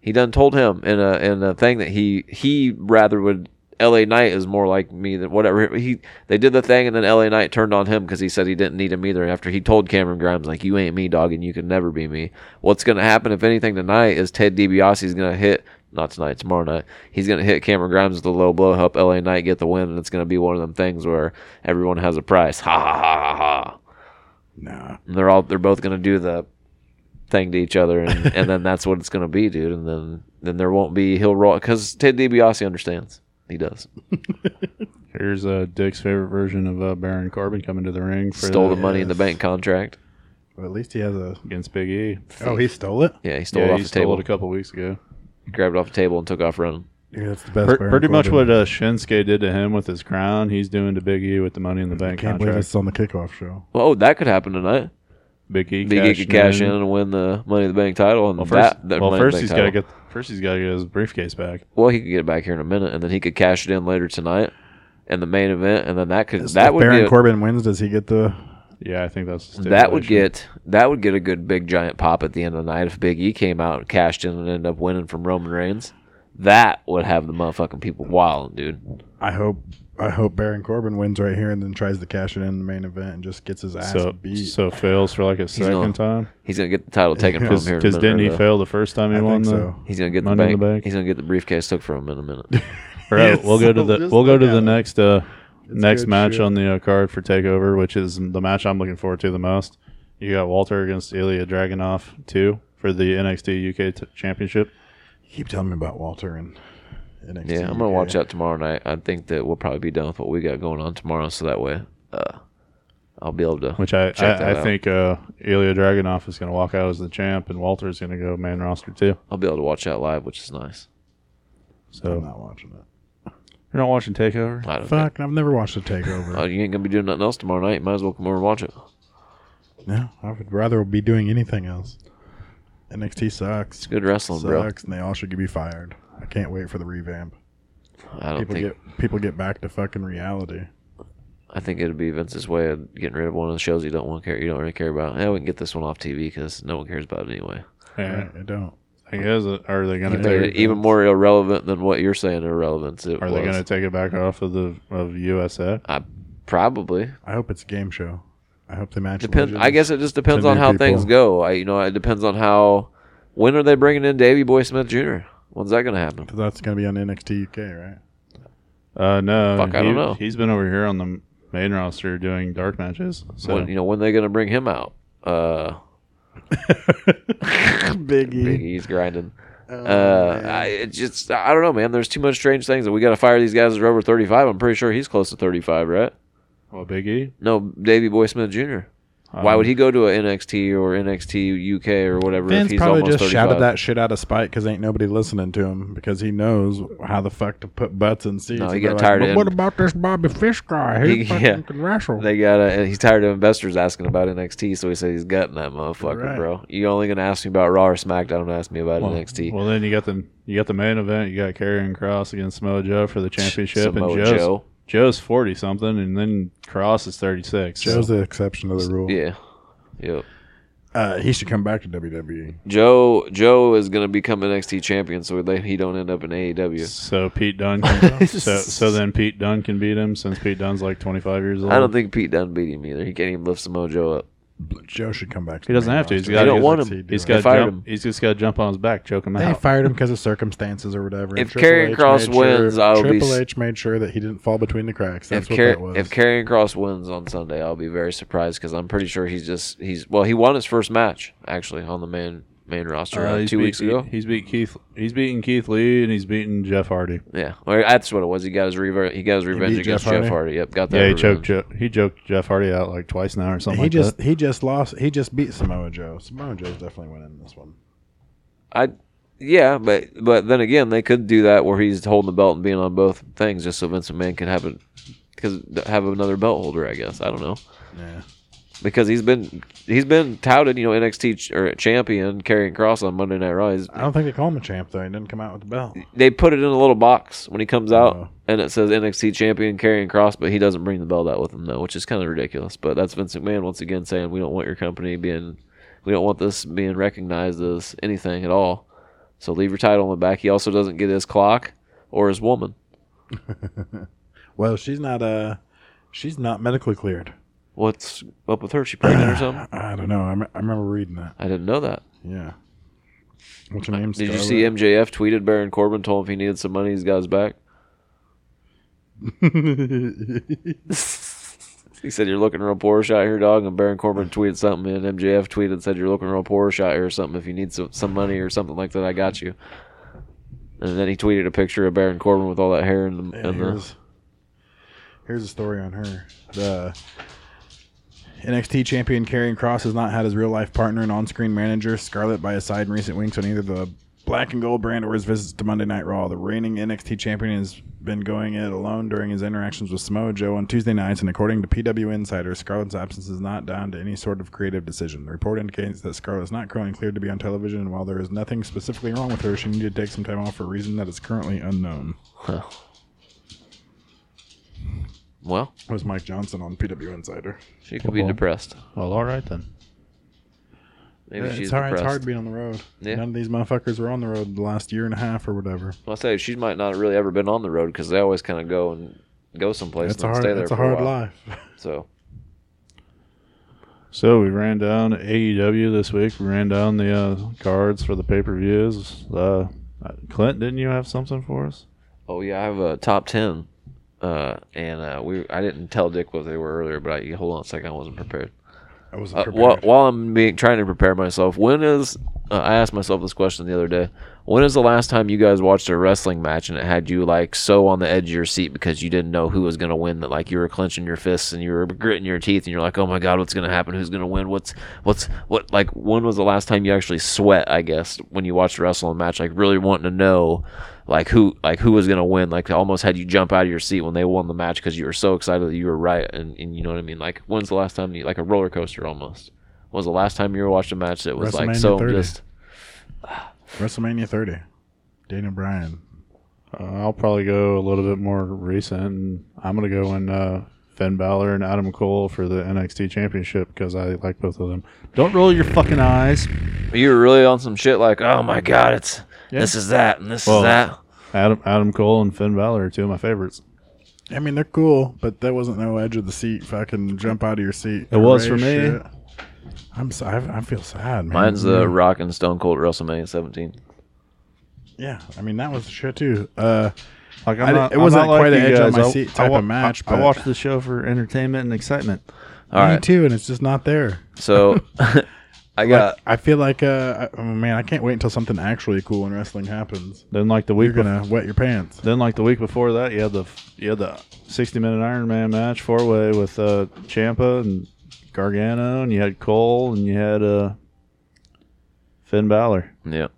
Speaker 2: He done told him in a in a thing that he he rather would. L.A. Knight is more like me than whatever he. They did the thing, and then L.A. Knight turned on him because he said he didn't need him either. After he told Cameron Grimes like, "You ain't me, dog, and you can never be me." What's going to happen if anything tonight is Ted DiBiase is going to hit not tonight, tomorrow night. He's going to hit Cameron Grimes with a low blow, help LA Knight get the win, and it's going to be one of them things where everyone has a price. Ha ha ha ha ha.
Speaker 1: Nah.
Speaker 2: And they're all they're both going to do the thing to each other, and, and then that's what it's going to be, dude. And then then there won't be he'll roll because Ted DiBiase understands. He does.
Speaker 3: Here's uh, Dick's favorite version of uh, Baron Corbin coming to the ring for
Speaker 2: Stole the
Speaker 3: the-
Speaker 2: money in the bank contract.
Speaker 1: But at least he has a.
Speaker 3: against Big E.
Speaker 1: Oh, he stole it.
Speaker 2: Yeah, he stole it
Speaker 3: yeah,
Speaker 2: off
Speaker 3: he
Speaker 2: the
Speaker 3: stole
Speaker 2: table.
Speaker 3: it a couple weeks ago.
Speaker 2: grabbed it off the table and took off running.
Speaker 1: Yeah, that's the best.
Speaker 3: Per-
Speaker 1: Baron
Speaker 3: pretty much
Speaker 1: Corbin.
Speaker 3: what uh, Shinsuke did to him with his crown, he's doing to Big E with the money in the bank
Speaker 1: Can't believe
Speaker 3: contract.
Speaker 1: it's on the kickoff show.
Speaker 2: Well, oh, that could happen tonight.
Speaker 3: Big E,
Speaker 2: Big E
Speaker 3: cashed
Speaker 2: could cash in and win the Money in the Bank title, and
Speaker 3: Well, first,
Speaker 2: that, that
Speaker 3: well,
Speaker 2: Money in the
Speaker 3: first
Speaker 2: Bank
Speaker 3: he's got to
Speaker 2: title.
Speaker 3: get first he's got to get his briefcase back.
Speaker 2: Well, he could get it back here in a minute, and then he could cash it in later tonight, and the main event, and then that could
Speaker 1: If
Speaker 2: that would
Speaker 1: Baron
Speaker 2: get
Speaker 1: Corbin wins. Does he get the?
Speaker 3: Yeah, I think that's the
Speaker 2: that would
Speaker 3: stipulation.
Speaker 2: get that would get a good big giant pop at the end of the night if Big E came out and cashed in and ended up winning from Roman Reigns. That would have the motherfucking people wilding, dude.
Speaker 1: I hope. I hope Baron Corbin wins right here and then tries to cash it in the main event and just gets his ass
Speaker 3: so
Speaker 1: beat.
Speaker 3: so fails for like a
Speaker 2: gonna-
Speaker 3: second time
Speaker 2: He's gonna get the title taken from him
Speaker 3: because
Speaker 2: here. in a minute
Speaker 3: didn't
Speaker 2: or
Speaker 3: he
Speaker 2: the-
Speaker 3: fail the first time he
Speaker 1: I
Speaker 3: won
Speaker 1: think
Speaker 3: the
Speaker 1: so.
Speaker 2: He's gonna get the
Speaker 3: Money in the
Speaker 2: bank.
Speaker 3: Bank?
Speaker 2: He's gonna get the briefcase took from him in a minute.
Speaker 3: All right,
Speaker 1: Yes,
Speaker 3: we'll go to
Speaker 1: so
Speaker 3: the
Speaker 1: just
Speaker 3: we'll go
Speaker 1: look
Speaker 3: to
Speaker 1: at
Speaker 3: the
Speaker 1: it.
Speaker 3: next uh next
Speaker 1: good
Speaker 3: match
Speaker 1: shit.
Speaker 3: on the uh, card for Takeover, which is the match I'm looking forward to the most. You got Walter against Ilya Dragunov two for the NXT UK t- Championship.
Speaker 1: Keep telling me about Walter and. NXT
Speaker 2: Yeah, I'm
Speaker 1: UK.
Speaker 2: gonna watch that tomorrow night. I think that we'll probably be done with what we got going on tomorrow, so that way, uh, I'll be able to.
Speaker 3: Which I
Speaker 2: Check
Speaker 3: I,
Speaker 2: that
Speaker 3: I
Speaker 2: out.
Speaker 3: think uh, Ilya Dragunov is going to walk out as the champ, and Walter is going to go main roster too.
Speaker 2: I'll be able to watch that live, which is nice.
Speaker 1: I'm
Speaker 3: So
Speaker 1: not watching it.
Speaker 3: you're not watching Takeover.
Speaker 2: I don't think.
Speaker 1: Fuck! I've never watched a takeover.
Speaker 2: Oh, you ain't gonna be doing nothing else tomorrow night. Might as well come over and watch it.
Speaker 1: No, I would rather be doing anything else. NXT sucks.
Speaker 2: Good wrestling, bro.
Speaker 1: sucks, and they all should be fired. I can't wait for the revamp.
Speaker 2: I don't
Speaker 1: People
Speaker 2: think
Speaker 1: get people get back to fucking reality.
Speaker 2: I think it'd be Vince's way of getting rid of one of the shows you don't want to care. You don't really care about. Yeah, we can get this one off TV because no one cares about it anyway.
Speaker 3: Yeah.
Speaker 1: I don't.
Speaker 3: I guess uh, are they
Speaker 2: You
Speaker 3: gonna
Speaker 2: made
Speaker 3: take
Speaker 2: it even more irrelevant than what you're saying irrelevance. It
Speaker 3: Are
Speaker 2: was.
Speaker 3: they gonna take it back off of the of USF?
Speaker 2: I probably
Speaker 1: I hope it's a game show. I hope they match.
Speaker 2: depends. I
Speaker 1: legends.
Speaker 2: guess it just depends
Speaker 1: to
Speaker 2: on
Speaker 1: new
Speaker 2: how
Speaker 1: people.
Speaker 2: things go. I you know it depends on how. When are they bringing in Davy Boy Smith Jr.? When's that gonna happen?
Speaker 1: So that's gonna be on NXT UK, right?
Speaker 3: Uh, no.
Speaker 2: Fuck, I
Speaker 3: he-
Speaker 2: don't know.
Speaker 3: He's been over here on the main roster doing dark matches. So
Speaker 2: When you know when they gonna bring him out? Uh, Big
Speaker 1: Biggie.
Speaker 2: E's grinding. Uh, I it just I don't know, man. There's too much strange things, and we got to fire these guys as over 35. I'm pretty sure he's close to 35, right?
Speaker 3: well, Big E.
Speaker 2: No, Davy Boy Smith Jr. Why
Speaker 3: Um,
Speaker 2: would he go to a NXT or NXT UK or whatever if
Speaker 1: Vince
Speaker 2: he's
Speaker 1: probably
Speaker 2: almost
Speaker 1: just
Speaker 2: 35?
Speaker 1: shouted that shit out of spite because ain't nobody listening to him because he knows how the fuck to put butts in seats.
Speaker 2: No, he
Speaker 1: And
Speaker 2: got
Speaker 1: they're like,
Speaker 2: tired of
Speaker 1: But
Speaker 2: him."
Speaker 1: what about this Bobby Fish guy?
Speaker 2: He-
Speaker 1: He fucking
Speaker 2: yeah.
Speaker 1: can wrestle.
Speaker 2: They got and he's tired of investors asking about NXT, so he said he's gutting that motherfucker,
Speaker 1: Right.
Speaker 2: bro. You only gonna ask me about Raw or SmackDown? Don't ask me about
Speaker 3: Well,
Speaker 2: NXT.
Speaker 3: well, then you got the you got the main event. You got Karrion Cross against Samoa Joe for the championship,
Speaker 2: Samoa
Speaker 3: and Joe's,
Speaker 2: Joe.
Speaker 3: Joe's forty something, and then Cross is thirty six.
Speaker 1: Joe's the exception to the rule.
Speaker 2: Yeah, yep.
Speaker 1: Uh, he should come back to E. WWE.
Speaker 2: Joe Joe is gonna become NXT champion, so they, he don't end up in E AEW.
Speaker 3: So Pete Dunne. Can, so so then Pete Dunne can beat him since Pete Dunne's like twenty five years old.
Speaker 2: I don't think Pete Dunne beat him either. He can't even lift Samoa Joe up.
Speaker 1: Joe should come back. To E.
Speaker 3: He doesn't
Speaker 1: the main
Speaker 3: have to. He's
Speaker 1: roster.
Speaker 3: got- They don't
Speaker 2: want him.
Speaker 3: he's
Speaker 2: They
Speaker 3: got
Speaker 2: fired
Speaker 3: jump.
Speaker 2: him.
Speaker 3: He's just got to jump on his back, choke him
Speaker 1: They
Speaker 3: out.
Speaker 1: fired him because of circumstances or whatever.
Speaker 2: If
Speaker 1: Triple
Speaker 2: Karrion
Speaker 1: H
Speaker 2: Kross
Speaker 1: made sure-
Speaker 2: wins, I'll be
Speaker 1: Triple
Speaker 2: s-
Speaker 1: H made sure that he didn't fall between the cracks. That's
Speaker 2: If
Speaker 1: what
Speaker 2: Car-
Speaker 1: that was.
Speaker 2: if Karrion Cross wins on Sunday, I'll be very surprised because I'm pretty sure he's just he's well he won his first match actually on the main main roster
Speaker 3: Uh,
Speaker 2: uh,
Speaker 3: he's
Speaker 2: two
Speaker 3: beat-
Speaker 2: weeks ago.
Speaker 3: he- he's beat Keith. He's beaten Keith Lee and he's beaten Jeff Hardy.
Speaker 2: yeah, well, that's what it was. He got his rever- he got his revenge
Speaker 1: beat
Speaker 2: against
Speaker 1: Jeff
Speaker 2: Jeff Hardy.
Speaker 1: Hardy?
Speaker 2: Yep, got that.
Speaker 3: Yeah, he
Speaker 2: revenge.
Speaker 3: choked. Jeff, he joked Jeff Hardy out like twice now or something.
Speaker 1: he
Speaker 3: like
Speaker 1: just
Speaker 3: that.
Speaker 1: he just lost. He just beat Samoa Joe. Samoa Joe's definitely winning this one.
Speaker 2: I yeah, but but then again, they could do that where he's holding the belt and being on both things just so Vince McMahon could have it because have another belt holder. I guess I don't know.
Speaker 1: Yeah.
Speaker 2: because he's been he's been touted, you know, NXT ch- or champion carrying cross on Monday Night Raw. He's-
Speaker 1: I don't think they call him a champ though. He didn't come out with the belt.
Speaker 2: they put it in a little box when he comes out,
Speaker 1: Oh.
Speaker 2: and it says NXT champion carrying cross, but he doesn't bring the belt out with him though, which is kind of ridiculous. But that's Vince McMahon once again saying we don't want your company being, we don't want this being recognized as anything at all. So leave your title on the back. He also doesn't get his clock or his woman.
Speaker 1: Well, she's not uh she's not medically cleared.
Speaker 2: What's up with her? She pregnant or something?
Speaker 1: I don't know. I, me- I remember reading that.
Speaker 2: I didn't know that.
Speaker 1: Yeah. What's her name?
Speaker 2: Uh, Did you see MJF tweeted Baron Corbin told him if he needed some money, he's got his back?
Speaker 1: him?
Speaker 2: He said you're looking real poor shot here, dog. And Baron Corbin tweeted something, and MJF tweeted said you're looking real poor shot here or something. If you need some, some money or something like that, I got you. And then he tweeted a picture of Baron Corbin with all that hair and the, and the
Speaker 1: here's, here's a story on her. The NXT champion Karrion Cross has not had his real life partner and on screen manager Scarlett by his side in recent weeks on either the black and gold brand or his visits to Monday Night Raw. The reigning NXT champion has been going it alone during his interactions with Samoa Joe on Tuesday nights, and according to PW Insider, Scarlett's absence is not down to any sort of creative decision. The report indicates that Scarlett is not currently cleared to be on television, and while there is nothing specifically wrong with her, she needed to take some time off for a reason that is currently unknown.
Speaker 2: well,
Speaker 1: was Mike Johnson on PW Insider.
Speaker 2: she could be
Speaker 3: Well.
Speaker 2: depressed.
Speaker 3: Well, all right then.
Speaker 2: Maybe she's
Speaker 1: it's, hard, it's
Speaker 2: depressed.
Speaker 1: hard being on the road.
Speaker 2: Yeah.
Speaker 1: None of these motherfuckers were on the road the last year and a half or whatever.
Speaker 2: I'll say she might not have really ever been on the road because they always kind of go and go someplace
Speaker 1: It's a
Speaker 2: and then
Speaker 1: hard,
Speaker 2: stay there
Speaker 1: it's a
Speaker 2: for
Speaker 1: hard
Speaker 2: a while.
Speaker 1: life.
Speaker 2: So
Speaker 3: So we ran down AEW this week. We ran down the uh, cards for the pay per views. Uh, Clint, didn't you have something for us?
Speaker 2: Oh yeah, I have a top ten, uh, and uh, we I didn't tell Dick what they were earlier, but I, hold on a second, I wasn't prepared.
Speaker 1: I was
Speaker 2: Uh, while, while I'm being trying to prepare myself, when is uh, I asked myself this question the other day? When is the last time you guys watched a wrestling match and it had you like so on the edge of your seat because you didn't know who was going to win that like you were clenching your fists and you were gritting your teeth and you're like, oh my god, what's going to happen? Who's going to win? What's what's what? Like when was the last time you actually sweat? I guess when you watched a wrestling match, like really wanting to know. Like who, like who was gonna win? Like almost had you jump out of your seat when they won the match because you were so excited that you were right, and, and you know what I mean. Like when's the last time you like a roller coaster almost? When was the last time you ever watched a match that was like
Speaker 1: WrestleMania
Speaker 2: so
Speaker 1: 30.
Speaker 2: just
Speaker 1: WrestleMania 30, Daniel Bryan.
Speaker 3: Uh, I'll probably go a little bit more recent. and I'm going to go in uh, Finn Balor and Adam Cole for the NXT Championship because I like both of them. Don't roll your fucking eyes.
Speaker 2: You were really on some shit like, oh my god, it's this is that and this
Speaker 3: Well,
Speaker 2: is that.
Speaker 3: Adam Adam Cole and Finn Balor are two of my favorites.
Speaker 1: I mean, they're cool, but that wasn't no edge of the seat. Fucking jump out of your seat.
Speaker 3: It was for
Speaker 1: Hooray,
Speaker 3: me.
Speaker 1: shit. I'm so, I, I feel sad, man.
Speaker 2: Mine's uh, the Rock and Stone Cold WrestleMania 17.
Speaker 1: yeah. I mean, that was shit too. Uh,
Speaker 3: Like
Speaker 1: I
Speaker 3: I'm
Speaker 1: di-
Speaker 3: not,
Speaker 1: it
Speaker 3: I'm
Speaker 1: wasn't
Speaker 3: not
Speaker 1: quite
Speaker 3: like
Speaker 1: an
Speaker 3: you
Speaker 1: edge on
Speaker 3: guys.
Speaker 1: my
Speaker 3: I-
Speaker 1: seat
Speaker 3: I
Speaker 1: type of
Speaker 3: wa-
Speaker 1: match,
Speaker 3: I, I
Speaker 1: but-
Speaker 3: watched the show for entertainment and excitement.
Speaker 2: All
Speaker 1: me
Speaker 2: right,
Speaker 1: too, and it's just not there.
Speaker 2: so I got
Speaker 1: I feel like, uh, I, oh man, I can't wait until something actually cool in wrestling happens.
Speaker 3: Then like the week
Speaker 1: You're gonna wet your pants.
Speaker 3: Then, like the week before that, you had the you had the sixty minute Iron Man match four way with uh, Champa and Gargano, and you had Cole, and you had uh, Finn Balor,
Speaker 2: yeah.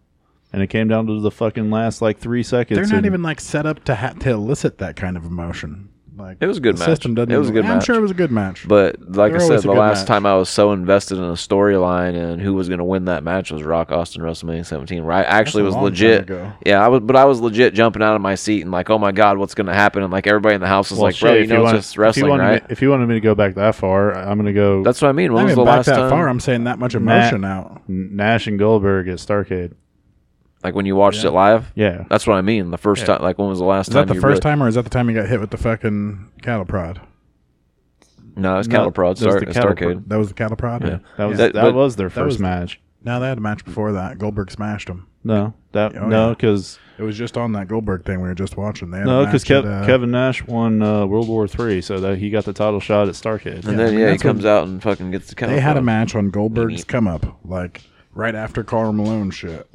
Speaker 3: and it came down to the fucking last like three seconds.
Speaker 1: They're not
Speaker 3: and
Speaker 1: even like set up to ha- to elicit that kind of emotion. Like
Speaker 2: It was a good
Speaker 1: the
Speaker 2: match.
Speaker 1: System doesn't
Speaker 2: It was a good
Speaker 1: I'm sure
Speaker 2: match.
Speaker 1: it was a good match.
Speaker 2: But like
Speaker 1: They're
Speaker 2: I said,
Speaker 1: always a
Speaker 2: the
Speaker 1: good
Speaker 2: last
Speaker 1: match.
Speaker 2: time I was so invested in a storyline and who was going to win that match was Rock Austin WrestleMania 17. Right? I actually
Speaker 1: a
Speaker 2: was
Speaker 1: long time
Speaker 2: legit.
Speaker 1: ago.
Speaker 2: Yeah, I was, but I was legit jumping out of my seat and like, oh my god, what's going to happen? And like everybody in the house was
Speaker 3: Well,
Speaker 2: like,
Speaker 3: shit,
Speaker 2: bro, you
Speaker 3: if
Speaker 2: know,
Speaker 3: wanted-
Speaker 2: it's just wrestling,
Speaker 3: if you wanted
Speaker 2: right?
Speaker 3: Me, if you wanted me to go back that far, I- I'm gonna go
Speaker 2: That's what I mean.
Speaker 1: I
Speaker 2: When was
Speaker 1: haven't
Speaker 2: the
Speaker 1: back
Speaker 2: last
Speaker 1: that
Speaker 2: time?
Speaker 1: far. I'm saying that much
Speaker 3: Matt-
Speaker 1: emotion out.
Speaker 3: Nash and Goldberg at Starcade.
Speaker 2: Like when you watched it live.
Speaker 3: Yeah,
Speaker 2: That's what I mean. The first time. Like when was the last
Speaker 1: Is
Speaker 2: time?
Speaker 1: that the
Speaker 2: you
Speaker 1: first
Speaker 2: really-
Speaker 1: time, or is that the time you got hit with the fucking cattle prod?
Speaker 2: No, it's
Speaker 3: No,
Speaker 2: Cattle Prod.
Speaker 3: that was
Speaker 2: Star,
Speaker 3: the Cattle
Speaker 2: Starcade.
Speaker 1: That was the cattle prod. Yeah.
Speaker 3: that was
Speaker 2: That-
Speaker 3: that,
Speaker 2: but-
Speaker 3: was their
Speaker 1: that
Speaker 3: first
Speaker 1: was-
Speaker 3: match.
Speaker 1: Now they had a match before that. Goldberg smashed him.
Speaker 3: No, that
Speaker 1: Oh,
Speaker 3: no
Speaker 1: yeah.
Speaker 3: because
Speaker 1: It was just on that Goldberg thing we were just watching. They had
Speaker 3: no
Speaker 1: a match
Speaker 3: because Kev,
Speaker 1: at, uh,
Speaker 3: Kevin Nash won uh, World War Three, so that he got the title shot at Starcade.
Speaker 2: And
Speaker 1: Yeah, I
Speaker 2: then
Speaker 1: mean,
Speaker 2: yeah, he
Speaker 1: that's what-
Speaker 2: comes out and fucking gets the Cattle
Speaker 1: They had a
Speaker 2: Prod.
Speaker 1: match on Goldberg's come up, like right after Carl Malone shit.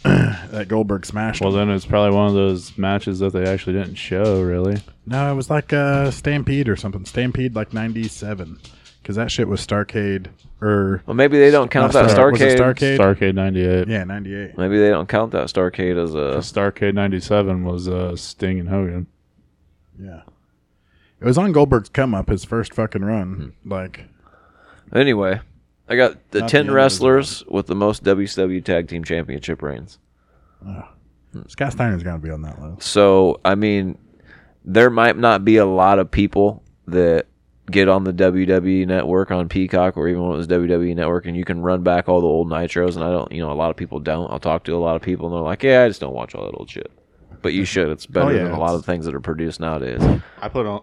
Speaker 1: that Goldberg smashed.
Speaker 3: Well,
Speaker 1: him.
Speaker 3: then it's probably one of those matches that they actually didn't show, really.
Speaker 1: No, it was like uh, Stampede or something. Stampede like '97, because that shit was Starcade or
Speaker 2: Well, maybe they don't count
Speaker 1: Not
Speaker 2: that
Speaker 1: Star- was it
Speaker 2: Starcade.
Speaker 1: Starcade?
Speaker 3: Starcade 98.
Speaker 1: yeah '98.
Speaker 2: Maybe they don't count that Starcade as a
Speaker 3: Starcade 97 was uh, Sting and Hogan.
Speaker 1: Yeah, it was on Goldberg's come up, his first fucking run.
Speaker 2: Hmm.
Speaker 1: Like
Speaker 2: Anyway, I got the
Speaker 1: Not the
Speaker 2: ten
Speaker 1: end of the
Speaker 2: wrestlers with the most WCW Tag Team Championship reigns.
Speaker 1: Scott Steiner's gonna be on that list.
Speaker 2: So I mean, there might not be a lot of people that get on the WWE network on Peacock or even when it was WWE network, and you can run back all the old nitros. And I don't, you know, a lot of people don't. I'll talk to a lot of people, and they're like, "Yeah, I just don't watch all that old shit." But you should. It's better
Speaker 3: yeah,
Speaker 2: than a lot
Speaker 3: it's-
Speaker 2: of things that are produced nowadays.
Speaker 3: I put on.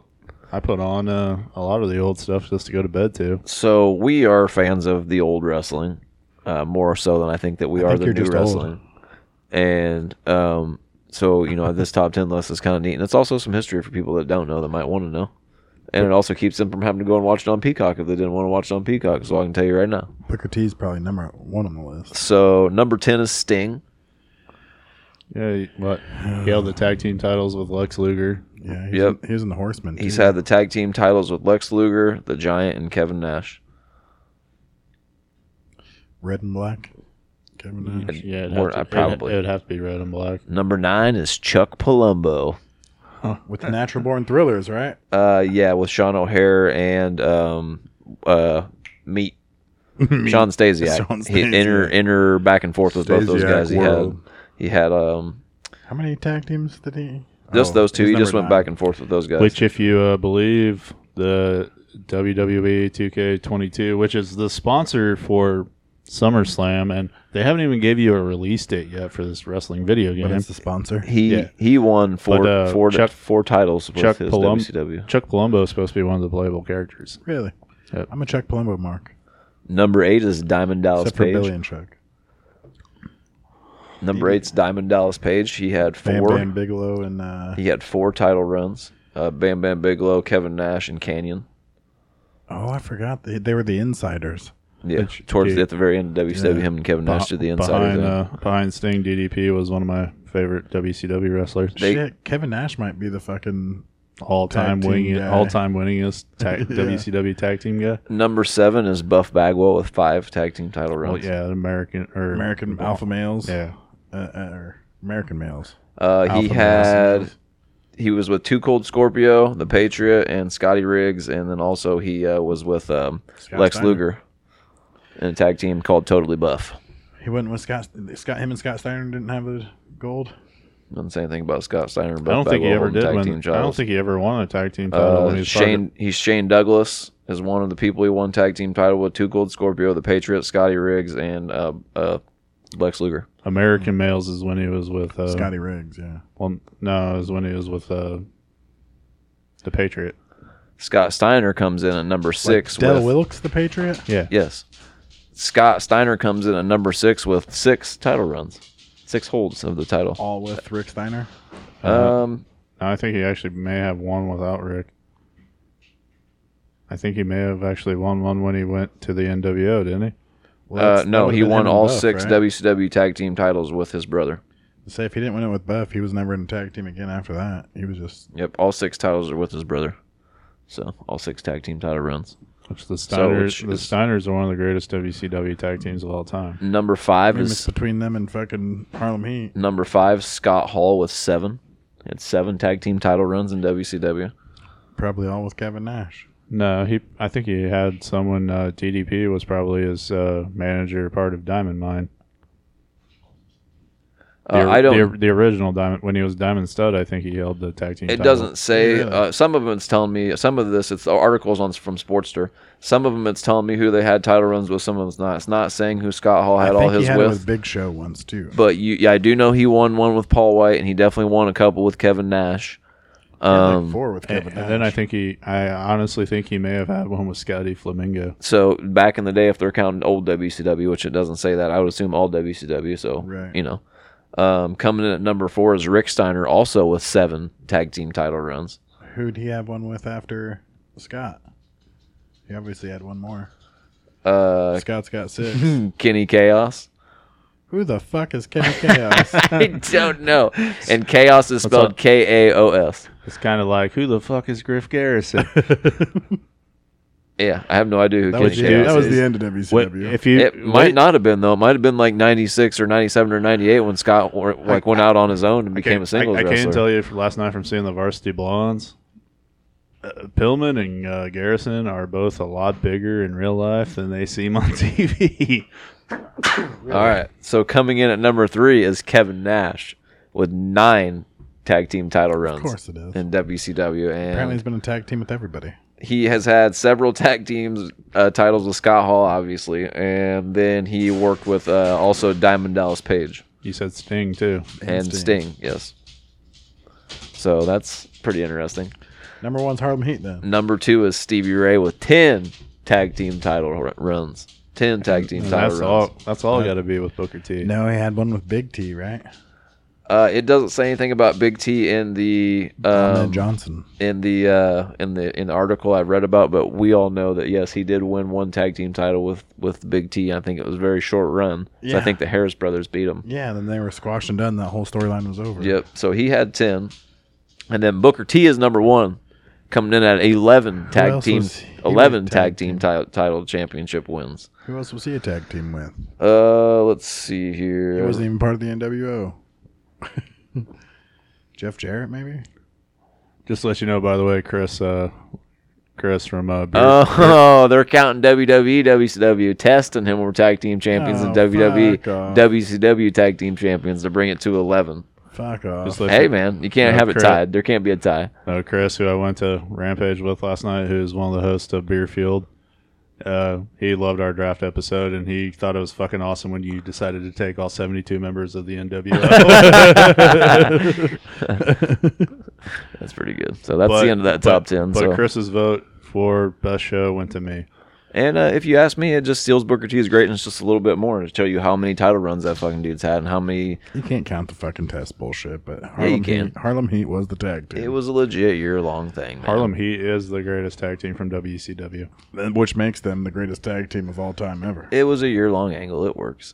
Speaker 3: I put on uh, a lot of the old stuff just to go to bed to.
Speaker 2: So we are fans of the old wrestling, uh, more so than I think that we are
Speaker 1: think
Speaker 2: the
Speaker 1: you're
Speaker 2: new
Speaker 1: just old.
Speaker 2: wrestling. And um, so you know, this top ten list is kind of neat, and it's also some history for people that don't know that might want to know. And it also keeps them from having to go and watch it on Peacock if they didn't want to watch it on Peacock. So I can tell you right now.
Speaker 1: Booker T's probably number one on the list.
Speaker 2: So number ten is Sting.
Speaker 3: Yeah, what? He held the tag team titles with Lex Luger.
Speaker 1: Yeah, he's
Speaker 2: Yep.
Speaker 1: in, he was in the Horseman.
Speaker 2: He's
Speaker 1: too.
Speaker 2: had the tag team titles with Lex Luger, the Giant, and Kevin Nash.
Speaker 1: red and black. Kevin Nash.
Speaker 3: Yeah, it'd
Speaker 2: Or,
Speaker 3: have to,
Speaker 2: uh, probably.
Speaker 3: It would have to be red and black.
Speaker 2: Number nine is Chuck Palumbo.
Speaker 1: with the natural born thrillers, right?
Speaker 2: Uh, yeah, with Sean O'Hare and um, uh, Meat. Sean Stasiak.
Speaker 1: Sean
Speaker 2: He inner
Speaker 1: Stasiak.
Speaker 2: inner back and forth with both those
Speaker 1: Stasiak
Speaker 2: guys. He had
Speaker 1: world.
Speaker 2: he had um
Speaker 1: How many tag teams did he?
Speaker 2: just
Speaker 1: Oh,
Speaker 2: those two.
Speaker 1: he's
Speaker 2: He just
Speaker 1: number
Speaker 2: went
Speaker 1: nine.
Speaker 2: back and forth with those guys.
Speaker 3: Which, if you uh, believe the E WWE 2K22, which is the sponsor for SummerSlam, and they haven't even gave you a release date yet for this wrestling video game.
Speaker 1: But it's the sponsor.
Speaker 2: he
Speaker 3: yeah.
Speaker 2: he won four
Speaker 3: But, uh,
Speaker 2: four
Speaker 3: Chuck-
Speaker 2: four titles with
Speaker 3: Chuck
Speaker 2: his
Speaker 3: Palum-
Speaker 2: WCW.
Speaker 3: Chuck Palumbo is supposed to be one of the playable characters.
Speaker 1: really?
Speaker 3: Yep.
Speaker 1: I'm a Chuck Palumbo mark.
Speaker 2: Number eight is Diamond Dallas
Speaker 1: Except for Billy
Speaker 2: Page.
Speaker 1: and Chuck.
Speaker 2: Number eight's Diamond Dallas Page. He had
Speaker 1: Bam
Speaker 2: four.
Speaker 1: Bam Bigelow and uh,
Speaker 2: He had four title runs. Uh, Bam Bam Bigelow, Kevin Nash, and Canyon.
Speaker 1: oh, I forgot they, they were the insiders.
Speaker 2: Yeah,
Speaker 3: Which,
Speaker 2: towards
Speaker 3: dude,
Speaker 2: the, at the very end of WCW, him and Kevin Nash did the insider
Speaker 3: behind,
Speaker 2: thing.
Speaker 3: uh, behind Sting, DDP was one of my favorite WCW wrestlers.
Speaker 2: They-
Speaker 1: Shit, Kevin Nash might be the fucking
Speaker 3: all
Speaker 1: Tag
Speaker 3: time
Speaker 1: team
Speaker 3: winning,
Speaker 1: guy.
Speaker 3: all time winningest tag, WCW tag team guy.
Speaker 2: Number seven is Buff Bagwell with five tag team title runs.
Speaker 3: Well, yeah, an American or
Speaker 1: American
Speaker 3: well,
Speaker 1: alpha males.
Speaker 3: Yeah,
Speaker 1: uh, uh, or American males.
Speaker 2: Uh, he
Speaker 1: Alpha
Speaker 2: had
Speaker 1: males.
Speaker 2: he was with Two Cold Scorpio, the Patriot, and Scotty Riggs, and then also he uh, was with um,
Speaker 1: Scott
Speaker 2: Lex
Speaker 1: Steiner.
Speaker 2: Luger in a tag team called Totally Buff.
Speaker 1: He wasn't with Scott. Scott. Him and Scott Steiner didn't have the gold.
Speaker 2: Doesn't say anything about Scott Steiner.
Speaker 3: I don't think he ever did
Speaker 2: Tag
Speaker 3: win.
Speaker 2: team
Speaker 3: I don't
Speaker 2: titles.
Speaker 3: think he ever won a tag team title. when
Speaker 2: Uh,
Speaker 3: he was
Speaker 2: Shane, he's Shane Douglas is one of the people he won tag team title with. Two Gold Scorpio, the Patriot, Scotty Riggs, and uh, uh, Lex Luger.
Speaker 3: fucking- American Males is when he was with. Uh,
Speaker 1: Scotty Riggs. Yeah.
Speaker 3: Well, no, it was when he was with uh, the Patriot.
Speaker 2: Scott Steiner comes in at number six.
Speaker 1: Del
Speaker 2: with,
Speaker 1: Wilkes, the Patriot.
Speaker 3: Yeah,
Speaker 2: Yes. Scott Steiner comes in at number six with six title runs, six holds of the title.
Speaker 1: All with Rick Steiner.
Speaker 2: Uh,
Speaker 1: Uh-huh.
Speaker 2: Um,
Speaker 3: No, I think he actually may have won without Rick. I think he may have actually won one when he went to the NWO, didn't he?
Speaker 1: that's-
Speaker 2: uh,
Speaker 1: that
Speaker 2: no,
Speaker 1: would've
Speaker 2: he
Speaker 1: been
Speaker 2: won
Speaker 1: him and
Speaker 2: all
Speaker 1: Buff,
Speaker 2: six
Speaker 1: right?
Speaker 2: WCW tag team titles with his brother.
Speaker 1: Say if he didn't win it with Buff, he was never in a tag team again after that. He was just
Speaker 2: Yep, all six titles are with his brother. So all six tag team title runs.
Speaker 3: Which the Steiners,
Speaker 2: which
Speaker 3: the
Speaker 2: is-
Speaker 3: Steiners are one of the greatest WCW tag teams of all time.
Speaker 2: Number five
Speaker 1: famous
Speaker 2: is
Speaker 1: between them and fucking Harlem Heat.
Speaker 2: number five Scott Hall with seven. He Had seven tag team title runs in WCW.
Speaker 1: Probably all with Kevin Nash.
Speaker 3: No, he. I think he had someone. Uh, DDP was probably his uh, manager, part of Diamond Mine. The,
Speaker 2: Uh,
Speaker 3: or-
Speaker 2: I don't.
Speaker 3: The, the original Diamond when he was Diamond Stud, I think he held the tag team.
Speaker 2: It
Speaker 3: title.
Speaker 2: doesn't say.
Speaker 1: Really?
Speaker 2: Uh, some of them it's telling me. Some of this it's articles on from Sportster. Some of them it's telling me who they had title runs with. Some of them it's not. It's not saying who Scott Hall
Speaker 1: I
Speaker 2: had
Speaker 1: think
Speaker 2: all
Speaker 1: he
Speaker 2: his
Speaker 1: had it
Speaker 2: with.
Speaker 1: with Big Show once too.
Speaker 2: but you, yeah, I do know he won one with Paul White, and he definitely won a couple with Kevin Nash.
Speaker 1: Like
Speaker 2: Um,
Speaker 1: four with
Speaker 3: And,
Speaker 1: Kevin Nash.
Speaker 3: and then I think he. I honestly think he may have had one with Scotty Flamingo.
Speaker 2: so back in the day, if they're counting old WCW, which it doesn't say that, I would assume all WCW. So
Speaker 1: Right.
Speaker 2: you know, um, coming in at number four is Rick Steiner, also with seven tag team title runs.
Speaker 1: Who'd he have one with after Scott? He obviously had one more.
Speaker 2: Uh,
Speaker 1: Scott's got six.
Speaker 2: Kenny Chaos.
Speaker 1: Who the fuck is Kenny Chaos?
Speaker 2: I don't know. And chaos is spelled
Speaker 3: up?
Speaker 2: K A O S.
Speaker 3: It's kind of like who the fuck is Griff Garrison?
Speaker 2: Yeah, I have no idea who
Speaker 1: That
Speaker 2: Kenny
Speaker 1: was,
Speaker 2: Chaos.
Speaker 1: yeah,
Speaker 2: is.
Speaker 1: that was the
Speaker 3: is-
Speaker 1: end of
Speaker 3: What-
Speaker 1: WCW.
Speaker 3: if you
Speaker 2: It might not have been though. It might have been like '96 or '97 or '98 when Scott or, like went out on his own and became a singles
Speaker 3: I, I
Speaker 2: wrestler.
Speaker 3: can tell you from last night from seeing the Varsity Blondes, uh, Pillman and uh, Garrison are both a lot bigger in real life than they seem on TV.
Speaker 2: All right, so coming in at number three is Kevin Nash with nine tag team title runs.
Speaker 1: of course it is.
Speaker 2: In WCW,
Speaker 1: Apparently
Speaker 2: and
Speaker 1: he's been a tag team with everybody.
Speaker 2: he has had several tag teams uh, titles with Scott Hall, obviously, and then he worked with uh, also Diamond Dallas Page.
Speaker 3: you said Sting too.
Speaker 2: and Sting. yes. So that's pretty interesting.
Speaker 1: Number one's Harlem Heat then.
Speaker 2: Number two is Stevie Ray with ten tag team title r- runs. Ten tag team
Speaker 3: And
Speaker 2: title
Speaker 3: Uh, that's
Speaker 2: runs.
Speaker 3: all. That's all got to be with Booker T.
Speaker 1: No, he had one with Big T, right?
Speaker 2: Uh, it doesn't say anything about Big T in the
Speaker 1: Ahmed
Speaker 2: um,
Speaker 1: Johnson.
Speaker 2: in the uh, in the in the article I've read about, but we all know that yes, he did win one tag team title with with Big T. I think it was a very short run. So I
Speaker 1: Yeah.
Speaker 2: think the Harris brothers beat him.
Speaker 1: Yeah, then they were squashed and done. That whole storyline was over.
Speaker 2: Yep. So he had ten, and then Booker T is number one, coming in at eleven tag
Speaker 1: else
Speaker 2: team,
Speaker 1: was he with
Speaker 2: eleven tag
Speaker 1: tag
Speaker 2: team ti- title championship wins.
Speaker 1: Who else was he a tag team with?
Speaker 2: Uh, let's see
Speaker 1: He
Speaker 2: here.
Speaker 1: wasn't even part of the NWO. Jeff Jarrett, maybe?
Speaker 3: Just to let you know, by the way, Chris. Uh, Chris from uh, Beer,
Speaker 2: Oh, they're counting E, WWE, WCW, testing him. We're tag team champions
Speaker 1: Oh,
Speaker 2: and WWE,
Speaker 1: fuck off.
Speaker 2: WCW tag team champions to bring it to eleven.
Speaker 1: Fuck off.
Speaker 3: Just let
Speaker 2: Hey
Speaker 3: you-
Speaker 2: man, you can't
Speaker 3: No
Speaker 2: have it
Speaker 3: crit.
Speaker 2: tied. There can't be a tie.
Speaker 3: Uh, Chris, who I went to Rampage with last night, who's one of the hosts of Beerfield, uh, he loved our draft episode, and he thought it was fucking awesome when you decided to take all 72 members of the NWO.
Speaker 2: That's pretty good. So that's
Speaker 3: But-
Speaker 2: the end of that
Speaker 3: but-
Speaker 2: top ten.
Speaker 3: But
Speaker 2: so.
Speaker 3: Chris's vote for best show went to me.
Speaker 2: And uh, if you ask me, it just steals Booker T's greatness just a little bit more to show you how many title runs that fucking dude's had and how many.
Speaker 1: You can't count the fucking test bullshit, but
Speaker 2: you
Speaker 1: Harlem,
Speaker 2: can.
Speaker 1: Heat, Harlem Heat was the tag team.
Speaker 2: It was a legit year long thing. Man.
Speaker 3: Harlem Heat is the greatest tag team from WCW.
Speaker 1: which makes them the greatest tag team of all time ever.
Speaker 2: It was a year long angle. It works.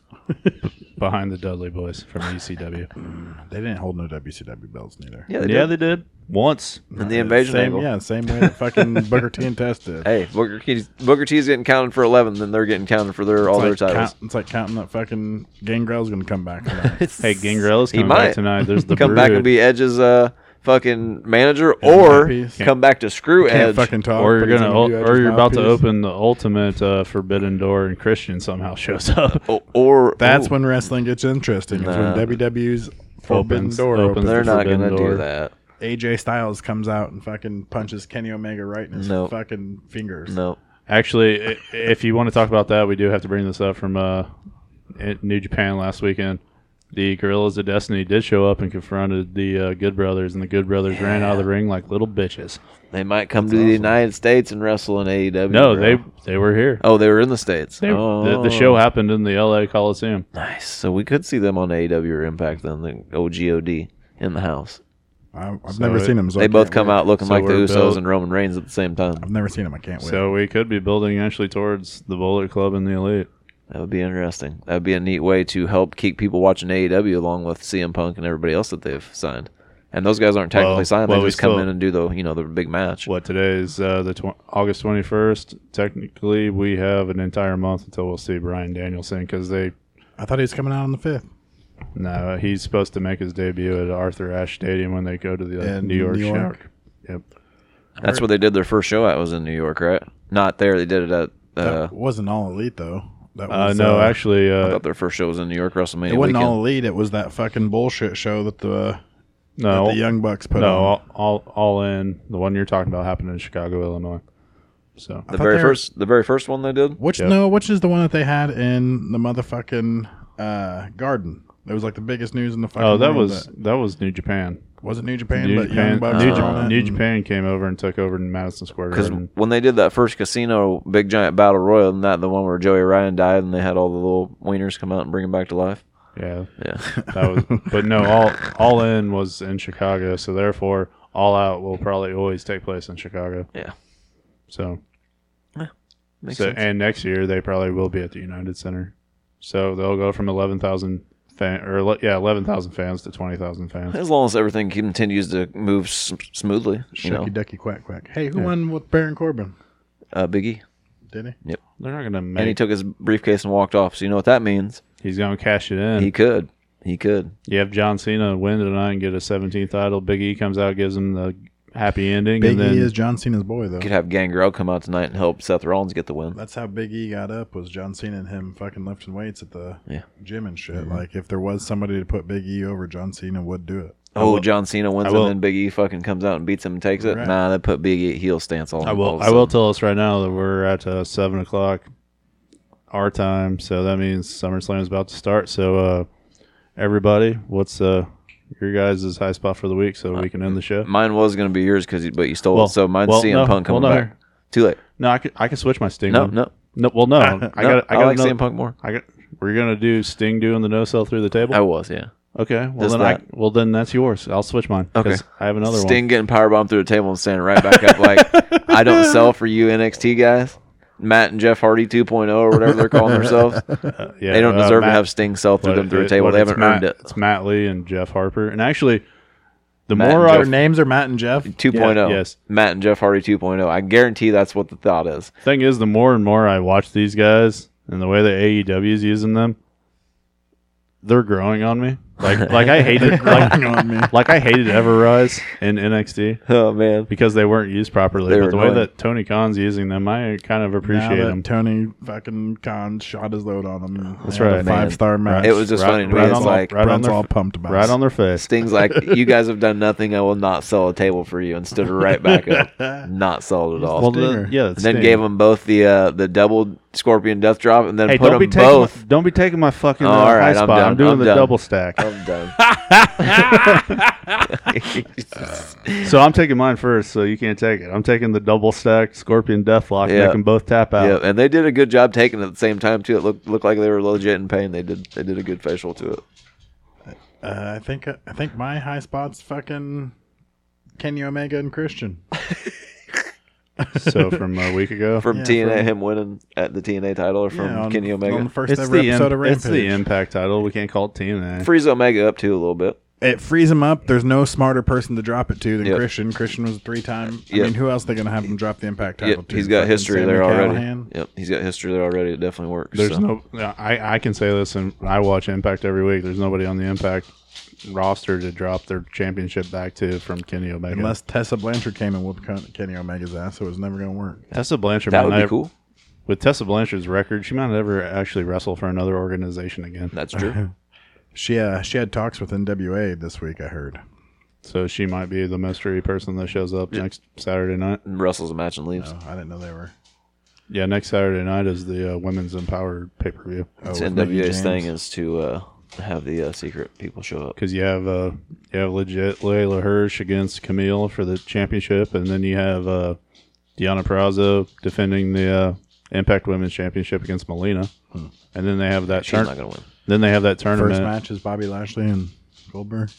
Speaker 3: Behind the Dudley Boys from E ECW.
Speaker 1: They didn't hold no WCW belts neither.
Speaker 2: Yeah, they
Speaker 3: yeah,
Speaker 2: did.
Speaker 3: they did. Once.
Speaker 2: and the invasion
Speaker 1: same,
Speaker 2: angle.
Speaker 1: yeah, same way that fucking Booker T and Test did.
Speaker 2: Hey, Booker T's, Booker T's getting counted for 11, then they're getting counted for their all
Speaker 1: it's,
Speaker 2: their
Speaker 1: like
Speaker 2: titles.
Speaker 1: count- it's like counting that fucking Gangrel's gonna come back. tonight.
Speaker 3: Hey, Gangrel is
Speaker 2: He
Speaker 3: coming
Speaker 2: might.
Speaker 3: back tonight. There's the
Speaker 2: Come back and
Speaker 3: Brood.
Speaker 2: be Edge's uh, fucking manager
Speaker 1: His
Speaker 2: or
Speaker 1: mouthpiece.
Speaker 2: come back to screw
Speaker 1: Can't
Speaker 2: edge.
Speaker 1: fucking talk.
Speaker 3: or you're
Speaker 1: but he's
Speaker 3: gonna,
Speaker 1: gonna
Speaker 3: ul-
Speaker 1: do
Speaker 3: or
Speaker 1: Edge's
Speaker 3: you're about to
Speaker 1: mouthpiece.
Speaker 3: open the ultimate uh, forbidden door, and Christian somehow shows up.
Speaker 2: O- or
Speaker 1: That's
Speaker 2: ooh,
Speaker 1: when wrestling gets interesting. It's
Speaker 2: Nah.
Speaker 1: when WWE's forbidden
Speaker 3: Opens-
Speaker 1: door
Speaker 3: opens
Speaker 1: opens.
Speaker 2: they're not
Speaker 3: forbidden
Speaker 2: gonna
Speaker 3: door.
Speaker 2: do that.
Speaker 1: AJ Styles comes out and fucking punches Kenny Omega right in his
Speaker 2: Nope.
Speaker 1: fucking fingers.
Speaker 2: No.
Speaker 3: Actually, i- if you want to talk about that, we do have to bring this up from uh, at New Japan last weekend. The Gorillas of Destiny did show up and confronted the uh, Good Brothers, and the Good Brothers ran out of the ring like little bitches.
Speaker 2: They might come to the United States and wrestle in AEW.
Speaker 3: No,
Speaker 2: bro.
Speaker 3: they they were here.
Speaker 2: Oh, they were in the states.
Speaker 3: They,
Speaker 2: oh,
Speaker 3: the, the show happened in the LA Coliseum.
Speaker 2: Nice. So we could see them on AEW or Impact then. The OGOD in the house.
Speaker 1: I, I've
Speaker 3: So
Speaker 1: never
Speaker 3: it-
Speaker 1: seen him. So I
Speaker 2: They both
Speaker 1: can't
Speaker 2: come
Speaker 1: wait.
Speaker 2: out looking
Speaker 3: So
Speaker 2: like the
Speaker 3: we're
Speaker 2: Usos
Speaker 3: built-
Speaker 2: and Roman Reigns at the same time.
Speaker 1: I've never seen him. I can't wait.
Speaker 3: So we could be building actually towards the Bullet Club and the Elite.
Speaker 2: That would be interesting. That would be a neat way to help keep people watching AEW along with CM Punk and everybody else that they've signed. And those guys aren't technically
Speaker 3: Well-
Speaker 2: signed;
Speaker 3: well,
Speaker 2: they
Speaker 3: we
Speaker 2: just come
Speaker 3: still-
Speaker 2: in and do the you know the big match.
Speaker 3: What today is uh, the tw- August twenty first. Technically, we have an entire month until we'll see Brian Danielson because they
Speaker 1: I thought he was coming out on the fifth
Speaker 3: No, he's supposed to make his debut at Arthur Ashe Stadium when they go to the uh,
Speaker 1: In
Speaker 3: New York.
Speaker 1: New York.
Speaker 3: Shark. Yep.
Speaker 2: That's where they did their first show at was in New York, right? Not there. They did it at. Uh,
Speaker 1: That wasn't all elite though. That
Speaker 3: Uh,
Speaker 1: was,
Speaker 3: no, actually,
Speaker 2: I
Speaker 3: uh,
Speaker 2: thought their first show was in New York WrestleMania
Speaker 1: it wasn't
Speaker 2: weekend.
Speaker 1: all elite. It was that fucking bullshit show that the uh,
Speaker 3: no,
Speaker 1: the Young Bucks put
Speaker 3: no,
Speaker 1: on.
Speaker 3: all, all all in. The one you're talking about happened in Chicago, Illinois. So
Speaker 2: the
Speaker 1: thought
Speaker 2: very
Speaker 1: they were-
Speaker 2: first, the very first one they did.
Speaker 1: Which
Speaker 3: Yep.
Speaker 1: no, which is the one that they had in the motherfucking uh, garden. That was like the biggest news in the fucking.
Speaker 3: oh, that
Speaker 1: world
Speaker 3: was that was New Japan.
Speaker 1: wasn't New Japan,
Speaker 3: New
Speaker 1: but Young
Speaker 3: Japan,
Speaker 1: Bucks.
Speaker 3: New,
Speaker 1: were on
Speaker 3: Japan
Speaker 1: it
Speaker 3: New
Speaker 1: and-
Speaker 3: Japan came over and took over in Madison Square
Speaker 2: Because
Speaker 3: Garden.
Speaker 2: when they did that first casino big giant battle royal, and that the one where Joey Ryan died, and they had all the little wieners come out and bring him back to life.
Speaker 3: Yeah,
Speaker 2: Yeah,
Speaker 3: that was. but no, all all in was in Chicago. So therefore, all out will probably always take place in Chicago.
Speaker 2: yeah,
Speaker 3: So
Speaker 2: makes
Speaker 3: so,
Speaker 2: sense.
Speaker 3: and next year they probably will be at the United Center. So they'll go from eleven thousand fan or ele- yeah eleven thousand fans to twenty thousand fans.
Speaker 2: as long as everything continues to move s- smoothly,
Speaker 1: Shucky
Speaker 2: you know,
Speaker 1: ducky quack quack. Hey, who won with Baron Corbin?
Speaker 2: uh, Biggie.
Speaker 1: Did he?
Speaker 3: They're not gonna
Speaker 2: And he
Speaker 3: make.
Speaker 2: took his briefcase and walked off. So you know what that means?
Speaker 3: he's gonna cash it in.
Speaker 2: He could. He could.
Speaker 3: you have John Cena win tonight and get a seventeenth title. Big E comes out, gives him the happy ending,
Speaker 1: Big
Speaker 3: and then
Speaker 1: E is John Cena's boy though.
Speaker 2: Could have Gangrel come out tonight and help Seth Rollins get the win.
Speaker 1: That's how Big E got up was John Cena and him fucking lifting weights at the
Speaker 2: Yeah.
Speaker 1: gym and shit.
Speaker 3: Mm-hmm.
Speaker 1: Like if there was somebody to put Big E over, John Cena would do it.
Speaker 2: Oh, John Cena wins
Speaker 3: I
Speaker 2: and
Speaker 3: will-
Speaker 2: then Big E fucking comes out and beats him and takes it.
Speaker 1: Right.
Speaker 2: Nah, that put Big E at heel stance all.
Speaker 3: I
Speaker 2: all
Speaker 3: will.
Speaker 2: of a
Speaker 3: I will
Speaker 2: sudden.
Speaker 3: tell us right now that we're at uh, seven o'clock our time, so that means SummerSlam is about to start. So, uh, everybody, what's uh, your guys' high spot for the week so
Speaker 2: Uh,
Speaker 3: we can end the show?
Speaker 2: Mine was gonna be yours because but you stole
Speaker 3: Well-
Speaker 2: it. So mine's
Speaker 3: well,
Speaker 2: CM
Speaker 3: no,
Speaker 2: Punk coming
Speaker 3: well, no.
Speaker 2: back. Too late.
Speaker 3: No, I can, I can switch my Sting.
Speaker 2: No,
Speaker 3: one.
Speaker 2: no.
Speaker 3: no. Well, no, I got
Speaker 2: I got.
Speaker 3: I got
Speaker 2: like
Speaker 3: another-
Speaker 2: CM Punk more.
Speaker 3: I got. We're gonna do Sting doing the no sell through the table.
Speaker 2: I was, yeah.
Speaker 3: okay, well
Speaker 2: Just
Speaker 3: then I,
Speaker 2: that.
Speaker 3: well then that's yours. I'll switch mine. 'cause
Speaker 2: Okay.
Speaker 3: I have another
Speaker 2: Sting getting powerbombed through the table and standing right back up like, I don't sell for you NXT guys. Matt and Jeff Hardy 2.0 or whatever they're calling themselves.
Speaker 3: one. Yeah,
Speaker 2: they don't
Speaker 3: uh,
Speaker 2: deserve
Speaker 3: Matt-
Speaker 2: to have Sting sell through
Speaker 3: what
Speaker 2: them through
Speaker 3: it-
Speaker 2: a table.
Speaker 3: what
Speaker 2: They
Speaker 3: it's
Speaker 2: haven't
Speaker 3: Matt,
Speaker 2: earned it.
Speaker 3: It's Matt Lee and Jeff Harper, and actually, the
Speaker 2: Matt
Speaker 3: more
Speaker 2: and
Speaker 3: I
Speaker 1: Their names are Matt and Jeff.
Speaker 2: 2.0.
Speaker 3: Yeah, yes.
Speaker 2: oh. Matt and Jeff Hardy 2.0. I guarantee that's what the thought is.
Speaker 3: thing is, the more and more I watch these guys and the way that AEW is using them, they're growing on me. Like like I hated like,
Speaker 1: Hang on, man.
Speaker 3: like I hated Everrise in NXT
Speaker 2: Oh, man.
Speaker 3: because they weren't used properly.
Speaker 2: They
Speaker 3: but
Speaker 2: were
Speaker 3: the way
Speaker 2: annoying.
Speaker 3: that Tony Khan's using them, I kind of appreciate
Speaker 1: now that
Speaker 3: them.
Speaker 1: Tony fucking Khan shot his load on him. That's
Speaker 3: right. Man.
Speaker 1: Five star match.
Speaker 2: It was just
Speaker 3: Right-
Speaker 2: funny to me.
Speaker 3: right
Speaker 2: It's
Speaker 3: on the-
Speaker 2: like,
Speaker 3: right on
Speaker 1: Brent's
Speaker 3: their
Speaker 1: all
Speaker 3: f-
Speaker 1: pumped about.
Speaker 3: right
Speaker 1: it.
Speaker 3: on their face.
Speaker 2: Sting's like, you guys have done nothing. I will not sell a table for you. And stood right back up. Not sold at all.
Speaker 3: Well, the,
Speaker 1: Stinger.
Speaker 3: yeah,
Speaker 2: and then gave them both the uh, the double scorpion death drop and then
Speaker 3: Hey,
Speaker 2: put
Speaker 3: don't
Speaker 2: them
Speaker 3: be taking
Speaker 2: both.
Speaker 3: my, don't be taking my fucking uh,
Speaker 2: All right,
Speaker 3: high
Speaker 2: I'm
Speaker 3: spot.
Speaker 2: done.
Speaker 3: I'm doing
Speaker 2: I'm
Speaker 3: the
Speaker 2: done.
Speaker 3: double stack.
Speaker 2: I'm done.
Speaker 3: So I'm taking mine first, so you can't take it. I'm taking the double stack Scorpion Deathlock.
Speaker 2: Yeah.
Speaker 3: They can both tap out.
Speaker 2: yeah, and they did a good job taking it at the same time too. It looked looked like they were legit in pain. They did they did a good facial to it.
Speaker 1: Uh, I think I think my high spot's fucking Kenny Omega and Christian.
Speaker 3: So from a week ago,
Speaker 2: From
Speaker 1: Yeah,
Speaker 2: TNA,
Speaker 1: from-
Speaker 2: him winning at the TNA title, or from
Speaker 1: Yeah, on-
Speaker 2: Kenny
Speaker 1: on the
Speaker 2: Omega.
Speaker 1: first
Speaker 3: it's
Speaker 1: ever
Speaker 3: the,
Speaker 1: episode
Speaker 3: im-
Speaker 1: of Rampage.
Speaker 3: it's the Impact title. We can't call it TNA.
Speaker 2: Freeze Omega up too a little bit.
Speaker 1: it frees him up. There's no smarter person to drop it to than
Speaker 2: Yep.
Speaker 1: Christian. Christian was a three time. I
Speaker 2: Yep.
Speaker 1: mean, who else they gonna have him drop the impact title
Speaker 2: Yep,
Speaker 1: to?
Speaker 2: he's got
Speaker 1: Fucking
Speaker 2: history
Speaker 1: Sammy
Speaker 2: there already.
Speaker 1: Callahan?
Speaker 2: Yep, he's got history there already. It definitely works.
Speaker 3: There's
Speaker 2: so.
Speaker 3: no. I I can say this, and I watch Impact every week. There's nobody on the Impact roster to drop their championship back to from Kenny Omega.
Speaker 1: Unless Tessa Blanchard came and whooped Ken- Kenny Omega's ass, it was never going to work.
Speaker 3: Tessa Blanchard
Speaker 2: That
Speaker 3: might
Speaker 2: would
Speaker 3: not
Speaker 2: be
Speaker 3: ever-
Speaker 2: cool.
Speaker 3: With Tessa Blanchard's record, she might never actually wrestle for another organization again.
Speaker 2: That's true.
Speaker 1: She uh, she had talks with NWA this week. I heard.
Speaker 3: So she might be the mystery person that shows up next Saturday night.
Speaker 2: And Russell's a match and leaves.
Speaker 1: Oh, I didn't know they were.
Speaker 3: Yeah, next Saturday night is the uh, women's empowered pay per view
Speaker 1: Oh,
Speaker 2: It's
Speaker 1: with Mickey
Speaker 2: NWA's
Speaker 1: James.
Speaker 2: thing is to uh, have the uh, secret people show up.
Speaker 3: because you have uh, you have legit Layla Hirsch against Camille for the championship, and then you have uh, Deanna Prazo defending the uh, Impact Women's Championship against Melina, and then they have that
Speaker 2: She's
Speaker 3: turn-
Speaker 2: not gonna win.
Speaker 3: then they have that tournament.
Speaker 1: First match is Bobby Lashley and Goldberg.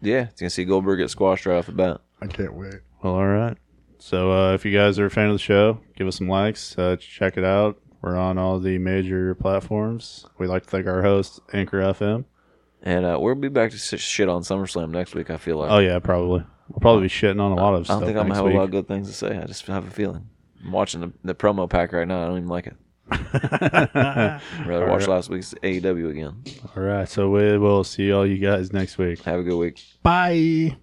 Speaker 2: Yeah, it's gonna see Goldberg get squashed right off the bat.
Speaker 1: I can't wait.
Speaker 3: Well, all right. So uh, if you guys are a fan of the show, give us some likes. Uh, check it out. We're on all the major platforms. We'd like to thank our host, Anchor FM.
Speaker 2: And uh, we'll be back to s- shit on SummerSlam next week. I feel like
Speaker 3: Oh yeah, probably. We'll probably be shitting on a lot of
Speaker 2: I
Speaker 3: stuff
Speaker 2: don't think I'm
Speaker 3: next
Speaker 2: gonna have
Speaker 3: week.
Speaker 2: a lot of good things to say. I just have a feeling. I'm watching the, the promo pack right now. I don't even like it. I'd rather watch last week's AEW again.
Speaker 3: all right. So we will see all you guys next week.
Speaker 2: Have a good week.
Speaker 1: Bye.